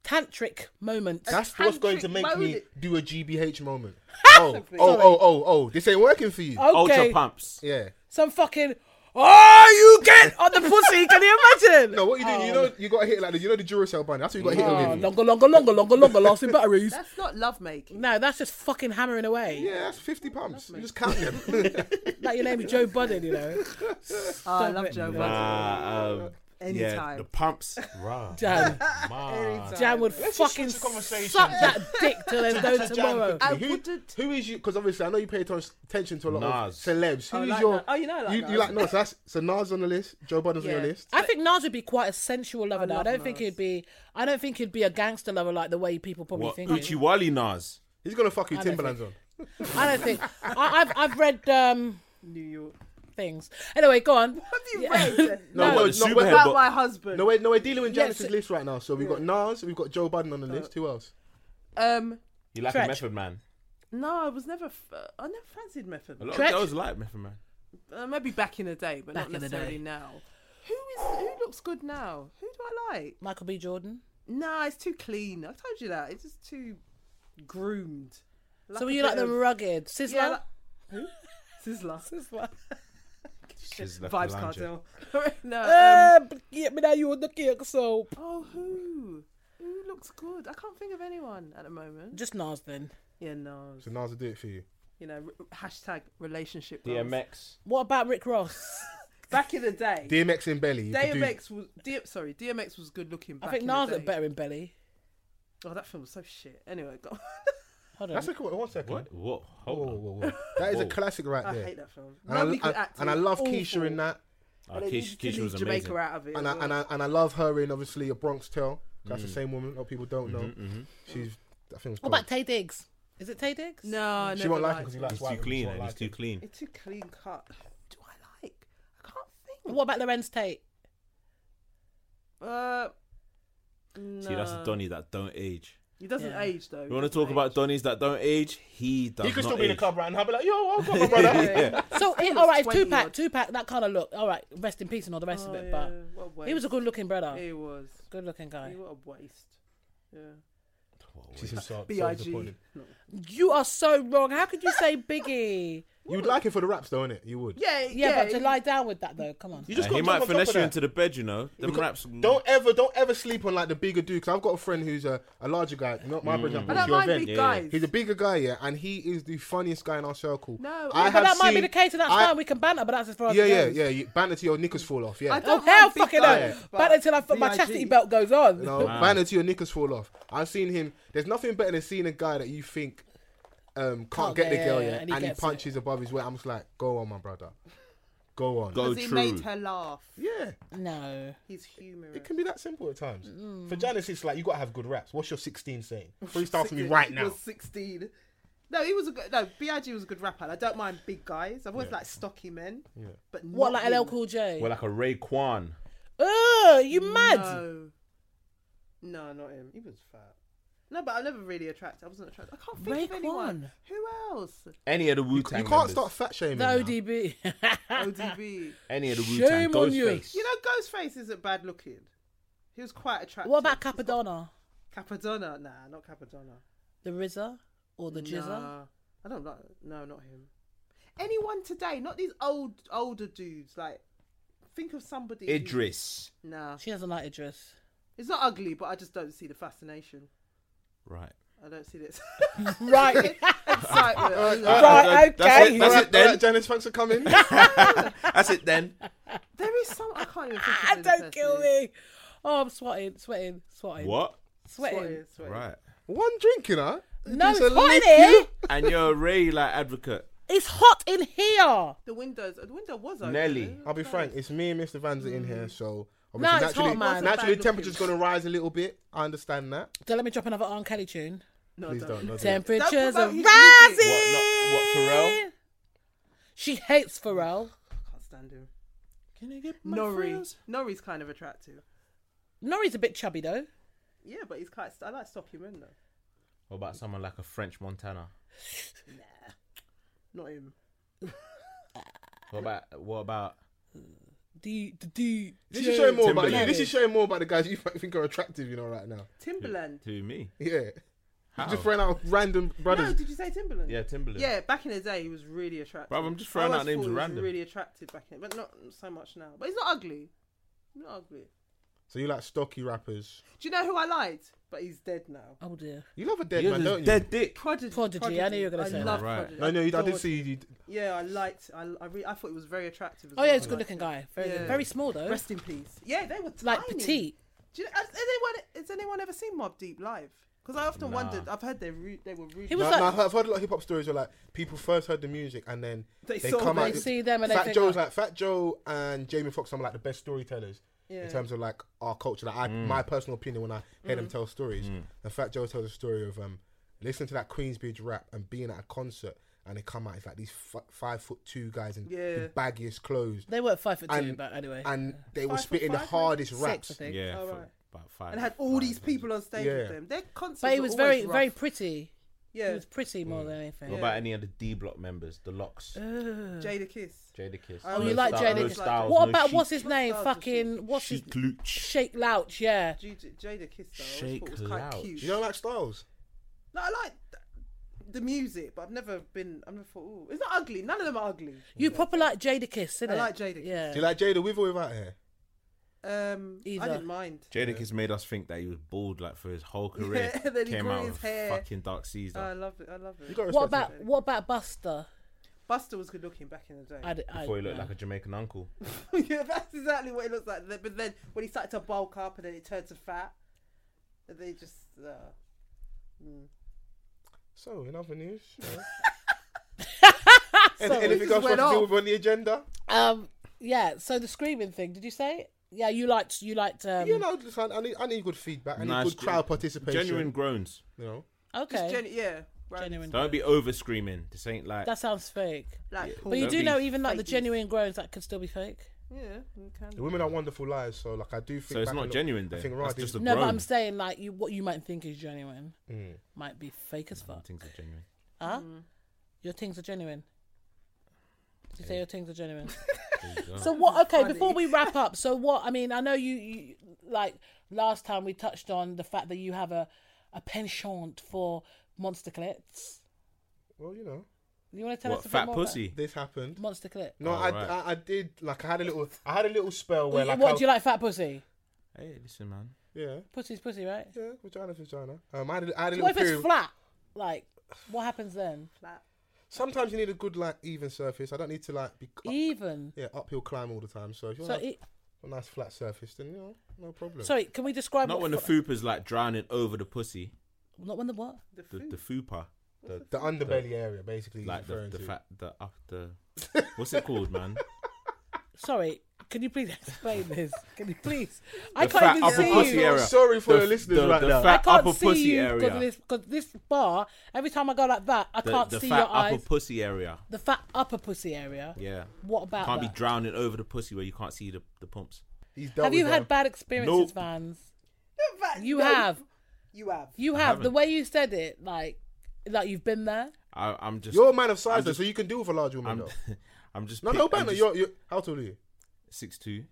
tantric moment.
That's what's going to
tantric
make me
moment.
do a GBH moment. Oh, oh, oh, oh, oh! This ain't working for you.
Ultra
okay.
pumps.
Yeah.
Some fucking. Oh, you get on the pussy. Can you imagine?
<laughs> No, what you do? You know, you got to hit it like this. You know the Duracell bunny. That's what you got to hit it
Oh,
with.
longer, longer, longer, longer, longer, lasting batteries.
That's not
<laughs>
love making.
No, that's just fucking hammering away.
Yeah, that's fifty pumps. You just count them. <laughs>
Like your name is Joe Budden, you know.
Oh, I love Joe Budden.
Uh, um, yeah,
Anytime.
the
<laughs>
pumps. Rah.
Jan,
Anytime.
Jan would
just
fucking
switch the conversation.
suck
<laughs>
that dick till there's no
Jan
tomorrow.
quickly.
I
Who-
wouldn't-
Who is you? Because obviously, I know you pay atten- attention to a lot of
Nas.
celebs. Who
I
is
like
your?
Nas. Oh, you know I like
you, you
Nas.
like Nas. So that's so Nas on the list. Joe Biden's on
Yeah.
your list.
I think Nas would be quite a sensual lover. now. I
love
don't think
Nas.
he'd be. I don't think he'd be a gangster lover like the way people probably
What?
think.
Uchi
he-
Wally Nas.
He's gonna fuck you,
don't
Timberlands on.
I don't think. I, I've I've read um,
New York.
things. Anyway, go on.
Have you read
No,
Well,
no,
the
no,
Superhead
we're-
about
but-
my husband?
No, we're, no, we're dealing with
Yeah,
Janice's
so-
list right now. So we've got Nas, we've got Joe Biden on the
Uh,
list. Who else?
Um,
You like
Stretch.
a method man.
no, I was never. F- I never fancied Method.
A lot
Stretch.
of girls like method man.
Uh, maybe back in the day, but
Back in
not
the
necessarily
day.
now. Who is who looks good now? Who do I like?
Michael B. Jordan.
Nah, it's too clean. I told you that. It's just too groomed.
so
a
were you
bit
like the
of-
rugged Sizzler?
Yeah, like-
<laughs>
Who? Sizzler.
Sizzler.
She's like a
Vibes
lounger.
cartel. <laughs>
<laughs>
no. um,
Uh, but yeah, but now you're the kick, so
oh, who? Who looks good? I can't think of anyone at the moment.
just Nas then.
Yeah, no.
So Nas will do it for you.
You know, r- hashtag relationship. goals.
DMX.
What about Rick Ross?
Back in the day,
DMX in belly. you could do-
DMX was D- sorry, DMX was good looking. Back
I think
in the
Nas
day.
looked better in belly.
Oh, that film was so shit. Anyway, go on. <laughs>
Hold on.
That's a cool. One second.
What? What?
Whoa,
Hold
whoa,
on.
whoa,
<laughs>
whoa. That is a
Whoa.
classic right
I
there.
hate that film.
And,
Nobody
I,
could act.
and
in
I
it.
love
Awful.
Keisha in that.
Oh,
They
Keisha,
needed to
Keisha
leave
was
Jamaica
amazing.
out of it.
and I,
as
and
well.
I and I love her in obviously a Bronx Tale. That's
Mm.
the same woman. A lot of people don't know.
Mm-hmm.
She's I think
what
it's called.
about Tay Diggs? Is it Tay Diggs?
no,
she
never
won't like him
liked
because he
it.
likes
He's
white
too
women, she
clean,
won't
and he's
like him.
too clean.
It's too clean cut. Who do I like? I can't think.
What about Lorenz Tate?
Uh, no.
See, that's a Donny that don't age.
He doesn't
Yeah.
age though.
You want to talk about
<laughs>
Donnies that don't age? He does
He could
not
still be in the
age.
club right now. I'll be like, yo, I've
<laughs>
got my
Oh,
brother.
So it, all right, it's
20
two pack,
odd. Oh,
two pack, that kind of look. All right, rest in peace and all the rest of it. But he was a good looking brother,
He was.
good looking guy.
He was a waste. Yeah.
She seems so, so
Big.
disappointed.
You are so wrong. How could you say
<laughs>
Biggie?
You'd like it for the raps, though, innit? You would.
Yeah,
Yeah,
yeah.
but to lie down with that though, come on.
You
And he
gotta
might
jump on top
finesse
of
you
that.
into the bed, you know. Them
Because
raps.
Don't ever, don't ever sleep on like the bigger dude. Because I've got a friend who's a, a larger guy. Not my brother,
I
but
don't
Mm. your
mind
event.
big guys.
He's a bigger guy, yeah, and he is the funniest guy in our circle.
No,
I
yeah,
But
have
that might be
seen-
the case, and that's
I-
fine. We can banter, but that's as far as
Yeah,
it
yeah,
goes.
yeah. You, banner till your knickers fall off. Yeah.
I don't
Oh hell,
mind big
fucking
guys,
no!
but
Banter till I put my
VIG.
chastity belt goes on.
No, banner to your knickers fall off. I've seen him. There's nothing better than seeing a guy that you think um, can't,
Can't
get the
get-
girl,
yeah,
yeah,
yeah,
and
and
he,
he gets
punches above his weight. I'm just like, go on, my brother, go on.
Go
Because he made
true.
her laugh.
Yeah,
No.
He's humorous.
it can be that simple at times. For Janice, it's like you gotta have good raps. What's your 16 saying? Freestyle for me right
He
now.
was 16. No, he was a good. No, Big was a good rapper. and I don't mind big guys. I've always liked stocky men. Yeah. But
What
not
like LL
him.
Cool J?
We're like a Ray Kwan.
Ugh, you mad?
No. No, not him. He was fat. No, but I never really attracted. I wasn't attracted. I can't think
Ray
of anyone.
Kwan.
Who else?
<laughs>
Any of the Wu
You
Tang.
can't start fat shaming.
The
now.
ODB.
<laughs> ODB.
Any of the Wu Tang.
Shame on you.
Ghostface.
you know, Ghostface isn't bad looking. He was quite attractive.
what about Capadonna?
Capadonna? Nah, not Capadonna.
The RZA or the Jizza?
Nah, I don't like. No, not him. Anyone today? Not these old older dudes like think of somebody. who-
Idris.
Nah,
She doesn't like Idris.
it's not ugly, but I just don't see the fascination.
Right.
I don't see <laughs> this.
Right.
Excitement.
Right,
That's
okay.
it, that's
Alright,
it then.
alright, Janice, thanks
<laughs>
for coming.
That's it then.
<laughs>
There is some. I can't
<laughs>
even think of
Ah,
it
don't kill
personally.
me. Oh, I'm sweating, sweating, sweating.
What?
Sweating.
Sweating, sweating.
Right.
One drink, you know?
No,
Just
it's eh?
a
hot in
lick,
here.
And you're a really like advocate.
It's hot in here.
The windows. The window was open.
Nelly.
I'll be frank, it's me and Mr. Vanza in here, so
No,
obviously
it's hot,
naturally,
man.
naturally
Bad
temperature's
looking.
going to rise a little bit. I understand that.
Don't let me drop another R. Kelly tune.
No,
Please don't. don't do it.
Temperatures are
promote
rising.
his
What, not, what Pharrell?
She hates Pharrell.
I can't stand him.
Can I get
Nori. Nori's kind of attractive.
Nori's a bit chubby though.
Yeah, but he's quite. I like stocky men though.
What about someone like a French Montana?
Not him.
What about what about
D D D.
This is showing more about you.
Timberlake.
This is showing more about the guys you think are attractive, you know, right now.
Timberland.
to me?
Yeah.
How?
Just throwing out random
No,
brothers.
did you say Timberland?
Yeah, Timberland.
Yeah, back in the day, he was really attractive.
Bruv, I'm just throwing
I
out
always
names
thought he was
random.
Really attractive back in, but not so much now. But he's not ugly. He's Not ugly.
so you like stocky rappers.
Do you know who I liked? But he's dead now.
Oh dear.
You love a dead
You're
man,
just
don't you?
dead dick.
Prodigy.
Prodigy, I knew you were gonna
I
say that.
love
Right.
Prodigy.
No, no, you- I did
adored-
see you.
Yeah, I liked. I I, re- I thought it was very attractive. As
Oh
well.
yeah, he's a
I
good
liked
looking
it.
guy. Very
Yeah.
very small though.
Rest in peace. Yeah, they were
like
tiny.
petite.
Do you know, has, has anyone has anyone ever seen Mob Deep live? Because I often
Nah.
wondered. I've heard they re- they were really.
He was
No,
like-
no, I've heard a lot of hip hop stories where like people first heard the music and then
They
they,
saw
come
them.
out.
They see them and they
Fat
think,
Joe's
oh.
like Fat Joe and Jamie Foxx are like the best storytellers
Yeah.
in terms of like our culture. Like I, my personal opinion when I hear
Mm.
them tell stories, and Fat Joe tells a story of um listening to that Queensbridge rap and being at a concert and they come out. It's like these f- five foot two guys in
Yeah.
the baggiest clothes
They weren't five foot two,
and
but anyway.
and they were
Five foot
spitting the
five,
hardest
Six,
raps.
I think.
Yeah,
Oh,
for
right.
about five.
and had all
five
these
men.
people on stage with
Yeah.
them. Their concerts.
But he
were
was
always
very
rough.
very pretty. He
Yeah,
was pretty more than anything.
What about any of the D Block members? The Locks,
Jada Kiss.
Jada Kiss.
Oh,
Uh, Oh,
No
you like
style-
Jada?
no
Kiss.
styles,
what
no
about what's
chic.
his name?
No styles, no
Fucking what's his
Chic
<laughs>
Luch.
Shake Louch? Yeah.
J- J- Jada Kiss though. I always
Shake
thought was quite
Lounge.
cute.
You don't like Styles?
No, I like th- the music, but I've never been. I've never thought. Ooh, it's not ugly. None of them are ugly.
You proper like Jada Kiss, innit?
I like Jada Kiss.
Yeah.
Do you like Jada with or without hair?
Um,
Either.
I didn't mind.
Jada Kiss made us think that he was bald like for his whole career.
<laughs>
Yeah, then he
Came
grew
out
his
with
hair.
fucking Dark Caesar.
I love it. I love
You
it.
got
what about what about Buster?
Buster was good looking back in the day.
I, d- I-
before he looked
no.
like a Jamaican uncle.
<laughs> yeah, that's exactly what it looks like. But then when he started to bulk up and then it turned to fat, they just. Uh,
So, in other news,
<laughs> Sorry.
anything else want
went
to
off.
deal with on the agenda?
Um, yeah. So the screaming thing. Did you say? it? Yeah, you liked. You liked. Um,
you know, just, I, I need, I need good feedback. I need
Nice,
good crowd
gen-
participation.
Genuine groans.
you know.
okay.
Just genu- yeah. Right.
genuine.
Don't be over screaming. This ain't like
That sounds fake.
Like, cool.
But you
Don't
do
be
know, even like the
fakey.
genuine groans, that could still be fake.
Yeah, you can.
The women are wonderful liars, so like I do think.
So it's
back
not
and look-
genuine
I
then.
think
That's
Rod
just
is-
a
No, but
groan.
I'm saying like you, what you might think is genuine might be fake as fuck.
Mm. Things
<laughs>
are genuine.
Huh?
Mm.
Your things are genuine. Did you say your things are genuine? so what? Okay, before we wrap up, so what? I mean, I know you, you like last time we touched on the fact that you have a a penchant for monster clits.
Well, you know,
You want to tell
What
us a bit
fat
more
pussy?
this happened.
about monster clit?
No,
Oh,
I,
right.
I, I did like I had a little, I had a little spell where like,
what
I,
do you like? Fat pussy.
Hey, listen, man.
yeah,
Pussy's pussy, right?
yeah, vagina, vagina. Um, I had, a- I had a
What
little
if it's
period.
flat? Like, what happens then?
Flat.
Sometimes you need a good like even surface. I don't need to like be up,
Even.
yeah uphill climb all the time. So if you
E- So, e-
want to have
it,
a nice flat surface, then you know, no problem.
sorry, can we describe?
Not
what
when the
fl-
fooper's like drowning over the pussy.
Not when the what?
The the fooper. The,
the underbelly area, basically, he's
like the,
referring
the
to.
fat the up
<laughs>
the what's it called, man?
Sorry, can you please <laughs> explain this? Can you please? <laughs> I
The
can't
fat
even
upper
see
pussy
you.
area.
sorry for
The-
the listeners
the,
right
the
now.
I
fat upper
can't
pussy
see you
area.
because this because this bar. Every time I go like that, I
the
can't
the
see
fat
your
upper
eyes.
pussy area.
the fat upper pussy area.
Yeah.
What about
Can't
that?
be drowning over the pussy where you can't see the, the pumps.
He's dealt
have you
with
had
that.
bad experiences,
Nope.
Vans?
In fact,
You
no,
have.
You have.
You have. The way you said it, like, like you've been there.
I, I'm just
You're a man of size, though,
just-
so you can deal with a large woman.
I'm,
though.
<laughs> I'm just
No,
pic-
no,
I'm
banner.
just
You're, you're how tall are you?
six two.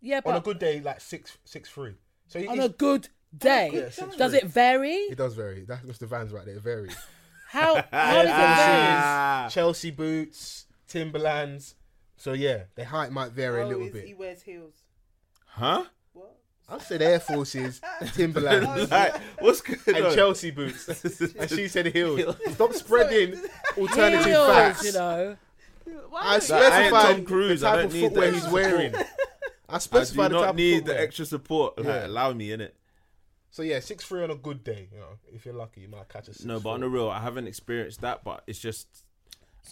Yeah, but
On a good day, like six, six three. So he,
on a good day,
Yeah, six
does
three.
it vary?
it does vary. That's Mr. Vans right there. It varies.
<laughs>
<laughs>
How how does it vary?
Ah.
Chelsea boots, Timberlands, So yeah, their height might vary a
Oh,
little
he's-
bit.
He wears heels.
Huh?
What?
I said Air Forces,
<laughs>
Timberland, <laughs>
Like, what's good?
and
<laughs>
Chelsea boots, and she said heels. Stop spreading alternative
Heels,
facts.
you know.
Why?
I
would-
Like, I ain't
specified
Tom Cruise,
the
I
type
don't
of
need
footwear
the
he's
extra
wearing. I
I do
specified the type
not
of
need
footwear.
the extra support. Like,
Yeah.
Allow me in it.
So yeah, six three on a good day. You know, if you're lucky, you might catch a six.
No, but on the real, I haven't experienced that. But it's just,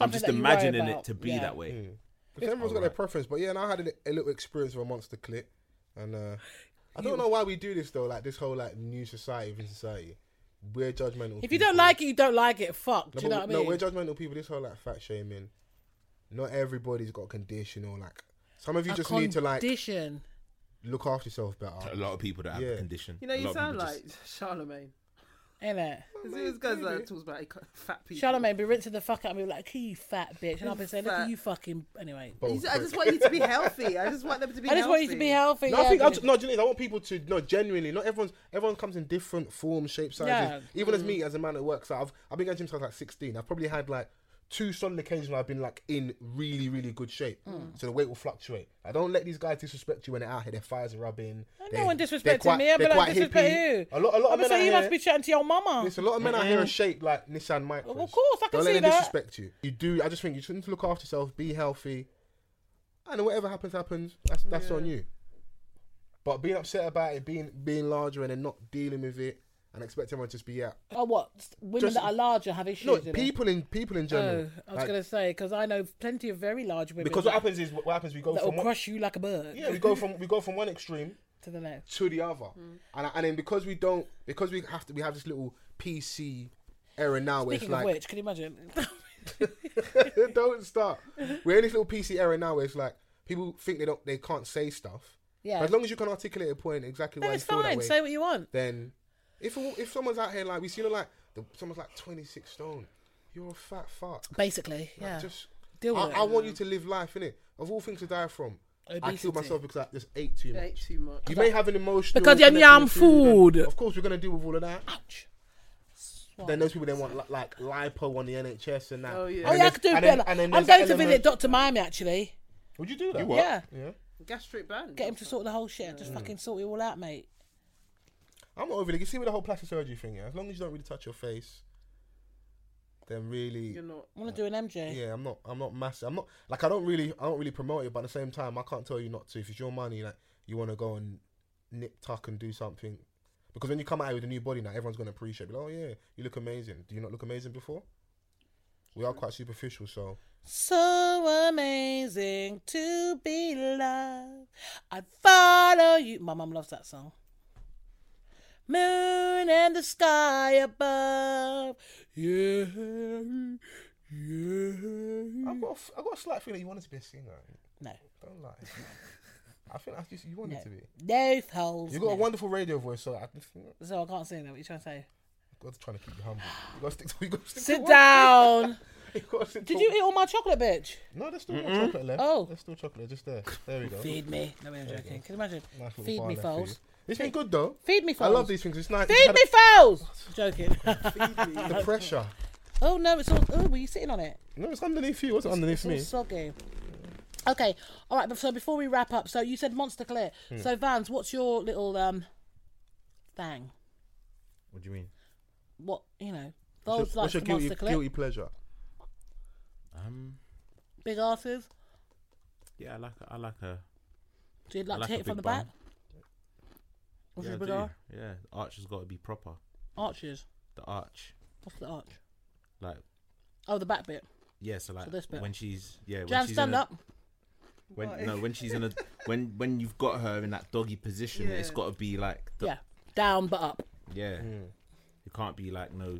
I'm
Something
just
that you worry
imagining it
about,
to be
yeah.
that
Hmm.
way.
everyone's got their preference. But yeah, and I had a, a little experience with a monster clip, and uh, I don't know why we do this though. Like this whole like new society, in society, we're judgmental.
If you
people.
don't like it, you don't like it. Fuck.
No,
Do you know
but-
what I
no,
mean?
we're judgmental people. This whole like fat shaming. Not everybody's got condition or like some of you
A
just need to like
condition.
look after yourself better.
A lot of people that have
Yeah.
the condition.
You know,
A lot
you
of
sound
people just-
like Charlemagne.
innit?
There's these guys that uh, talks about eco- fat people.
Charlemagne be rinsing the fuck out of me like, you fat bitch. And I've been saying, look at
Fat.
you fucking. Anyway.
Bold
He's- I just
prick.
want you to be healthy. I just want them to be.
<laughs> I just want you to be healthy.
No,
yeah,
I think I,
but-
no. do you know what? I want people to no. Genuinely, not everyone's. Everyone comes in different forms, shapes, sizes.
Yeah. Mm.
Even as me, as a man that works out, I've I've been going to gym since I was like sixteen. I've probably had like two solid occasions where I've been like in really, really good shape.
Hmm.
So the weight will fluctuate. I don't let these guys disrespect you when they're out here. Their thighs are rubbing.
No one
they're
disrespecting
quite-
me. I've
they're
been like,
quite
disrespect
hippie.
who?
A lot, a
I'm
lot of men out
saying you
here.
must be chatting to your mama.
Listen, a lot of men out here are shaped like Nissan Micros.
Well, of course, I can
Don't
see
let
that.
them disrespect you. You do. I just think you just need to look after yourself, be healthy, and whatever happens, happens. That's that's on you. But being upset about it, being being larger, and then not dealing with it, and expecting everyone to just be out.
Oh, what? Women
Just-
that are larger have issues.
No,
you know?
people in people in general.
Oh, I was
like-
gonna say because I know plenty of very large women
because what happens is what happens. We go
that will
from one,
crush you like a bird
yeah, we go from we go from one extreme
to the next.
to the other,
Mm.
and and then because we don't because we have to we have this little PC era now where
Speaking
it's like
of which, can you imagine?
<laughs>
<laughs>
don't start. We're in this little PC era now where it's like people think they don't, they can't say stuff.
yeah,
As long as you can articulate a point exactly
no,
why you
it's
feel that
fine.
way,
Say what you want.
then if if someone's out here like we seen like the, someone's like twenty six stone, you're a fat fuck.
Basically,
Like,
yeah.
Just
Deal with
I,
it.
I want you to live life in it. Of all things to die from, I
Obesity.
killed myself because I just ate too much.
Ate too much.
You may have an emotional
Because you're
connection with
yam
food, and
food.
Of course, we're gonna deal with all of that.
Ouch.
Then those people they want li- like lipo on the NHS and that.
Oh, yeah.
And
Oh yeah,
then
I
there's-
could do
and
better.
then- and then
I'm
there's
going to
that
visit
element-
Dr. Mime actually.
Would you do that?
Yeah,
Yeah.
gastric band.
get him to sort the whole shit. out. Just fucking sort it all out, mate.
I'm not over it. You see with the whole plastic surgery thing, yeah. As long as you don't really touch your face, then really,
You're not.
I want to do an MJ.
yeah. I'm not. I'm not massive. I'm not like I don't really. I don't really promote it. But at the same time, I can't tell you not to. If it's your money, like you want to go and nip tuck and do something, because when you come out with a new body now, everyone's gonna appreciate. it. Be like, oh yeah, you look amazing. Do you not look amazing before? We are quite superficial, so
So amazing to be loved. I follow you. My mum loves that song. Moon and the sky above. Yeah. Yeah.
I've got. A, f- I've got a slight feeling you wanted to be a singer.
No.
Don't
<laughs>
lie. I think that's just you wanted
No.
to be.
No holes.
You got
no.
a wonderful radio voice, so I
So I can't sing that. What you trying to say?
God's trying to keep you humble. You gotta stick to. You gotta stick to
Sit <laughs>
what-
down.
you gotta stick to
Did you eat all my chocolate, bitch?
No, there's still more chocolate left.
Oh.
there's still chocolate just there. There we go.
Feed me. No, I'm joking. Can you imagine?
Nice little
Feed
bar
me,
left for you.
foals.
It's been good though.
Feed me,
I
foals.
love these things. It's nice. It's
Feed
had
me, foals.
<laughs>
Joking.
a- the pressure.
oh no, it's all. Oh, were you sitting on it?
No, it's underneath you. What's underneath me?
It's all soggy. Okay, all right. but So before we wrap up, so you said Monster Clear.
Hmm.
So Vans, what's your little um thing?
What do you mean?
What you know?
What's
Those
your-
like
what's your
the
guilty,
Monster Clear,
guilty pleasure?
Um,
big asses.
yeah, I like, I like a.
Do you like,
like
to
a
hit it from the
big
back?
bum.
What's
Yeah,
your
I
big
do.
ar-
yeah, the arch has got to be proper.
arches?
The arch,
What's the arch?
like,
Oh, the back bit.
yeah, so like
this bit.
when she's, yeah, when
Jan,
she's
stand
in a-
up.
When, no, when she's in
<laughs>
a, when when you've got her in that doggy position,
Yeah.
it's got to be like, the,
Yeah, down but up,
yeah. It can't be like no.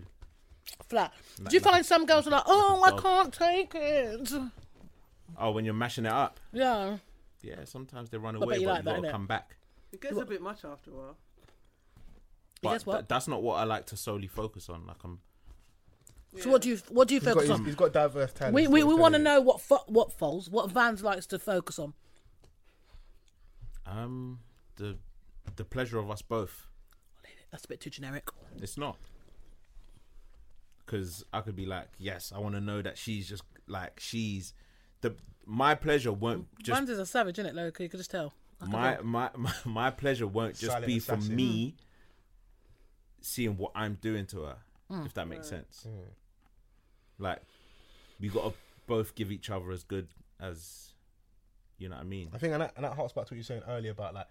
flat. Do you
like-
find some girls are like, oh, I
dog.
can't take it?
Oh, when you're mashing it up,
Yeah.
yeah. Sometimes they run away, but
you
you,
like that,
gotta
innit?
come back.
It gets a bit much after a while.
But
guess what?
th- that's not what I like to solely focus on. Like I'm,
So what do you what do you
He's got,
focus
he's-
on?
he's got diverse talents.
We
is
we,
what
we
he's
want to
telling
know what fo- what falls what Vans likes to focus on.
um, the the pleasure of us both.
That's a bit too generic.
It's not. Because I could be like, yes, I want to know that she's just like she's the my pleasure won't just
Rams is a savage, isn't it, Loki? You could just tell.
my my <laughs> my, my pleasure won't just
Silent
be
assassin.
from me seeing what I'm doing to her, if that makes sense.
Mm.
Like we gotta both give each other as good as you know what I mean.
I think, and that, and that harks back to what you were saying earlier about like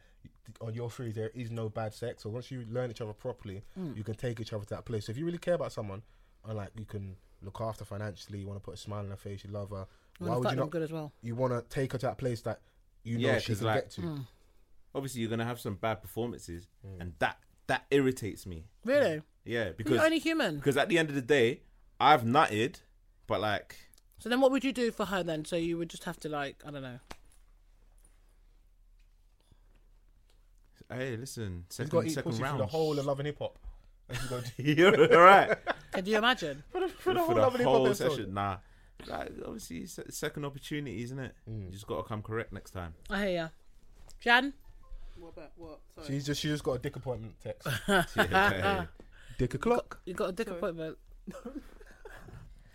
on your threes, there is no bad sex. So once you learn each other properly,
Hmm.
you can take each other to that place. So if you really care about someone, and like you can look after financially, you want to put a smile on her face, you love her.
wanna
why would
fuck
you
them
not?
good as well.
You want to take her to that place that you know
Yeah,
she
'cause,
can
like,
get to.
Obviously, you're gonna have some bad performances,
Mm.
and that that irritates me.
Really?
Yeah, because
You're only human.
because at the end of the day, I've nutted, but like
So then, what would you do for her then? So you would just have to like, I don't know.
Hey, listen,
You've got
second,
to eat
second
pussy
round.
for the
<laughs>
whole of Love and Hip Hop.
You're all right.
Can you imagine?
For the, for
for
Love and
the
Hip Hop
whole
episode.
session. Nah. Like, obviously, it's a second opportunity, isn't it? You just got to come correct next time.
I hear ya. Jan,
What about what? Sorry. <laughs>
She's just she just got a dick appointment text.
Yeah,
dick o'clock.
you got a dick appointment.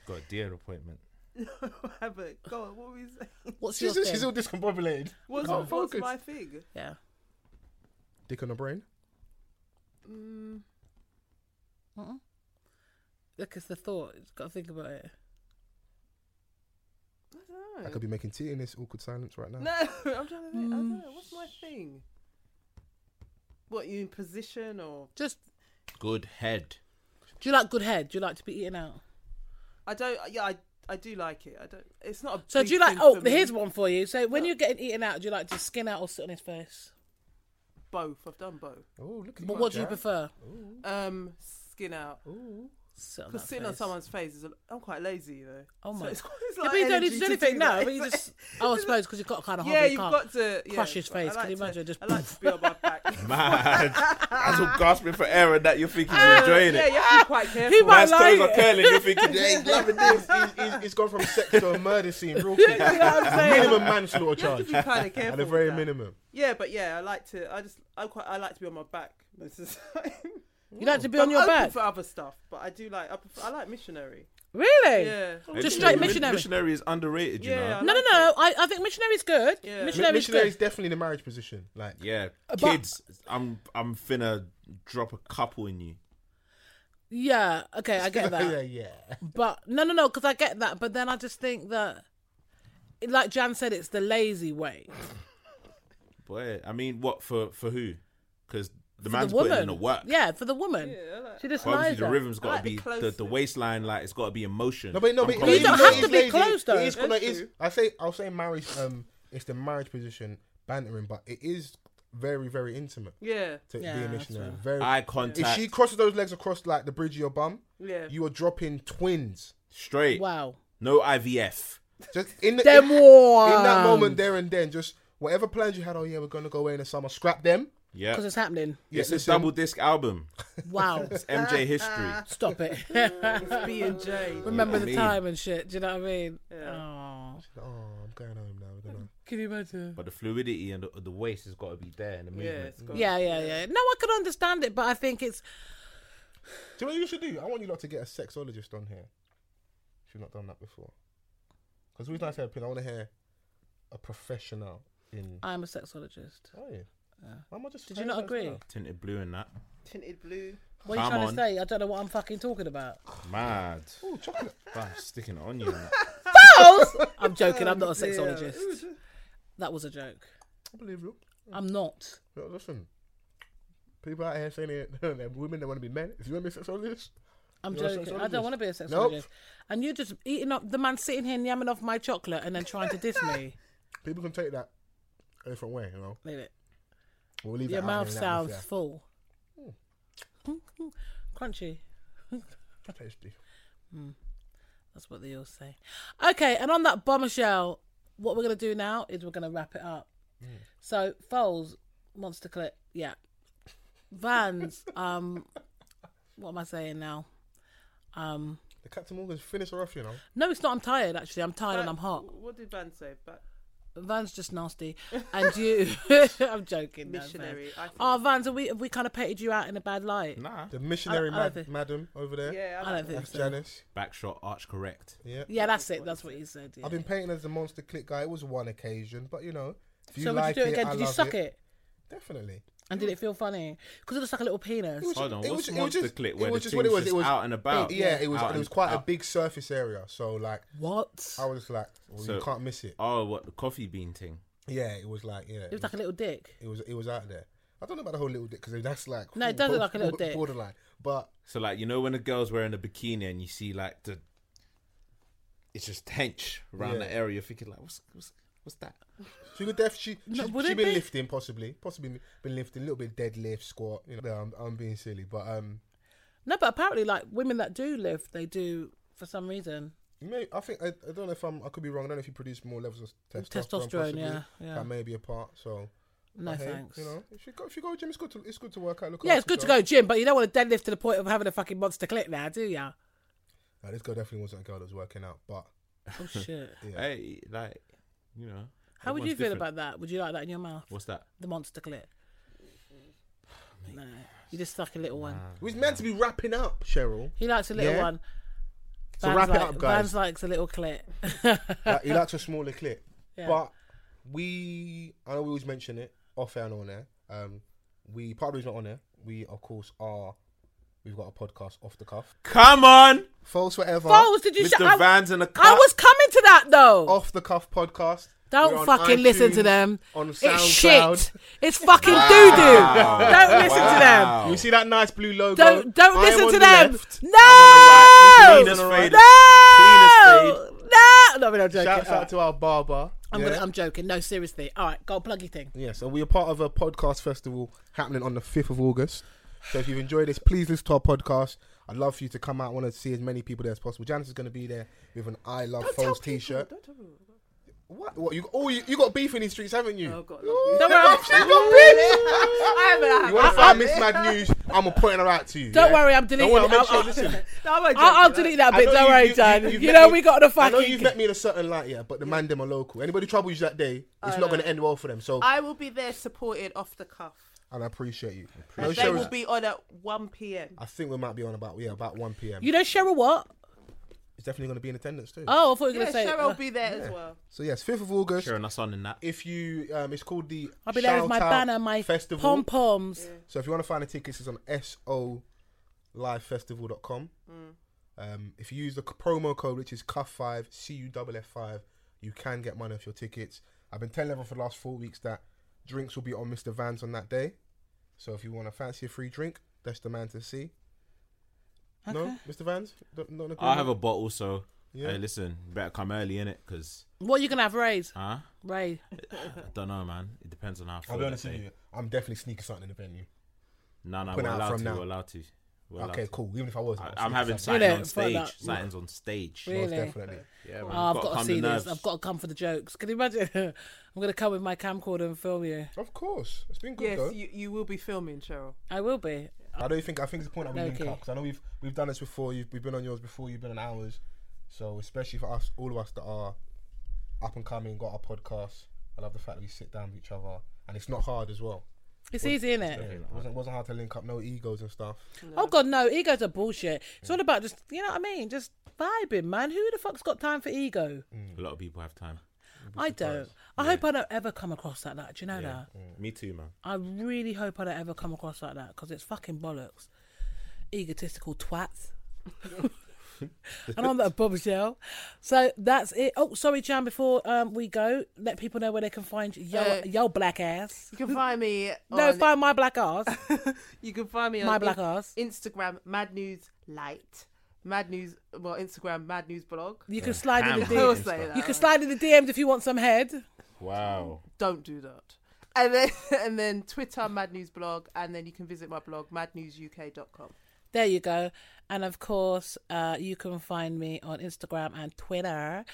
got a dear appointment.
Havoc. Go on. What were you saying?
What's
She's,
your
she's
thing?
all discombobulated.
<laughs> What's,
Can't
what's
focus.
my thing?
yeah.
Dick on the brain.
Mm,
Look, it's the thought. You've got to think about it.
I don't know.
I could be making tea in this awkward silence right now.
No, <laughs> I'm trying to think. I don't know.
Mm.
What's my thing? What you in position or
Just,
Good head.
do you like good head? Do you like to be eaten out?
I don't. Yeah, I I do like it. I don't. It's not a.
So
big
do you like?
thing
Oh,
for me.
here's one for you. So when you're getting eaten out, do you like to skin out or sit on his face?
both. I've done both.
Oh, look at
But
you,
what do you
Jack. <laughs>
prefer? Mm.
Um, skin out.
Sit on
Because
that
sitting on
face.
someone's face is. A, I'm quite lazy, you know.
Oh
So
my!
it's quite- it's
yeah,
like
but you don't need
energy
to do anything
that.
now. But
<laughs>
you just. Oh, I suppose because you've got kind of hard.
Yeah,
you
you've
can't.
got to yeah,
crush his face.
I
Can you
like to-
imagine? Just <laughs>
I like to be on my back.
Mad. That's all gasping for air and that you're thinking you're enjoying
Ah, yeah,
it.
you have to be quite careful.
might <laughs>
Man's toes
like
are
it.
curling, you're thinking,
Yeah,
yeah,
he's loving this. He's, he's, he's gone from sex to a murder scene real quick. minimum manslaughter
You have
charge.
to be kind of careful.
At the
with
very
that.
minimum.
Yeah, but yeah, I like to. I just, I quite, I like to be on my back most of the <laughs> time.
You like to be
I'm
on your
open
back.
for other stuff, but I do like. I, prefer, I like missionary.
Really?
Yeah,
Just straight
Mi-
missionary.
Missionary is underrated, you
Yeah, I
know?
No, no, no. I, I think missionary's good.
Yeah. Mi-
Mi-
Missionary's
Missionary is
good.
definitely in the marriage position. Like,
Yeah, kids, I'm I'm finna drop a couple in you.
Yeah. Okay, I get that.
yeah, yeah.
But no, no, no, because I get that. But then I just think that, like Jan said, it's the lazy way.
Boy, I mean, what for? For who? Because the man's
the woman.
putting in the work.
Yeah, for the woman. she just
But obviously,
lies
the
there.
rhythm's got
I
to
like the
be the,
closeness.
the waistline. Like it's got to be in motion.
No, but no,
I'm
but
cold.
you don't
it
have
is
to be
lazy.
close, though.
It is, no, it
That's
is,
true.
I say, I'll say marriage. Um, it's the marriage position bantering, but it is very, very intimate
yeah,
to
Yeah,
be a
that's
missionary.
fair.
Very.
<laughs> Eye
if
contact.
she crosses those legs across like the bridge of your bum,
yeah.
you are dropping twins.
Straight.
Wow.
No IVF.
Just in the,
Them
in, in that
ones.
moment, there and then, just whatever plans you had. Oh yeah, we're gonna go away in the summer. Scrap them.
Yeah.
Because it's happening.
Yeah,
it's
listen.
a double
<laughs>
disc album.
Wow.
It's MJ history.
Stop
<laughs>
it.
B and J.
Remember
I
the
mean.
time and shit. Do you know what I mean?
Yeah.
Oh.
Oh, I'm going home now. We're gonna.
Can you imagine?
But the fluidity and the, the waist has got to be there in the
uh, Yeah,
movement.
it's got-
Yeah, yeah, yeah. No, I could understand it, but I think it's
Do you know what you should do? I want you lot to get a sexologist on here. If you've not done that before. Because we'd like to have opinion. I want to hear a professional in.
I'm a sexologist.
Oh, yeah. Why am I just
Did you
saying
not
that
agree?
now?
Tinted blue and that.
Tinted blue.
What are you
Come
trying to
on.
say? I don't know what I'm fucking talking <laughs> about.
Mad.
Ooh, chocolate.
Bah, sticking it on you. and that.
I'm joking. I'm not a sexologist. That was a joke.
I believe you.
I'm not.
Yo, listen. People out here saying it, <laughs> they're women that want to be men. If you want to be a sexologist,
I'm
You're a
joking. I
sexologist?
don't want to be a sexologist.
Nope.
And you're just eating up the man sitting here yamming off my chocolate and then trying to diss me.
people can take that a different way, you know.
Leave it.
We'll leave
Your
that out
mouth
in the atmosphere.
sounds full. <laughs> Crunchy.
Tasty.
That's what they all say. Okay, and on that bombshell, what we're gonna do now is we're gonna wrap it up.
Mm.
So Foles, monster clip, yeah.
<laughs>
Vans, um, what am I saying now? Um,
The Captain Morgan's finished her off, you know.
no, it's not. I'm tired actually. I'm tired and I'm hot.
What did Van say? Back
Van's just nasty, and you. <laughs> I'm joking. no, Van.
Missionary, I think.
oh, Vans, have we have we kind of painted you out in a bad light?
<laughs> Nah.
The missionary
I- I
mad-
love it.
madam over there.
Yeah,
I don't think
That's
so.
Janice.
Backshot arch correct.
Yeah.
Yeah, that's it. That's what he said. Yeah.
I've been painting as the monster click guy. It was one occasion, but you know, if you
so would
like
you do it again?
I
Did you
love
suck it?
Definitely.
And did it feel funny? Because it looks like a little penis.
was-
Hold on,
it was-
what's
it was
monster
just-
clip
it
where the
was just what
thing's
it was, it
just
was-
out and about?
yeah, it was.
Out
It was
and-
quite a
out.
big surface area, so like
What?
I was like, well,
So-
you can't miss it.
Oh, what the coffee bean thing?
Yeah, it was like yeah,
It was like a little dick.
it was it was out there. I don't know about the whole little dick because that's like
No, it does look like a little dick.
borderline, but
So like you know when a girl's wearing a bikini and you see like the, it's just hench around
Yeah.
that area. You're thinking like, what's what's what's that?
she could def she
No,
she,
would
she
it
been
be?
lifting possibly possibly been lifting a little bit deadlift squat. You know, No, I'm, I'm being silly, but um,
No, but apparently, like women that do lift, they do for some reason.
May I think I, I don't know if I'm I could be wrong. I don't know if you produce more levels of testosterone.
Testosterone,
possibly.
yeah, yeah.
That may be a part. So
No
but hey,
thanks.
You know, if you go if you go to gym, it's good to it's good to work out. Look
yeah, it's
after
good to
yourself.
go gym, but you don't want to deadlift to the point of having a fucking monster clip now, do
<laughs>
ya?
Nah, this girl definitely wasn't a girl that was working out, but
Oh shit!
Yeah.
Hey, like you know.
How would
everyone's
you feel
different.
about that? Would you like that in your mouth?
what's that?
The monster clip. No, you just like a little one.
we was meant to be wrapping
<laughs>
up, Cheryl.
He likes a little
Yeah.
one.
So wrap it
like,
up, guys.
Vans likes a little clit. <laughs>
like, he likes a smaller clip,
Yeah.
but we I know we always mention it off air and on air. Um, we part of the reason we're not on there. We of course are. We've got a podcast off the cuff.
Come on,
False forever.
Balls, did you?
Mr.
shut I,
Vans and the
I was coming to that though.
off the cuff podcast. Oh, We're
Don't
on
fucking listen to
iTunes,
them.
On
It's
SoundCloud.
shit. It's fucking doo doo. Don't listen
Wow.
to them.
You see that nice blue logo?
Don't don't
I am
listen
on
to
the
them.
left.
No.
Penis
no.
fade.
No.
Penis
No. I'm joking.
Shouts
All right.
out to our barber.
I'm,
yeah.
gonna, I'm joking. No, seriously. All right, go plug your thing.
yeah, so we are part of a podcast festival happening on the 5th of August. So if you've enjoyed this, please listen to our podcast. I'd love for you to come out. I want to see as many people there as possible. Janice is going to be there with an I Love Foles t shirt. What? What? You, oh, you, you got beef in these streets, haven't you?
Oh, God,
Ooh,
no.
Don't worry. <laughs>
she's got beef.
I haven't. I
You want to
haven't.
find Miss Mad News? I'm pointing her out to you.
Don't
yeah?
worry, I'm deleting
Don't worry,
it.
I'll
I'll-
make sure,
I'll-
listen.
No, I won't
I'll, I'll
joke, you
delete
know.
that
I
bit.
know
Don't
you-
worry,
you-
Dan.
you-
You,
you've
know
met
we
me-
got the
I know
fucking.
you've met me in a certain light, yeah, but the man them are local. Anybody trouble you that day, it's
Oh,
not going to end well for them. So
I will be there supported off the cuff.
and I appreciate you.
And
No
they
shows.
will be on at 1 p.m.
I think we might be on about yeah about one p.m.
You know Cheryl what?
it's definitely going to be in attendance too.
Oh, I thought you were
Yeah,
gonna say.
Cheryl will be there as well.
So yes, fifth of August.
Cheering us on in that.
If you, um, it's called the
I'll be there with my
Shout Out
banner, my
festival.
pom poms.
So if you want to find the tickets, it's on solivefestival.com. Um, if you use the c- promo code, which is CUFF5, C-U-F-F-5, you can get money off your tickets. I've been telling everyone for the last four weeks that drinks will be on Mr. Vans on that day. So if you want to fancy a free drink, that's the man to see. No, Mr. Vans? Don't, not agree
I have a bottle, so
Yeah.
hey, listen, you better come early in it, cause
What are you gonna have, Ray's?
huh?
Ray. Oh,
I don't know, man. It depends on how. I
I'll
feel
be
that
honest with
day.
you. I'm definitely sneaking something in the venue.
No, no,
Put
we're
it out
allowed
from
to.
now.
We're allowed to. We're allowed
Okay,
to.
cool. Even if I was,
I,
I'll
I'm
sneak
having
something.
Really?
sightings on
For that-
stage. Sightings on stage.
Really?
Most definitely.
Yeah, man.
Oh, I've got to
calm
see
the
this.
nerves.
I've got to come for the jokes. Can you imagine? <laughs> I'm going to come with my camcorder and film you.
Of course. It's been good
Yes,
though.
you, you will be filming, Cheryl.
I will be.
I don't think I think it's the point that we
No
link
key.
up because I know we've we've done this before. You've, we've been on yours before. You've been on ours. So especially for us, all of us that are up and coming, got our podcast. I love the fact that we sit down with each other, and it's not hard as well.
It's easy, isn't
Yeah,
it?
it wasn't wasn't hard to link up. No egos and stuff.
Oh, God, no. Egos are bullshit. It's all about just, you know what I mean? Just vibing, man. Who the fuck's got time for ego?
A lot of people have time.
I don't. I hope I don't ever come across like that. Do you know that?
Me too, man.
I really hope I don't ever come across like that because it's fucking bollocks. Egotistical twats. <laughs> and on that bombshell. So that's it. Oh, sorry, Jan, before um, we go, let people know where they can find yo,
Uh, oh,
yo black ass.
You can find me.
<laughs> No,
on,
find my black ass.
you can find me on
My black
in-
ass.
Instagram, Mad News Light, Mad News. Well, Instagram, Mad News Blog. <laughs>
You can slide in the
Ham it.
We'll
DMs.
Insta.
say that.
You can slide in the DMs if you want some head.
Wow.
Don't do that. And then, <laughs> and then Twitter, Mad News Blog, and then you can visit my blog, madnewsuk.com.
There you go. And of course, uh, you can find me on Instagram and Twitter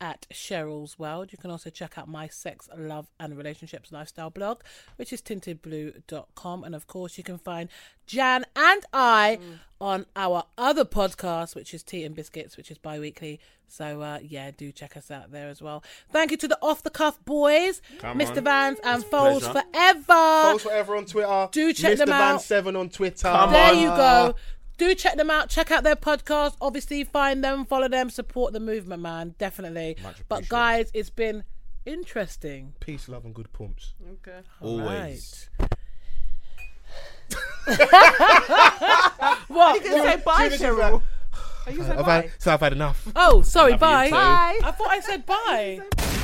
at Cheryl's World. You can also check out my sex, love, and relationships lifestyle blog, which is tintedblue.com. And of course, you can find Jan and I on our other podcast, which is Tea and Biscuits, which is bi weekly. So, uh, yeah, do check us out there as well. Thank you to the off the cuff boys,
Come
Mr.
on.
Vans and
a
Foles
pleasure.
Forever.
Folks forever on Twitter.
Do check
Mr.
them
Van
out.
Seven on Twitter.
there you go. Do check them out. Check out their podcast. Obviously, find them, follow them, support the movement, man. Definitely. But guys, it's been interesting.
Peace, love, and good pumps.
Okay.
Always.
What?
You say bye, Cheryl. Are you saying
I've
bye?
had, so I've had enough.
Oh, sorry.
Love you
Bye.
too.
Bye. <laughs>
I thought I said bye.